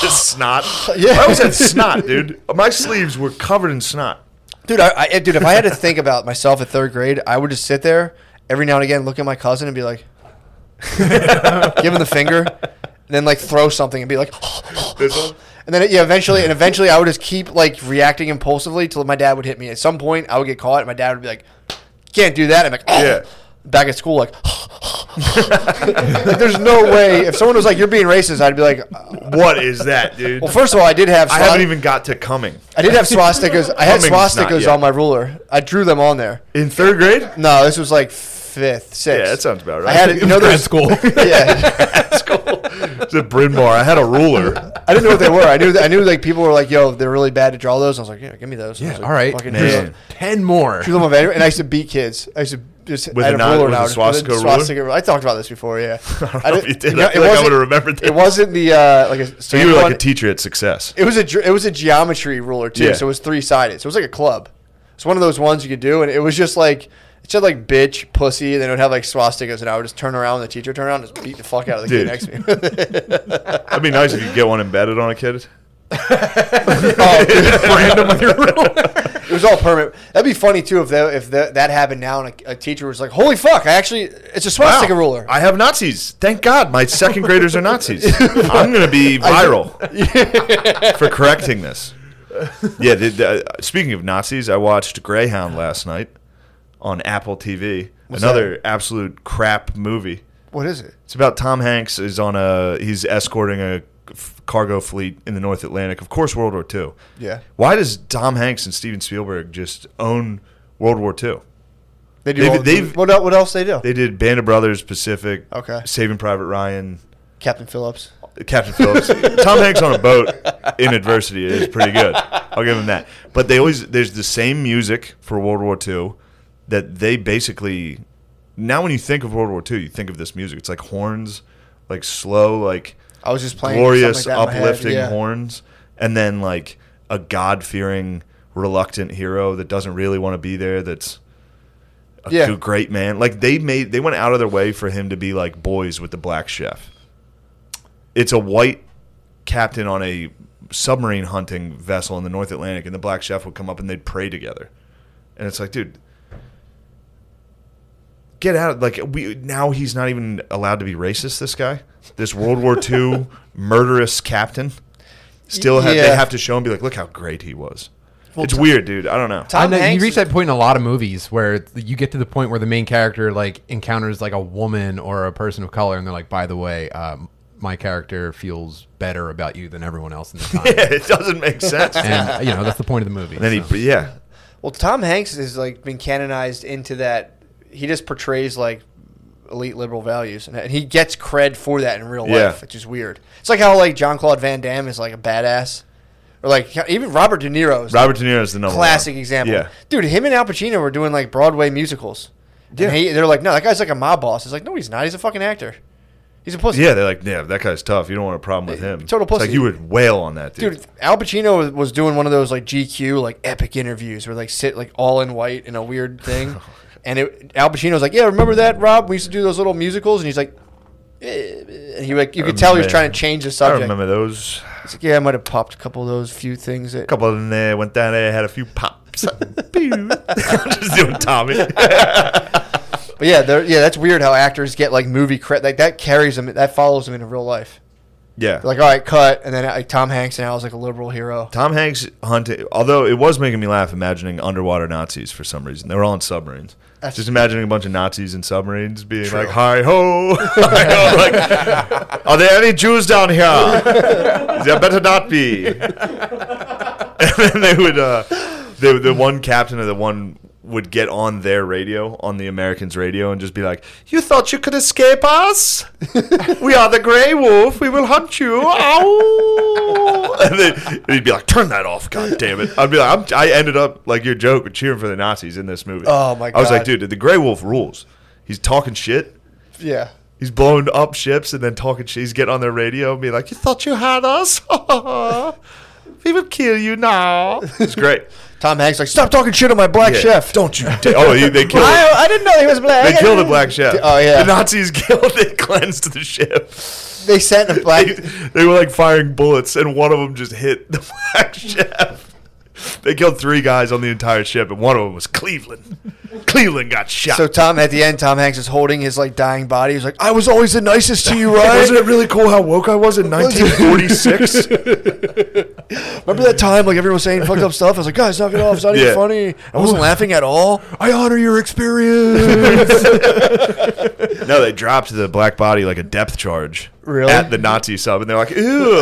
[SPEAKER 2] just snot.
[SPEAKER 1] [laughs] Yeah.
[SPEAKER 2] I always had snot, dude. My sleeves were covered in snot.
[SPEAKER 1] dude, I, I dude, if I had to think about myself at third grade, I would just sit there every now and again, look at my cousin and be like, [laughs] give him the finger, and then like throw something and be like.
[SPEAKER 2] This one?
[SPEAKER 1] And then yeah, eventually, and eventually, I would just keep like reacting impulsively till my dad would hit me. At some point, I would get caught, and my dad would be like, "Can't do that." I'm like, "Oh."
[SPEAKER 2] Yeah.
[SPEAKER 1] Back at school, like, [laughs] like, there's no way. If someone was like, "You're being racist," I'd be like, uh,
[SPEAKER 2] What is that, dude?
[SPEAKER 1] "Well, first of all, I did have
[SPEAKER 2] I
[SPEAKER 1] swast- I,
[SPEAKER 2] haven't even got to coming.
[SPEAKER 1] did have swastikas. I had
[SPEAKER 2] Humming's not
[SPEAKER 1] swastikas
[SPEAKER 2] yet.
[SPEAKER 1] on my ruler. I drew them on there.
[SPEAKER 2] In third grade? Yeah,
[SPEAKER 1] [laughs] No, this was like fifth, sixth.
[SPEAKER 2] that sounds about right.
[SPEAKER 1] I had it. You
[SPEAKER 2] [laughs]
[SPEAKER 1] know,
[SPEAKER 3] [laughs] grad
[SPEAKER 1] there's [laughs]
[SPEAKER 3] school.
[SPEAKER 1] yeah.
[SPEAKER 2] That's cool. It's a Bryn Mawr. I had a ruler.
[SPEAKER 1] I didn't know what they were. I knew. I knew like people were like, "Yo, they're really bad to draw those." I was like, "Yeah, give me those." And I was
[SPEAKER 3] yeah,
[SPEAKER 1] like,
[SPEAKER 3] all right,
[SPEAKER 1] fucking
[SPEAKER 2] Man.
[SPEAKER 1] drew
[SPEAKER 3] there's
[SPEAKER 1] them.
[SPEAKER 3] ten more.
[SPEAKER 1] Drew them on Vanderbilt, and I used to beat kids. I used to just
[SPEAKER 2] With
[SPEAKER 1] I had
[SPEAKER 2] a knot-
[SPEAKER 1] ruler
[SPEAKER 2] with
[SPEAKER 1] now,
[SPEAKER 2] a
[SPEAKER 1] with
[SPEAKER 2] swastika ruler?
[SPEAKER 1] ruler. I talked about this before, yeah.
[SPEAKER 2] [laughs] I don't know if
[SPEAKER 1] didn't-
[SPEAKER 2] you did.
[SPEAKER 1] no,
[SPEAKER 2] I feel
[SPEAKER 1] it
[SPEAKER 2] like I
[SPEAKER 1] wasn't-
[SPEAKER 2] would have remembered that.
[SPEAKER 1] It wasn't the uh, like a
[SPEAKER 2] so you were like
[SPEAKER 1] one.
[SPEAKER 2] a teacher at Success.
[SPEAKER 1] It was a ge- it was a geometry ruler too,
[SPEAKER 2] Yeah.
[SPEAKER 1] so it was three sided. So it was like a club. It's one of those ones you could do, and it was just like it said like bitch, pussy, and then it would have like swastikas, and I would just turn around, and the teacher would turn around, and just beat the fuck out of the kid
[SPEAKER 2] Dude.
[SPEAKER 1] next to me. [laughs]
[SPEAKER 2] That'd be nice if you could get one embedded on a kid.
[SPEAKER 1] Oh, dude. [laughs]
[SPEAKER 2] Random [laughs] on your ruler.
[SPEAKER 1] It was all permanent. That'd be funny too if that if that, that happened now and a, a teacher was like, "Holy fuck! I actually it's a
[SPEAKER 2] Wow.
[SPEAKER 1] swastika ruler."
[SPEAKER 2] I have Nazis. Thank God my second graders are Nazis. I'm going
[SPEAKER 1] [laughs]
[SPEAKER 2] to be viral for correcting this. Yeah, the, the, uh, speaking of Nazis, I watched Greyhound last night on Apple TV. another absolute crap movie.
[SPEAKER 1] what is it?
[SPEAKER 2] It's about Tom Hanks is on a he's escorting a f- cargo fleet in the North Atlantic. Of course, World War II.
[SPEAKER 1] Yeah.
[SPEAKER 2] Why does Tom Hanks and Steven Spielberg just own World War II?
[SPEAKER 1] They do.
[SPEAKER 2] They've-
[SPEAKER 1] all the-
[SPEAKER 2] they've-
[SPEAKER 1] what, el- what else they do?
[SPEAKER 2] They did Band of Brothers, Pacific,
[SPEAKER 1] Okay.
[SPEAKER 2] Saving Private Ryan,
[SPEAKER 1] Captain Phillips.
[SPEAKER 2] Captain Phillips. Tom Hanks on a boat in adversity is pretty good. I'll give him that. But they always there's the same music for World War II that they basically now when you think of World War II, you think of this music. It's like horns, like slow, like
[SPEAKER 1] I was just playing
[SPEAKER 2] glorious,
[SPEAKER 1] something like that in my head,
[SPEAKER 2] uplifting
[SPEAKER 1] yeah.
[SPEAKER 2] horns, and then like a God fearing, reluctant hero that doesn't really want to be there. That's a
[SPEAKER 1] Yeah.
[SPEAKER 2] good- great man. Like they made, they went out of their way for him to be like boys with the black chef. It's a white captain on a submarine hunting vessel in the North Atlantic, and the black chef would come up and they'd pray together. And it's like, dude, get out! Like we now, he's not even allowed to be racist. This guy, this World War II [laughs] murderous captain, still have, they
[SPEAKER 1] Yeah.
[SPEAKER 2] have to show and be like, look how great he was. it's
[SPEAKER 1] Tom-
[SPEAKER 2] weird, dude. I don't know.
[SPEAKER 1] Tom
[SPEAKER 3] I know you
[SPEAKER 1] Hanks
[SPEAKER 3] reach
[SPEAKER 1] is-
[SPEAKER 3] that point in a lot of movies where you get to the point where the main character like encounters like a woman or a person of color, and they're like, "By the way, um, my character feels better about you than everyone else in
[SPEAKER 1] [laughs]
[SPEAKER 3] the time.
[SPEAKER 2] [laughs] Yeah, it doesn't make sense. and
[SPEAKER 3] And you know that's the point of the movie.
[SPEAKER 2] then
[SPEAKER 3] so.
[SPEAKER 2] he, yeah,
[SPEAKER 1] Well, Tom Hanks has like been canonized into that. He just portrays like elite liberal values, and, and he gets cred for that in real life,
[SPEAKER 2] Yeah.
[SPEAKER 1] which is weird. It's like how like John Claude Van Damme is like a badass, or like even Robert De Niro is
[SPEAKER 2] Robert De Niro is the number
[SPEAKER 1] classic
[SPEAKER 2] one.
[SPEAKER 1] example.
[SPEAKER 2] Yeah.
[SPEAKER 1] Dude, him and Al Pacino were doing like Broadway musicals.
[SPEAKER 2] Yeah.
[SPEAKER 1] And he, they're like, no, that guy's like a mob boss. It's like, no, he's not. He's a fucking actor. He's a pussy.
[SPEAKER 2] Yeah, they're like, yeah, that guy's tough. You don't want a problem with him.
[SPEAKER 1] Total
[SPEAKER 2] It's like
[SPEAKER 1] pussy.
[SPEAKER 2] you would wail on that dude.
[SPEAKER 1] Dude, Al Pacino was- was doing one of those like GQ like epic interviews where like sit like all in white in a weird
[SPEAKER 2] [laughs] Oh,
[SPEAKER 1] thing, and it, Al Pacino's like, "Yeah, remember that, Rob? We used to do those little musicals." And he's like, "Eh," and he like you could tell he was
[SPEAKER 2] Oh, Man.
[SPEAKER 1] trying to change the
[SPEAKER 2] I
[SPEAKER 1] subject.
[SPEAKER 2] remember those.
[SPEAKER 1] He's like, "Yeah, I might have popped a couple of those few things." That,
[SPEAKER 2] A couple of them there went down there, had a few pops. [laughs] Pew.
[SPEAKER 1] [laughs]
[SPEAKER 2] Just doing Tommy. [laughs]
[SPEAKER 1] but yeah, they're- yeah, that's weird how actors get like movie credit. Like that carries them, that follows them into real life.
[SPEAKER 2] yeah.
[SPEAKER 1] They're like, all right, cut, and then like Tom Hanks and Al's like a liberal hero.
[SPEAKER 2] Tom Hanks hunting, although it was making me laugh imagining underwater Nazis for some reason. They were all in submarines.
[SPEAKER 1] That's-
[SPEAKER 2] Just imagining a bunch of Nazis in submarines being
[SPEAKER 1] True.
[SPEAKER 2] like, hi [laughs] ho. like, are there any Jews down here?
[SPEAKER 1] [laughs]
[SPEAKER 2] there better not be. and then they would, uh, they, the one captain or the one would get on their radio, on the Americans' radio, and just be like, You thought you could escape us? we are the Grey Wolf. We will hunt you. Ow! And, then, and he'd be like, "Turn that off, god damn it!" I'd be like, I'm, "I ended up like your joke, but cheering for the Nazis in this movie."
[SPEAKER 1] Oh, my
[SPEAKER 2] I was like,
[SPEAKER 1] God.
[SPEAKER 2] "Dude, the Grey Wolf rules. He's talking shit.
[SPEAKER 1] Yeah,
[SPEAKER 2] He's blowing up ships and then talking shit. He's getting on their radio and be like, "You thought you had us? [laughs] we will kill you now." It's great.
[SPEAKER 1] Tom Hanks like, stop talking shit on my black
[SPEAKER 2] Yeah.
[SPEAKER 1] chef.
[SPEAKER 2] Don't you?
[SPEAKER 1] [laughs]
[SPEAKER 2] dare oh, he- they killed.
[SPEAKER 1] I, I didn't know he was black.
[SPEAKER 2] They killed the black chef.
[SPEAKER 1] Oh yeah,
[SPEAKER 2] the Nazis [laughs] killed. They cleansed the ship.
[SPEAKER 1] They sent a black.
[SPEAKER 2] they, [laughs] they were like firing bullets, and one of them just hit the [laughs] black chef. They killed three guys on the entire ship, and one of them was Cleveland. Cleveland got shot.
[SPEAKER 1] so Tom, at the end, Tom Hanks is holding his like dying body. He's like, "I was always the nicest to you,
[SPEAKER 2] [laughs] Wasn't
[SPEAKER 1] right?
[SPEAKER 2] it really cool how woke I was
[SPEAKER 1] [laughs]
[SPEAKER 2] in 1946?
[SPEAKER 1] Remember that time like everyone was saying fucked up stuff? I was like, guys, knock it off. It's not
[SPEAKER 2] Yeah.
[SPEAKER 1] even funny. I wasn't laughing at
[SPEAKER 2] [laughs]
[SPEAKER 1] all.
[SPEAKER 3] I honor
[SPEAKER 1] [laughs]
[SPEAKER 3] your experience.
[SPEAKER 2] no, they dropped the black body like a depth charge
[SPEAKER 1] Really?
[SPEAKER 2] at the Nazi sub, and they're like, "Ew!"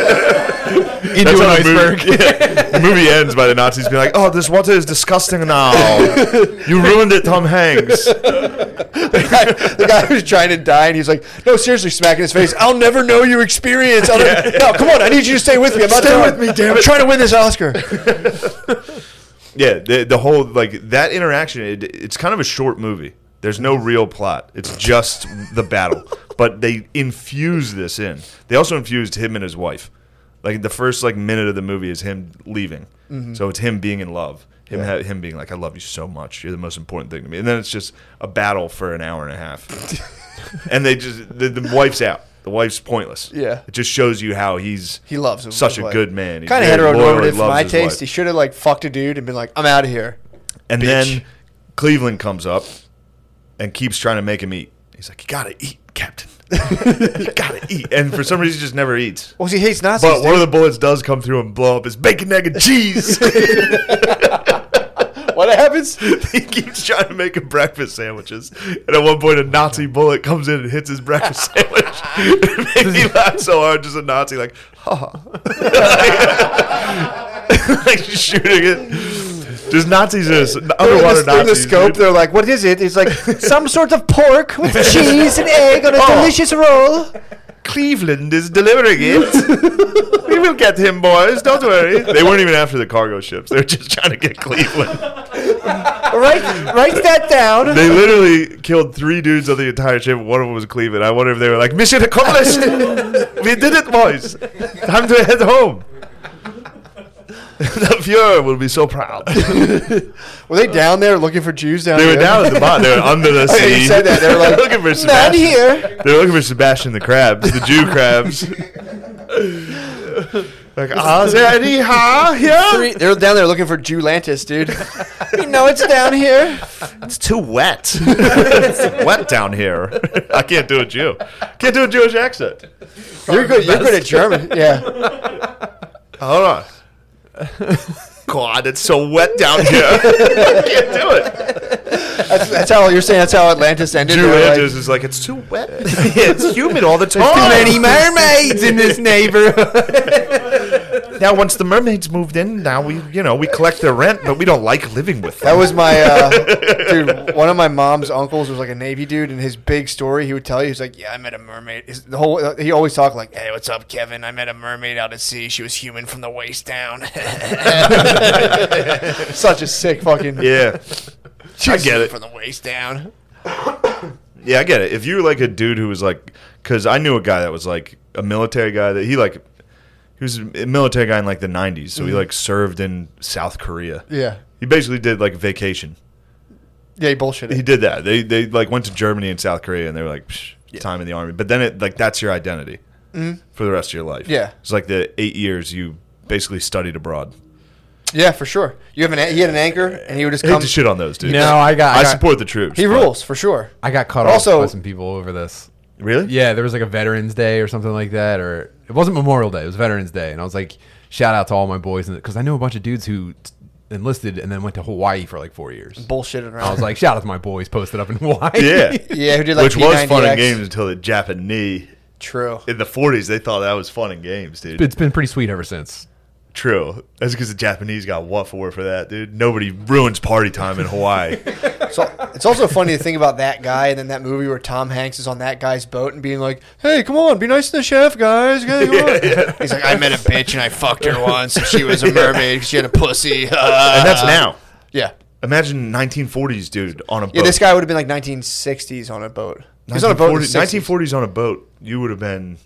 [SPEAKER 3] Into an
[SPEAKER 2] how the movie- [laughs]
[SPEAKER 3] iceberg.
[SPEAKER 2] yeah. the movie ends by the Nazis being like, "Oh, this water is disgusting now. you ruined it, Tom Hanks."
[SPEAKER 1] The guy, [laughs] the guy who's trying to die, and he's like, "No, seriously, smacking his face. I'll never know your experience.
[SPEAKER 2] [laughs]
[SPEAKER 1] I'll never- No, come on. I need you to stay with me. I'm not
[SPEAKER 2] Stay
[SPEAKER 1] done.
[SPEAKER 2] with me, damn
[SPEAKER 1] I'm
[SPEAKER 2] it."
[SPEAKER 1] trying to win this
[SPEAKER 2] [laughs]
[SPEAKER 1] Oscar.
[SPEAKER 2] Yeah, the the whole like that interaction. It, it's kind of a short movie. There's no real plot. It's just
[SPEAKER 1] [laughs]
[SPEAKER 2] the battle. But they infuse this in. They also infused him and his wife. Like the first like minute of the movie is him leaving.
[SPEAKER 1] Mm-hmm.
[SPEAKER 2] So it's him being in love. Him ha- him being like, I love you so much. You're the most important thing to me. And then it's just a battle for an hour and a half.
[SPEAKER 1] [laughs]
[SPEAKER 2] and they just the, the wife's out. The wife's pointless.
[SPEAKER 1] Yeah.
[SPEAKER 2] it just shows you how he's
[SPEAKER 1] He loves him.
[SPEAKER 2] such a
[SPEAKER 1] His wife.
[SPEAKER 2] good man. He's
[SPEAKER 1] Kind of
[SPEAKER 2] very loyal, he
[SPEAKER 1] heteronormative for
[SPEAKER 2] loves
[SPEAKER 1] my
[SPEAKER 2] his
[SPEAKER 1] taste.
[SPEAKER 2] wife.
[SPEAKER 1] He should have like fucked a dude and been like, "I'm out of here."
[SPEAKER 2] And
[SPEAKER 1] Bitch.
[SPEAKER 2] then Cleveland comes up and keeps trying to make him eat. He's like, "You gotta eat, Captain. [laughs] you gotta eat." And for some reason, he just never eats.
[SPEAKER 1] Well, see, he hates Nazis.
[SPEAKER 2] But one of the bullets does come through and blow up his bacon, egg, and [laughs] cheese.
[SPEAKER 1] dude. what happens?
[SPEAKER 2] he keeps trying to make him breakfast sandwiches, and at one point, a Nazi bullet comes in and hits his [laughs] breakfast sandwich. it [laughs] made me laugh so hard, just a Nazi like, "Ha!" [laughs] like, shooting it. Just Nazis are s-
[SPEAKER 1] They're
[SPEAKER 2] underwater
[SPEAKER 1] in the, in the
[SPEAKER 2] Nazis.
[SPEAKER 1] scope,
[SPEAKER 2] dude.
[SPEAKER 1] they're like, "What is it?" It's like some sort of pork
[SPEAKER 2] [laughs]
[SPEAKER 1] with cheese and egg on a
[SPEAKER 2] Oh.
[SPEAKER 1] delicious roll.
[SPEAKER 2] Cleveland is delivering it. we will get him, boys. Don't worry. They weren't even after the cargo ships. They were just trying to get Cleveland.
[SPEAKER 1] Write, write that down.
[SPEAKER 2] They literally killed three dudes on the entire ship. One of them was Cleveland. I wonder if they were like, Mission accomplished. we did it, boys. Time to head home. [laughs] the Fuhrer will be so proud.
[SPEAKER 1] Were they down there looking for Jews down
[SPEAKER 2] They
[SPEAKER 1] there?
[SPEAKER 2] were down at the
[SPEAKER 1] [laughs]
[SPEAKER 2] bottom. [laughs] They were under the
[SPEAKER 1] Okay,
[SPEAKER 2] sea.
[SPEAKER 1] you said that. They were like,
[SPEAKER 2] [laughs] looking for
[SPEAKER 1] Not
[SPEAKER 2] Sebastian.
[SPEAKER 1] here.
[SPEAKER 2] They're looking for Sebastian the Crabs, the [laughs] Jew Crabs. like, ah, is there any ha
[SPEAKER 1] Three,
[SPEAKER 2] here?
[SPEAKER 1] they're down there looking for Jew Lantis, dude. you know it's down here.
[SPEAKER 2] [laughs] It's too wet. [laughs] it's wet down here. I can't do a Jew. Can't do a Jewish accent.
[SPEAKER 1] You're good. You're good at German. Yeah.
[SPEAKER 2] Hold on. [laughs] God, it's so wet down here. I can't do it.
[SPEAKER 1] That's, that's how you're saying. That's how Atlantis ended.
[SPEAKER 2] Drew
[SPEAKER 1] They're like,
[SPEAKER 2] Andrews is like, it's too wet. [laughs] it's humid all the time.
[SPEAKER 1] There's too many
[SPEAKER 2] [laughs]
[SPEAKER 1] mermaids in this neighborhood.
[SPEAKER 2] Now, once the mermaids moved in, now we, you know, we collect their rent, but we don't like living with
[SPEAKER 1] That
[SPEAKER 2] them.
[SPEAKER 1] was my uh, dude. One of my mom's uncles was like a Navy dude, and his big story he would tell you. He's like, "Yeah, I met a mermaid." His, the whole uh, he always talked like, "Hey, what's up, Kevin? I met a mermaid out at sea. She was human from the waist
[SPEAKER 2] [laughs]
[SPEAKER 1] down." Such a sick fucking.
[SPEAKER 2] [laughs] yeah,
[SPEAKER 1] she
[SPEAKER 2] I
[SPEAKER 1] was
[SPEAKER 2] get
[SPEAKER 1] human
[SPEAKER 2] it.
[SPEAKER 1] from the waist down.
[SPEAKER 2] yeah, I get it. If you're like a dude who was like, because I knew a guy that was like a military guy that he like, he was a military guy in like the '90s, so he like served in South Korea.
[SPEAKER 1] Yeah,
[SPEAKER 2] He basically did like vacation.
[SPEAKER 1] yeah, he bullshit.
[SPEAKER 2] He did that. They they like went to Germany and South Korea, and they were like Psh, time in the army. But then it like that's your identity for the rest of your life.
[SPEAKER 1] Yeah.
[SPEAKER 2] it's like the eight years you basically studied abroad.
[SPEAKER 1] Yeah, for sure. You have an he had an anchor, and he would just
[SPEAKER 2] I hate
[SPEAKER 1] come.
[SPEAKER 2] to shit on those dudes.
[SPEAKER 3] No, I got-
[SPEAKER 2] I,
[SPEAKER 3] I got-
[SPEAKER 2] support the troops.
[SPEAKER 1] He
[SPEAKER 2] but-
[SPEAKER 1] rules for sure.
[SPEAKER 3] I got caught
[SPEAKER 1] Also-
[SPEAKER 3] off by some people over this.
[SPEAKER 2] Really?
[SPEAKER 3] Yeah, there was like a Veterans Day or something like that, or it wasn't Memorial Day. It was Veterans Day, and I was like, shout out to all my boys, because I know a bunch of dudes who t- enlisted and then went to Hawaii for like four years.
[SPEAKER 1] Bullshitting around.
[SPEAKER 3] I was like, shout out to my boys posted
[SPEAKER 2] [laughs]
[SPEAKER 3] up in Hawaii.
[SPEAKER 2] Yeah.
[SPEAKER 1] yeah, who did like
[SPEAKER 2] Which was fun
[SPEAKER 1] P90X.
[SPEAKER 2] and games until the Japanese
[SPEAKER 1] True.
[SPEAKER 2] in the 40s. They thought that was fun and games, dude.
[SPEAKER 3] [laughs] it's been pretty sweet ever since.
[SPEAKER 2] True. That's because the Japanese got what for for that, dude. Nobody ruins party time
[SPEAKER 1] [laughs]
[SPEAKER 2] in Hawaii.
[SPEAKER 1] So it's also funny to think about that guy and then that movie where Tom Hanks is on that guy's boat and being like, "Hey, come on, be nice to the chef, guys." Hey,
[SPEAKER 2] [laughs]
[SPEAKER 1] come on." He's like, "I met a bitch and I fucked her once, and she [laughs] was a mermaid. 'cause She had a pussy." Uh,
[SPEAKER 2] and that's now.
[SPEAKER 1] yeah,
[SPEAKER 2] Imagine 1940s, dude, on a boat.
[SPEAKER 1] yeah. This guy would have been like 1960s on a boat. He was on a boat. In the 60s.
[SPEAKER 2] 1940s on a boat. You would have been.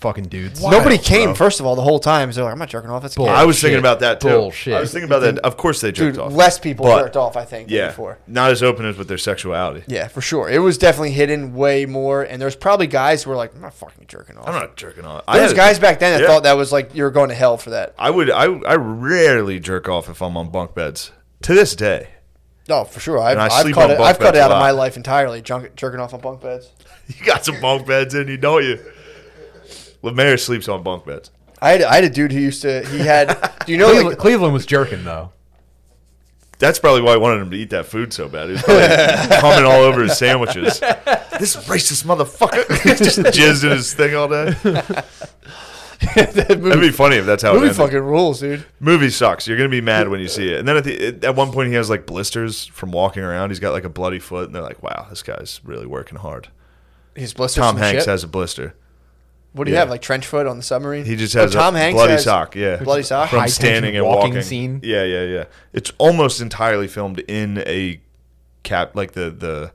[SPEAKER 3] Fucking dudes.
[SPEAKER 1] Nobody
[SPEAKER 2] Wild,
[SPEAKER 1] came
[SPEAKER 2] bro.
[SPEAKER 1] first of all the whole time. So they're like, "I'm not jerking off." That's gay."
[SPEAKER 3] Bull.
[SPEAKER 2] I was
[SPEAKER 3] Shit.
[SPEAKER 2] thinking about that too.
[SPEAKER 3] Bullshit.
[SPEAKER 2] I was thinking about that. Of course they jerked
[SPEAKER 1] dude.
[SPEAKER 2] off.
[SPEAKER 1] Less people
[SPEAKER 2] But-
[SPEAKER 1] jerked off, I think.
[SPEAKER 2] Yeah.
[SPEAKER 1] than before.
[SPEAKER 2] Not as open as with their sexuality.
[SPEAKER 1] Yeah, for sure. It was definitely hidden way more, and there's probably guys who were like, "I'm not fucking jerking off."
[SPEAKER 2] I'm not jerking off. I
[SPEAKER 1] There was
[SPEAKER 2] had-
[SPEAKER 1] guys back then that
[SPEAKER 2] Yeah.
[SPEAKER 1] thought that was like you were going to hell for that.
[SPEAKER 2] I would. I I rarely jerk off if I'm on bunk beds. To this day, [laughs]
[SPEAKER 1] No, for sure. I've,
[SPEAKER 2] And I
[SPEAKER 1] I've
[SPEAKER 2] sleep
[SPEAKER 1] cut
[SPEAKER 2] on
[SPEAKER 1] it.
[SPEAKER 2] bunk
[SPEAKER 1] I've cut it
[SPEAKER 2] beds a
[SPEAKER 1] out of
[SPEAKER 2] lot.
[SPEAKER 1] my life entirely. Junk, jerking off on bunk beds.
[SPEAKER 2] you got some bunk beds in you, don't you? Lemaire sleeps on bunk beds.
[SPEAKER 1] I had, I had a dude who used to. He had. Do you know?
[SPEAKER 3] Cleveland,
[SPEAKER 1] like,
[SPEAKER 3] Cleveland was jerking though.
[SPEAKER 2] That's probably why I wanted him to eat that food so bad. He
[SPEAKER 1] [laughs]
[SPEAKER 2] was probably coming all over his sandwiches. This racist motherfucker
[SPEAKER 1] [laughs]
[SPEAKER 2] just jizzed in his thing all day.
[SPEAKER 1] [laughs] that
[SPEAKER 2] That'd
[SPEAKER 1] movie,
[SPEAKER 2] be funny if that's how it
[SPEAKER 1] movie
[SPEAKER 2] ended.
[SPEAKER 1] fucking rules, dude.
[SPEAKER 2] movie sucks. You're gonna be mad when you see it. And then at the at one point he has like blisters from walking around. He's got like a bloody foot, and they're like, "Wow, this guy's really working hard."
[SPEAKER 1] He's blistered.
[SPEAKER 2] Tom
[SPEAKER 1] some
[SPEAKER 2] Hanks
[SPEAKER 1] shit.
[SPEAKER 2] has a blister.
[SPEAKER 1] What do you
[SPEAKER 2] yeah.
[SPEAKER 1] have? Like trench foot on the submarine.
[SPEAKER 2] He just
[SPEAKER 1] Oh,
[SPEAKER 2] has
[SPEAKER 1] Tom
[SPEAKER 2] a
[SPEAKER 1] Hanks
[SPEAKER 2] bloody
[SPEAKER 1] has-
[SPEAKER 2] sock. Yeah,
[SPEAKER 1] Bloody sock.
[SPEAKER 2] from
[SPEAKER 3] High tension
[SPEAKER 2] standing and
[SPEAKER 3] walking
[SPEAKER 2] walking.
[SPEAKER 3] scene.
[SPEAKER 2] Yeah, yeah, yeah. It's almost entirely filmed in a cap, like the the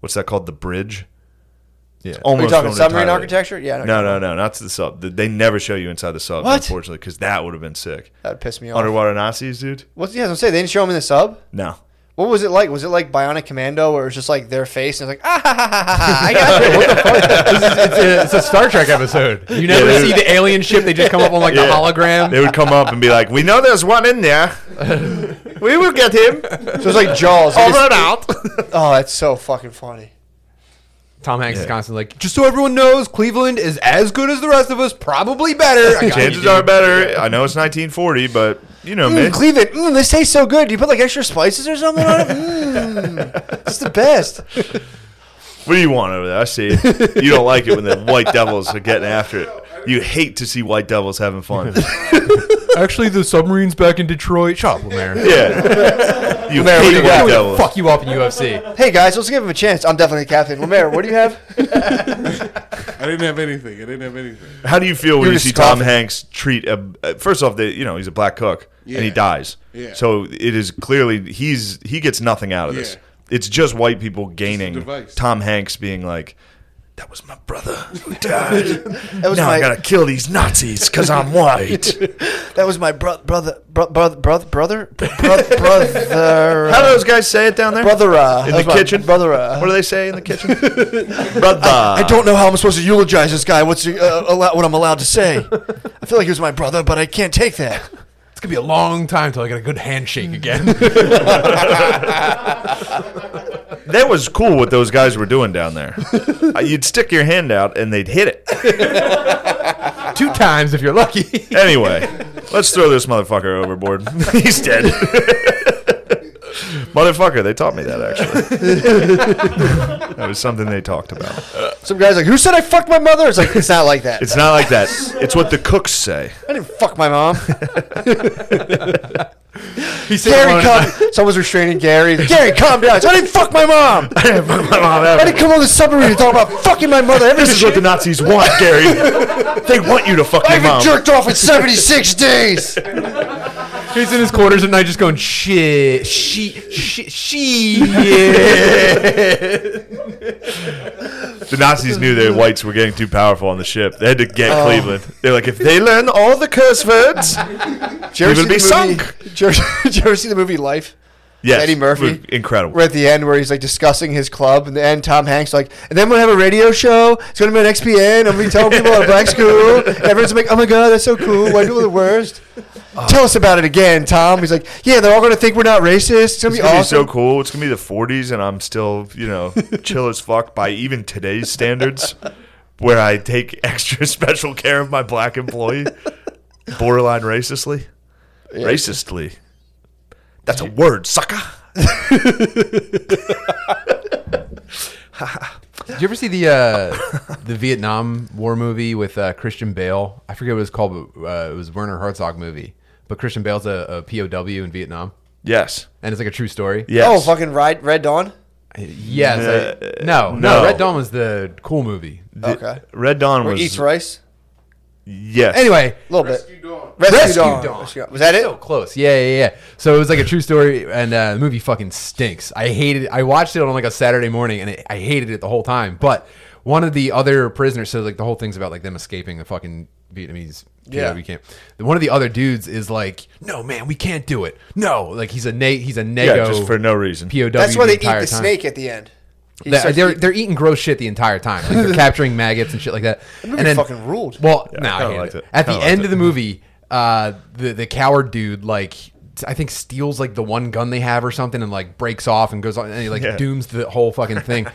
[SPEAKER 2] what's that called? The bridge.
[SPEAKER 3] Yeah.
[SPEAKER 2] It's almost
[SPEAKER 1] Are you talking
[SPEAKER 2] filmed
[SPEAKER 1] submarine
[SPEAKER 2] entirely.
[SPEAKER 1] architecture? Yeah. I know.
[SPEAKER 2] No, no, no, not to the sub. Th- They never show you inside the sub,
[SPEAKER 1] What? Oh.
[SPEAKER 2] unfortunately, because that would have been sick.
[SPEAKER 1] That'd piss me off.
[SPEAKER 2] Underwater Nazis, dude.
[SPEAKER 1] What's he has to say? They didn't show him in the sub.
[SPEAKER 2] No,
[SPEAKER 1] What was it like? Was it like Bionic Commando, where it was just like their face and it's like, [laughs] ah, ha, ha, ha, ha, ha, I got it.
[SPEAKER 3] It's, it's a, it's a Star Trek episode. You never
[SPEAKER 2] Yeah, dude.
[SPEAKER 3] see the alien ship; they just come up on like
[SPEAKER 2] Yeah.
[SPEAKER 3] the hologram.
[SPEAKER 2] they would come up and be like, "We know there's one
[SPEAKER 1] [laughs]
[SPEAKER 2] in there. we will get him.
[SPEAKER 1] So it's like Jaws. It
[SPEAKER 2] Over
[SPEAKER 1] just-
[SPEAKER 2] and out."
[SPEAKER 1] oh, that's so fucking funny.
[SPEAKER 3] [laughs] Tom Hanks is
[SPEAKER 2] Yeah.
[SPEAKER 3] constantly like, just so everyone knows, Cleveland is as good as the rest of us, probably better. I got you,
[SPEAKER 2] Chances
[SPEAKER 3] dude.
[SPEAKER 2] are better. I know it's 1940, but you know me.
[SPEAKER 1] Mm, Cleveland, mm, this tastes so good. Do you put like extra spices or something on it? Mmm, it's the best.
[SPEAKER 2] What do you want over there? I see. it. You don't like it when the White Devils are getting after it. You hate to see White Devils
[SPEAKER 1] [laughs]
[SPEAKER 2] having fun.
[SPEAKER 3] Actually, the submarine's back in Detroit. Shut up, Lemaire.
[SPEAKER 2] Yeah. You hate
[SPEAKER 3] We're
[SPEAKER 2] White
[SPEAKER 3] gonna
[SPEAKER 2] Devils.
[SPEAKER 3] fuck you up in UFC.
[SPEAKER 1] Hey guys, let's give him a chance. I'm definitely captain. Lemaire, what do you have?
[SPEAKER 5] I didn't have anything. I didn't have anything.
[SPEAKER 2] How do you feel when
[SPEAKER 1] You're
[SPEAKER 2] you
[SPEAKER 1] just
[SPEAKER 2] see
[SPEAKER 1] scoffing.
[SPEAKER 2] Tom Hanks treat a? uh, First off, the, you know he's a black cook and he
[SPEAKER 5] Yeah.
[SPEAKER 2] dies.
[SPEAKER 5] Yeah.
[SPEAKER 2] So it is clearly he's he gets nothing out of this.
[SPEAKER 5] Yeah.
[SPEAKER 2] It's just white people gaining.
[SPEAKER 5] device.
[SPEAKER 2] Tom Hanks being like, "That was my brother who died.
[SPEAKER 1] That was
[SPEAKER 2] now
[SPEAKER 1] my
[SPEAKER 2] I gotta kill these Nazis because I'm white."
[SPEAKER 1] that was my bro- brother bro- brother brother brother brother brother
[SPEAKER 2] How do those guys say it down there?
[SPEAKER 1] brother
[SPEAKER 2] in the kitchen.
[SPEAKER 1] brother.
[SPEAKER 2] What do they say in the kitchen? uh, [laughs] brother.
[SPEAKER 1] I don't know how I'm supposed to eulogize this guy. What's uh, allow- what I'm allowed to say? I feel like he was my brother, but I can't take that.
[SPEAKER 3] It's gonna be a long time till I get a good handshake again. [laughs]
[SPEAKER 2] That was cool what those guys were doing down [laughs] there. Uh, You'd stick your hand out and they'd hit it.
[SPEAKER 3] Two times if you're lucky.
[SPEAKER 2] [laughs]
[SPEAKER 3] [laughs]
[SPEAKER 2] Anyway, let's throw this motherfucker overboard. He's dead. Motherfucker, they taught me that [laughs] actually. that was something they talked about.
[SPEAKER 1] Some guy's like, "Who said I fucked my mother?" It's like it's not like that.
[SPEAKER 2] It's not like that. It's what the cooks say.
[SPEAKER 1] I didn't fuck my
[SPEAKER 2] [laughs]
[SPEAKER 1] mom.
[SPEAKER 3] He said
[SPEAKER 1] Gary, calm. Someone's restraining Gary. Gary, calm down. So I
[SPEAKER 2] [laughs]
[SPEAKER 1] didn't fuck my mom.
[SPEAKER 2] I didn't fuck my mom
[SPEAKER 1] I
[SPEAKER 2] ever.
[SPEAKER 1] didn't come on the submarine to talk about fucking my mother. Every
[SPEAKER 2] This is what the Nazis want, Gary. They want you to fuck
[SPEAKER 1] I
[SPEAKER 2] your
[SPEAKER 1] haven't
[SPEAKER 2] mom.
[SPEAKER 1] jerked off in
[SPEAKER 2] [laughs]
[SPEAKER 1] 76 days.
[SPEAKER 3] He's in his quarters at night just going, shit, she, she, she, yeah.
[SPEAKER 2] The Nazis knew the whites were getting too powerful on the ship. They had to get
[SPEAKER 1] Oh.
[SPEAKER 2] Cleveland. They're like, if they learn all the
[SPEAKER 1] [laughs]
[SPEAKER 2] curse words,
[SPEAKER 1] Did you ever
[SPEAKER 2] It would
[SPEAKER 1] see the
[SPEAKER 2] be
[SPEAKER 1] movie- Did you, ever, [laughs] did you ever see the movie Life?
[SPEAKER 2] yes,
[SPEAKER 1] Eddie Murphy?
[SPEAKER 2] incredible.
[SPEAKER 1] Where at the end, where he's like discussing his club, and then Tom Hanks like, and then we'll have a radio show. It's gonna be on XPN. I'm gonna be telling people at a [laughs] black school. Everyone's like, oh my god, that's so cool. White people are the worst.
[SPEAKER 2] Oh.
[SPEAKER 1] Tell us about it again, Tom. He's like, yeah, they're all gonna think we're not racist. It's gonna
[SPEAKER 2] It's
[SPEAKER 1] be
[SPEAKER 2] gonna
[SPEAKER 1] awesome.
[SPEAKER 2] be so cool. It's gonna be the 40s, and I'm still, you know, chill as fuck by even today's standards, where I take extra [laughs] special care of my black employee, borderline racistly, racistly. That's a word, sucker.
[SPEAKER 3] Did you ever see the uh, the Vietnam War movie with uh, Christian Bale? I forget what it was called, but uh, it was Werner Herzog movie. But Christian Bale's a, a POW in Vietnam,
[SPEAKER 2] Yes,
[SPEAKER 3] and it's like a true story.
[SPEAKER 2] yes.
[SPEAKER 1] Oh, fucking Ride, Red Dawn.
[SPEAKER 3] Yeah, it's like-
[SPEAKER 2] Uh,
[SPEAKER 3] no, no,
[SPEAKER 2] no.
[SPEAKER 3] Red Dawn was the cool movie.
[SPEAKER 2] The-
[SPEAKER 1] okay.
[SPEAKER 2] Red Dawn
[SPEAKER 1] Or
[SPEAKER 2] was
[SPEAKER 1] eats rice.
[SPEAKER 2] yes.
[SPEAKER 3] Anyway,
[SPEAKER 1] A little
[SPEAKER 5] Rescue
[SPEAKER 1] bit.
[SPEAKER 5] Dawn.
[SPEAKER 1] Rescue,
[SPEAKER 3] Rescue
[SPEAKER 1] Dawn.
[SPEAKER 3] Dawn.
[SPEAKER 1] Rescue Dawn. Was that it?
[SPEAKER 3] so close. Yeah, yeah, yeah. So it was like a true story, and uh, the movie fucking stinks. I hated it. I watched it on like a Saturday morning, and it, I hated it the whole time. But one of the other prisoners, so like the whole thing's about like them escaping the fucking Vietnamese
[SPEAKER 1] Yeah.
[SPEAKER 3] POW camp. One of the other dudes is like, "No, man, we can't do it. No, like he's a na- he's a
[SPEAKER 2] yeah,
[SPEAKER 3] nego
[SPEAKER 2] just for no reason.
[SPEAKER 3] POW.
[SPEAKER 1] That's why
[SPEAKER 3] the
[SPEAKER 1] they eat the
[SPEAKER 3] entire time.
[SPEAKER 1] snake at the end. He
[SPEAKER 3] They,
[SPEAKER 1] starts
[SPEAKER 3] are
[SPEAKER 1] eating-
[SPEAKER 3] they're eating gross shit the entire time.
[SPEAKER 1] [laughs]
[SPEAKER 3] Like they're capturing maggots and shit like that.
[SPEAKER 1] movie
[SPEAKER 3] and then
[SPEAKER 1] fucking ruled.
[SPEAKER 3] Well, no,
[SPEAKER 2] I
[SPEAKER 3] I
[SPEAKER 2] kinda
[SPEAKER 3] hated
[SPEAKER 2] liked
[SPEAKER 3] it.
[SPEAKER 2] it.
[SPEAKER 3] At the
[SPEAKER 2] Kinda liked
[SPEAKER 3] end
[SPEAKER 2] it.
[SPEAKER 3] of the movie, uh, the the coward dude like I think steals like the one gun they have or something and like breaks off and goes on and he like
[SPEAKER 2] Yeah.
[SPEAKER 3] dooms the whole fucking
[SPEAKER 2] [laughs]
[SPEAKER 3] thing.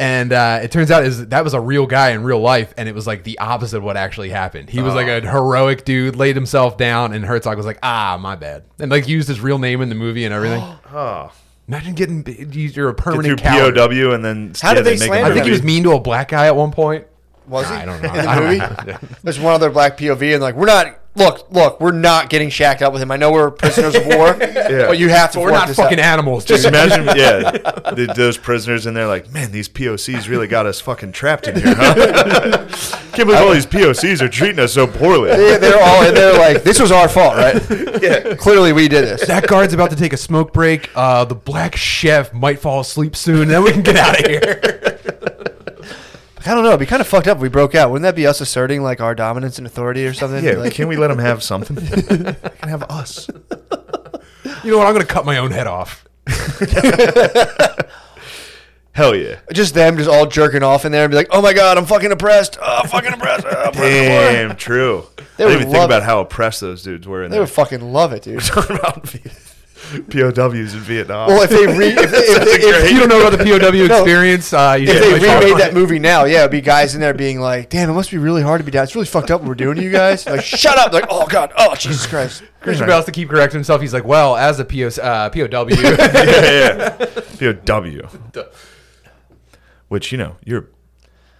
[SPEAKER 3] And uh, it turns out is that was a real guy in real life, and it was like the opposite of what actually happened. He was like
[SPEAKER 2] Oh.
[SPEAKER 3] a heroic dude, laid himself down, and Herzog was like, "Ah, my bad," and like used his real name in the movie and
[SPEAKER 2] [gasps]
[SPEAKER 3] everything.
[SPEAKER 2] oh.
[SPEAKER 3] Imagine getting you're a
[SPEAKER 2] Get
[SPEAKER 3] permanent
[SPEAKER 2] through
[SPEAKER 3] coward.
[SPEAKER 2] POW and then
[SPEAKER 1] How did they
[SPEAKER 2] make a
[SPEAKER 1] slander
[SPEAKER 3] I think
[SPEAKER 1] Maybe.
[SPEAKER 3] he was
[SPEAKER 2] movie.
[SPEAKER 3] mean to a black guy at one point.
[SPEAKER 1] Was
[SPEAKER 3] Nah,
[SPEAKER 1] he? [laughs]
[SPEAKER 3] I don't know.
[SPEAKER 1] In the
[SPEAKER 3] I don't
[SPEAKER 1] movie?
[SPEAKER 3] know. [laughs]
[SPEAKER 1] There's one other black POV, and like, we're not. Look, look, we're not getting shacked up with him. I know we're prisoners of
[SPEAKER 3] [laughs]
[SPEAKER 1] war, but you have to.
[SPEAKER 3] We're
[SPEAKER 1] work
[SPEAKER 3] not
[SPEAKER 1] this [laughs]
[SPEAKER 3] fucking
[SPEAKER 1] out.
[SPEAKER 3] animals,
[SPEAKER 2] Just
[SPEAKER 3] dude.
[SPEAKER 1] [laughs]
[SPEAKER 2] imagine, yeah, the, those prisoners, and they're like, "Man, these POCs really got us fucking trapped in here." Huh? [laughs] Can't believe all these POCs are treating us so poorly.
[SPEAKER 1] Yeah, they're all in there like, this was our fault,
[SPEAKER 3] [laughs]
[SPEAKER 1] right? yeah. Clearly, we did this.
[SPEAKER 3] [laughs] that guard's about to take a smoke break. Uh, the black chef might fall asleep soon. Then we can get out of here. [laughs]
[SPEAKER 1] I don't know. It'd be kind of fucked up if we broke out. Wouldn't that be us asserting like our dominance and authority or something?
[SPEAKER 2] Yeah,
[SPEAKER 1] Like,
[SPEAKER 2] can we let them
[SPEAKER 1] [laughs]
[SPEAKER 2] have something? They can have us.
[SPEAKER 3] you know what? I'm going to cut my own head off.
[SPEAKER 2] Hell yeah!
[SPEAKER 1] just them just all jerking off in there and be like, oh my God, I'm fucking oppressed. Oh, [laughs] fucking oppressed. Oh, oppressed.
[SPEAKER 2] Damn, true.
[SPEAKER 1] They
[SPEAKER 2] I
[SPEAKER 1] would
[SPEAKER 2] didn't even think
[SPEAKER 1] love
[SPEAKER 2] about
[SPEAKER 1] it.
[SPEAKER 2] how oppressed those dudes were in
[SPEAKER 1] They
[SPEAKER 2] there.
[SPEAKER 1] would fucking love it, dude. [laughs]
[SPEAKER 2] Talking [laughs] about POWs in Vietnam.
[SPEAKER 1] Well, if they re, if, they- if, they- if,
[SPEAKER 2] great-
[SPEAKER 3] You don't know about the
[SPEAKER 1] [laughs]
[SPEAKER 3] POW
[SPEAKER 1] No.
[SPEAKER 3] experience. Uh, you
[SPEAKER 1] if
[SPEAKER 3] should
[SPEAKER 1] they
[SPEAKER 3] really try to
[SPEAKER 1] remade
[SPEAKER 3] find-
[SPEAKER 1] that movie now, yeah, it'd be guys in there being like, "Damn, it must be really hard to be down. It's really fucked up what we're doing to you guys." Like, shut up! Like, oh god, oh Jesus Christ!
[SPEAKER 3] Christian Bale has to keep correcting himself. He's like, well, as a PO, uh, POW,
[SPEAKER 2] yeah, [laughs] yeah. POW. Which you know you're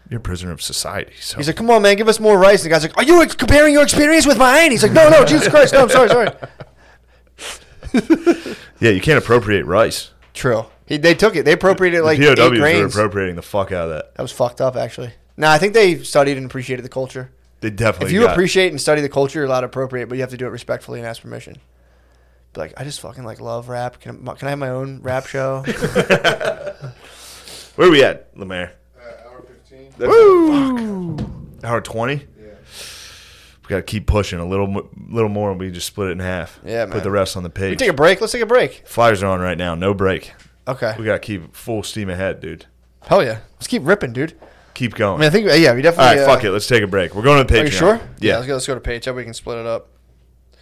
[SPEAKER 2] you're a prisoner of society. So
[SPEAKER 1] He's like, "Come on, man, give us more rice." And the guy's like, "Are you ex- comparing your experience with mine?" He's like, "No, no, Jesus Christ, no, I'm sorry, sorry."
[SPEAKER 2] yeah, you can't appropriate rice.
[SPEAKER 1] True. He, they took it. They appropriated like
[SPEAKER 2] the
[SPEAKER 1] eight
[SPEAKER 2] POWs were
[SPEAKER 1] grains.
[SPEAKER 2] appropriating the fuck out of that.
[SPEAKER 1] that was fucked up, actually. Nah, I think they studied and appreciated the culture.
[SPEAKER 2] They definitely.
[SPEAKER 1] If you
[SPEAKER 2] got-
[SPEAKER 1] appreciate and study the culture, you're allowed to appropriate, but you have to do it respectfully and ask permission. Be like, I just fucking like love rap. Can I, can I have my own rap show?
[SPEAKER 2] where we at, Lemaire?
[SPEAKER 5] Uh, hour 15.
[SPEAKER 2] Hour twenty. We gotta keep pushing a little, mo- little more, and we just split it in half.
[SPEAKER 1] Yeah,
[SPEAKER 2] Put
[SPEAKER 1] man.
[SPEAKER 2] the rest on the
[SPEAKER 1] we
[SPEAKER 2] page.
[SPEAKER 1] take a break. Let's take a break.
[SPEAKER 2] Flyers are on right now. No break.
[SPEAKER 1] Okay.
[SPEAKER 2] We gotta keep full steam ahead, dude.
[SPEAKER 1] Hell yeah. Let's keep ripping, dude.
[SPEAKER 2] Keep
[SPEAKER 1] I
[SPEAKER 2] going.
[SPEAKER 1] mean, I think, yeah, we
[SPEAKER 2] All right,
[SPEAKER 1] definitely.
[SPEAKER 2] fuck
[SPEAKER 1] uh,
[SPEAKER 2] it. Let's take a break. We're going to the Patreon.
[SPEAKER 1] Are you sure?
[SPEAKER 2] Yeah.
[SPEAKER 1] let's, go, let's go to page. That way we can split it up.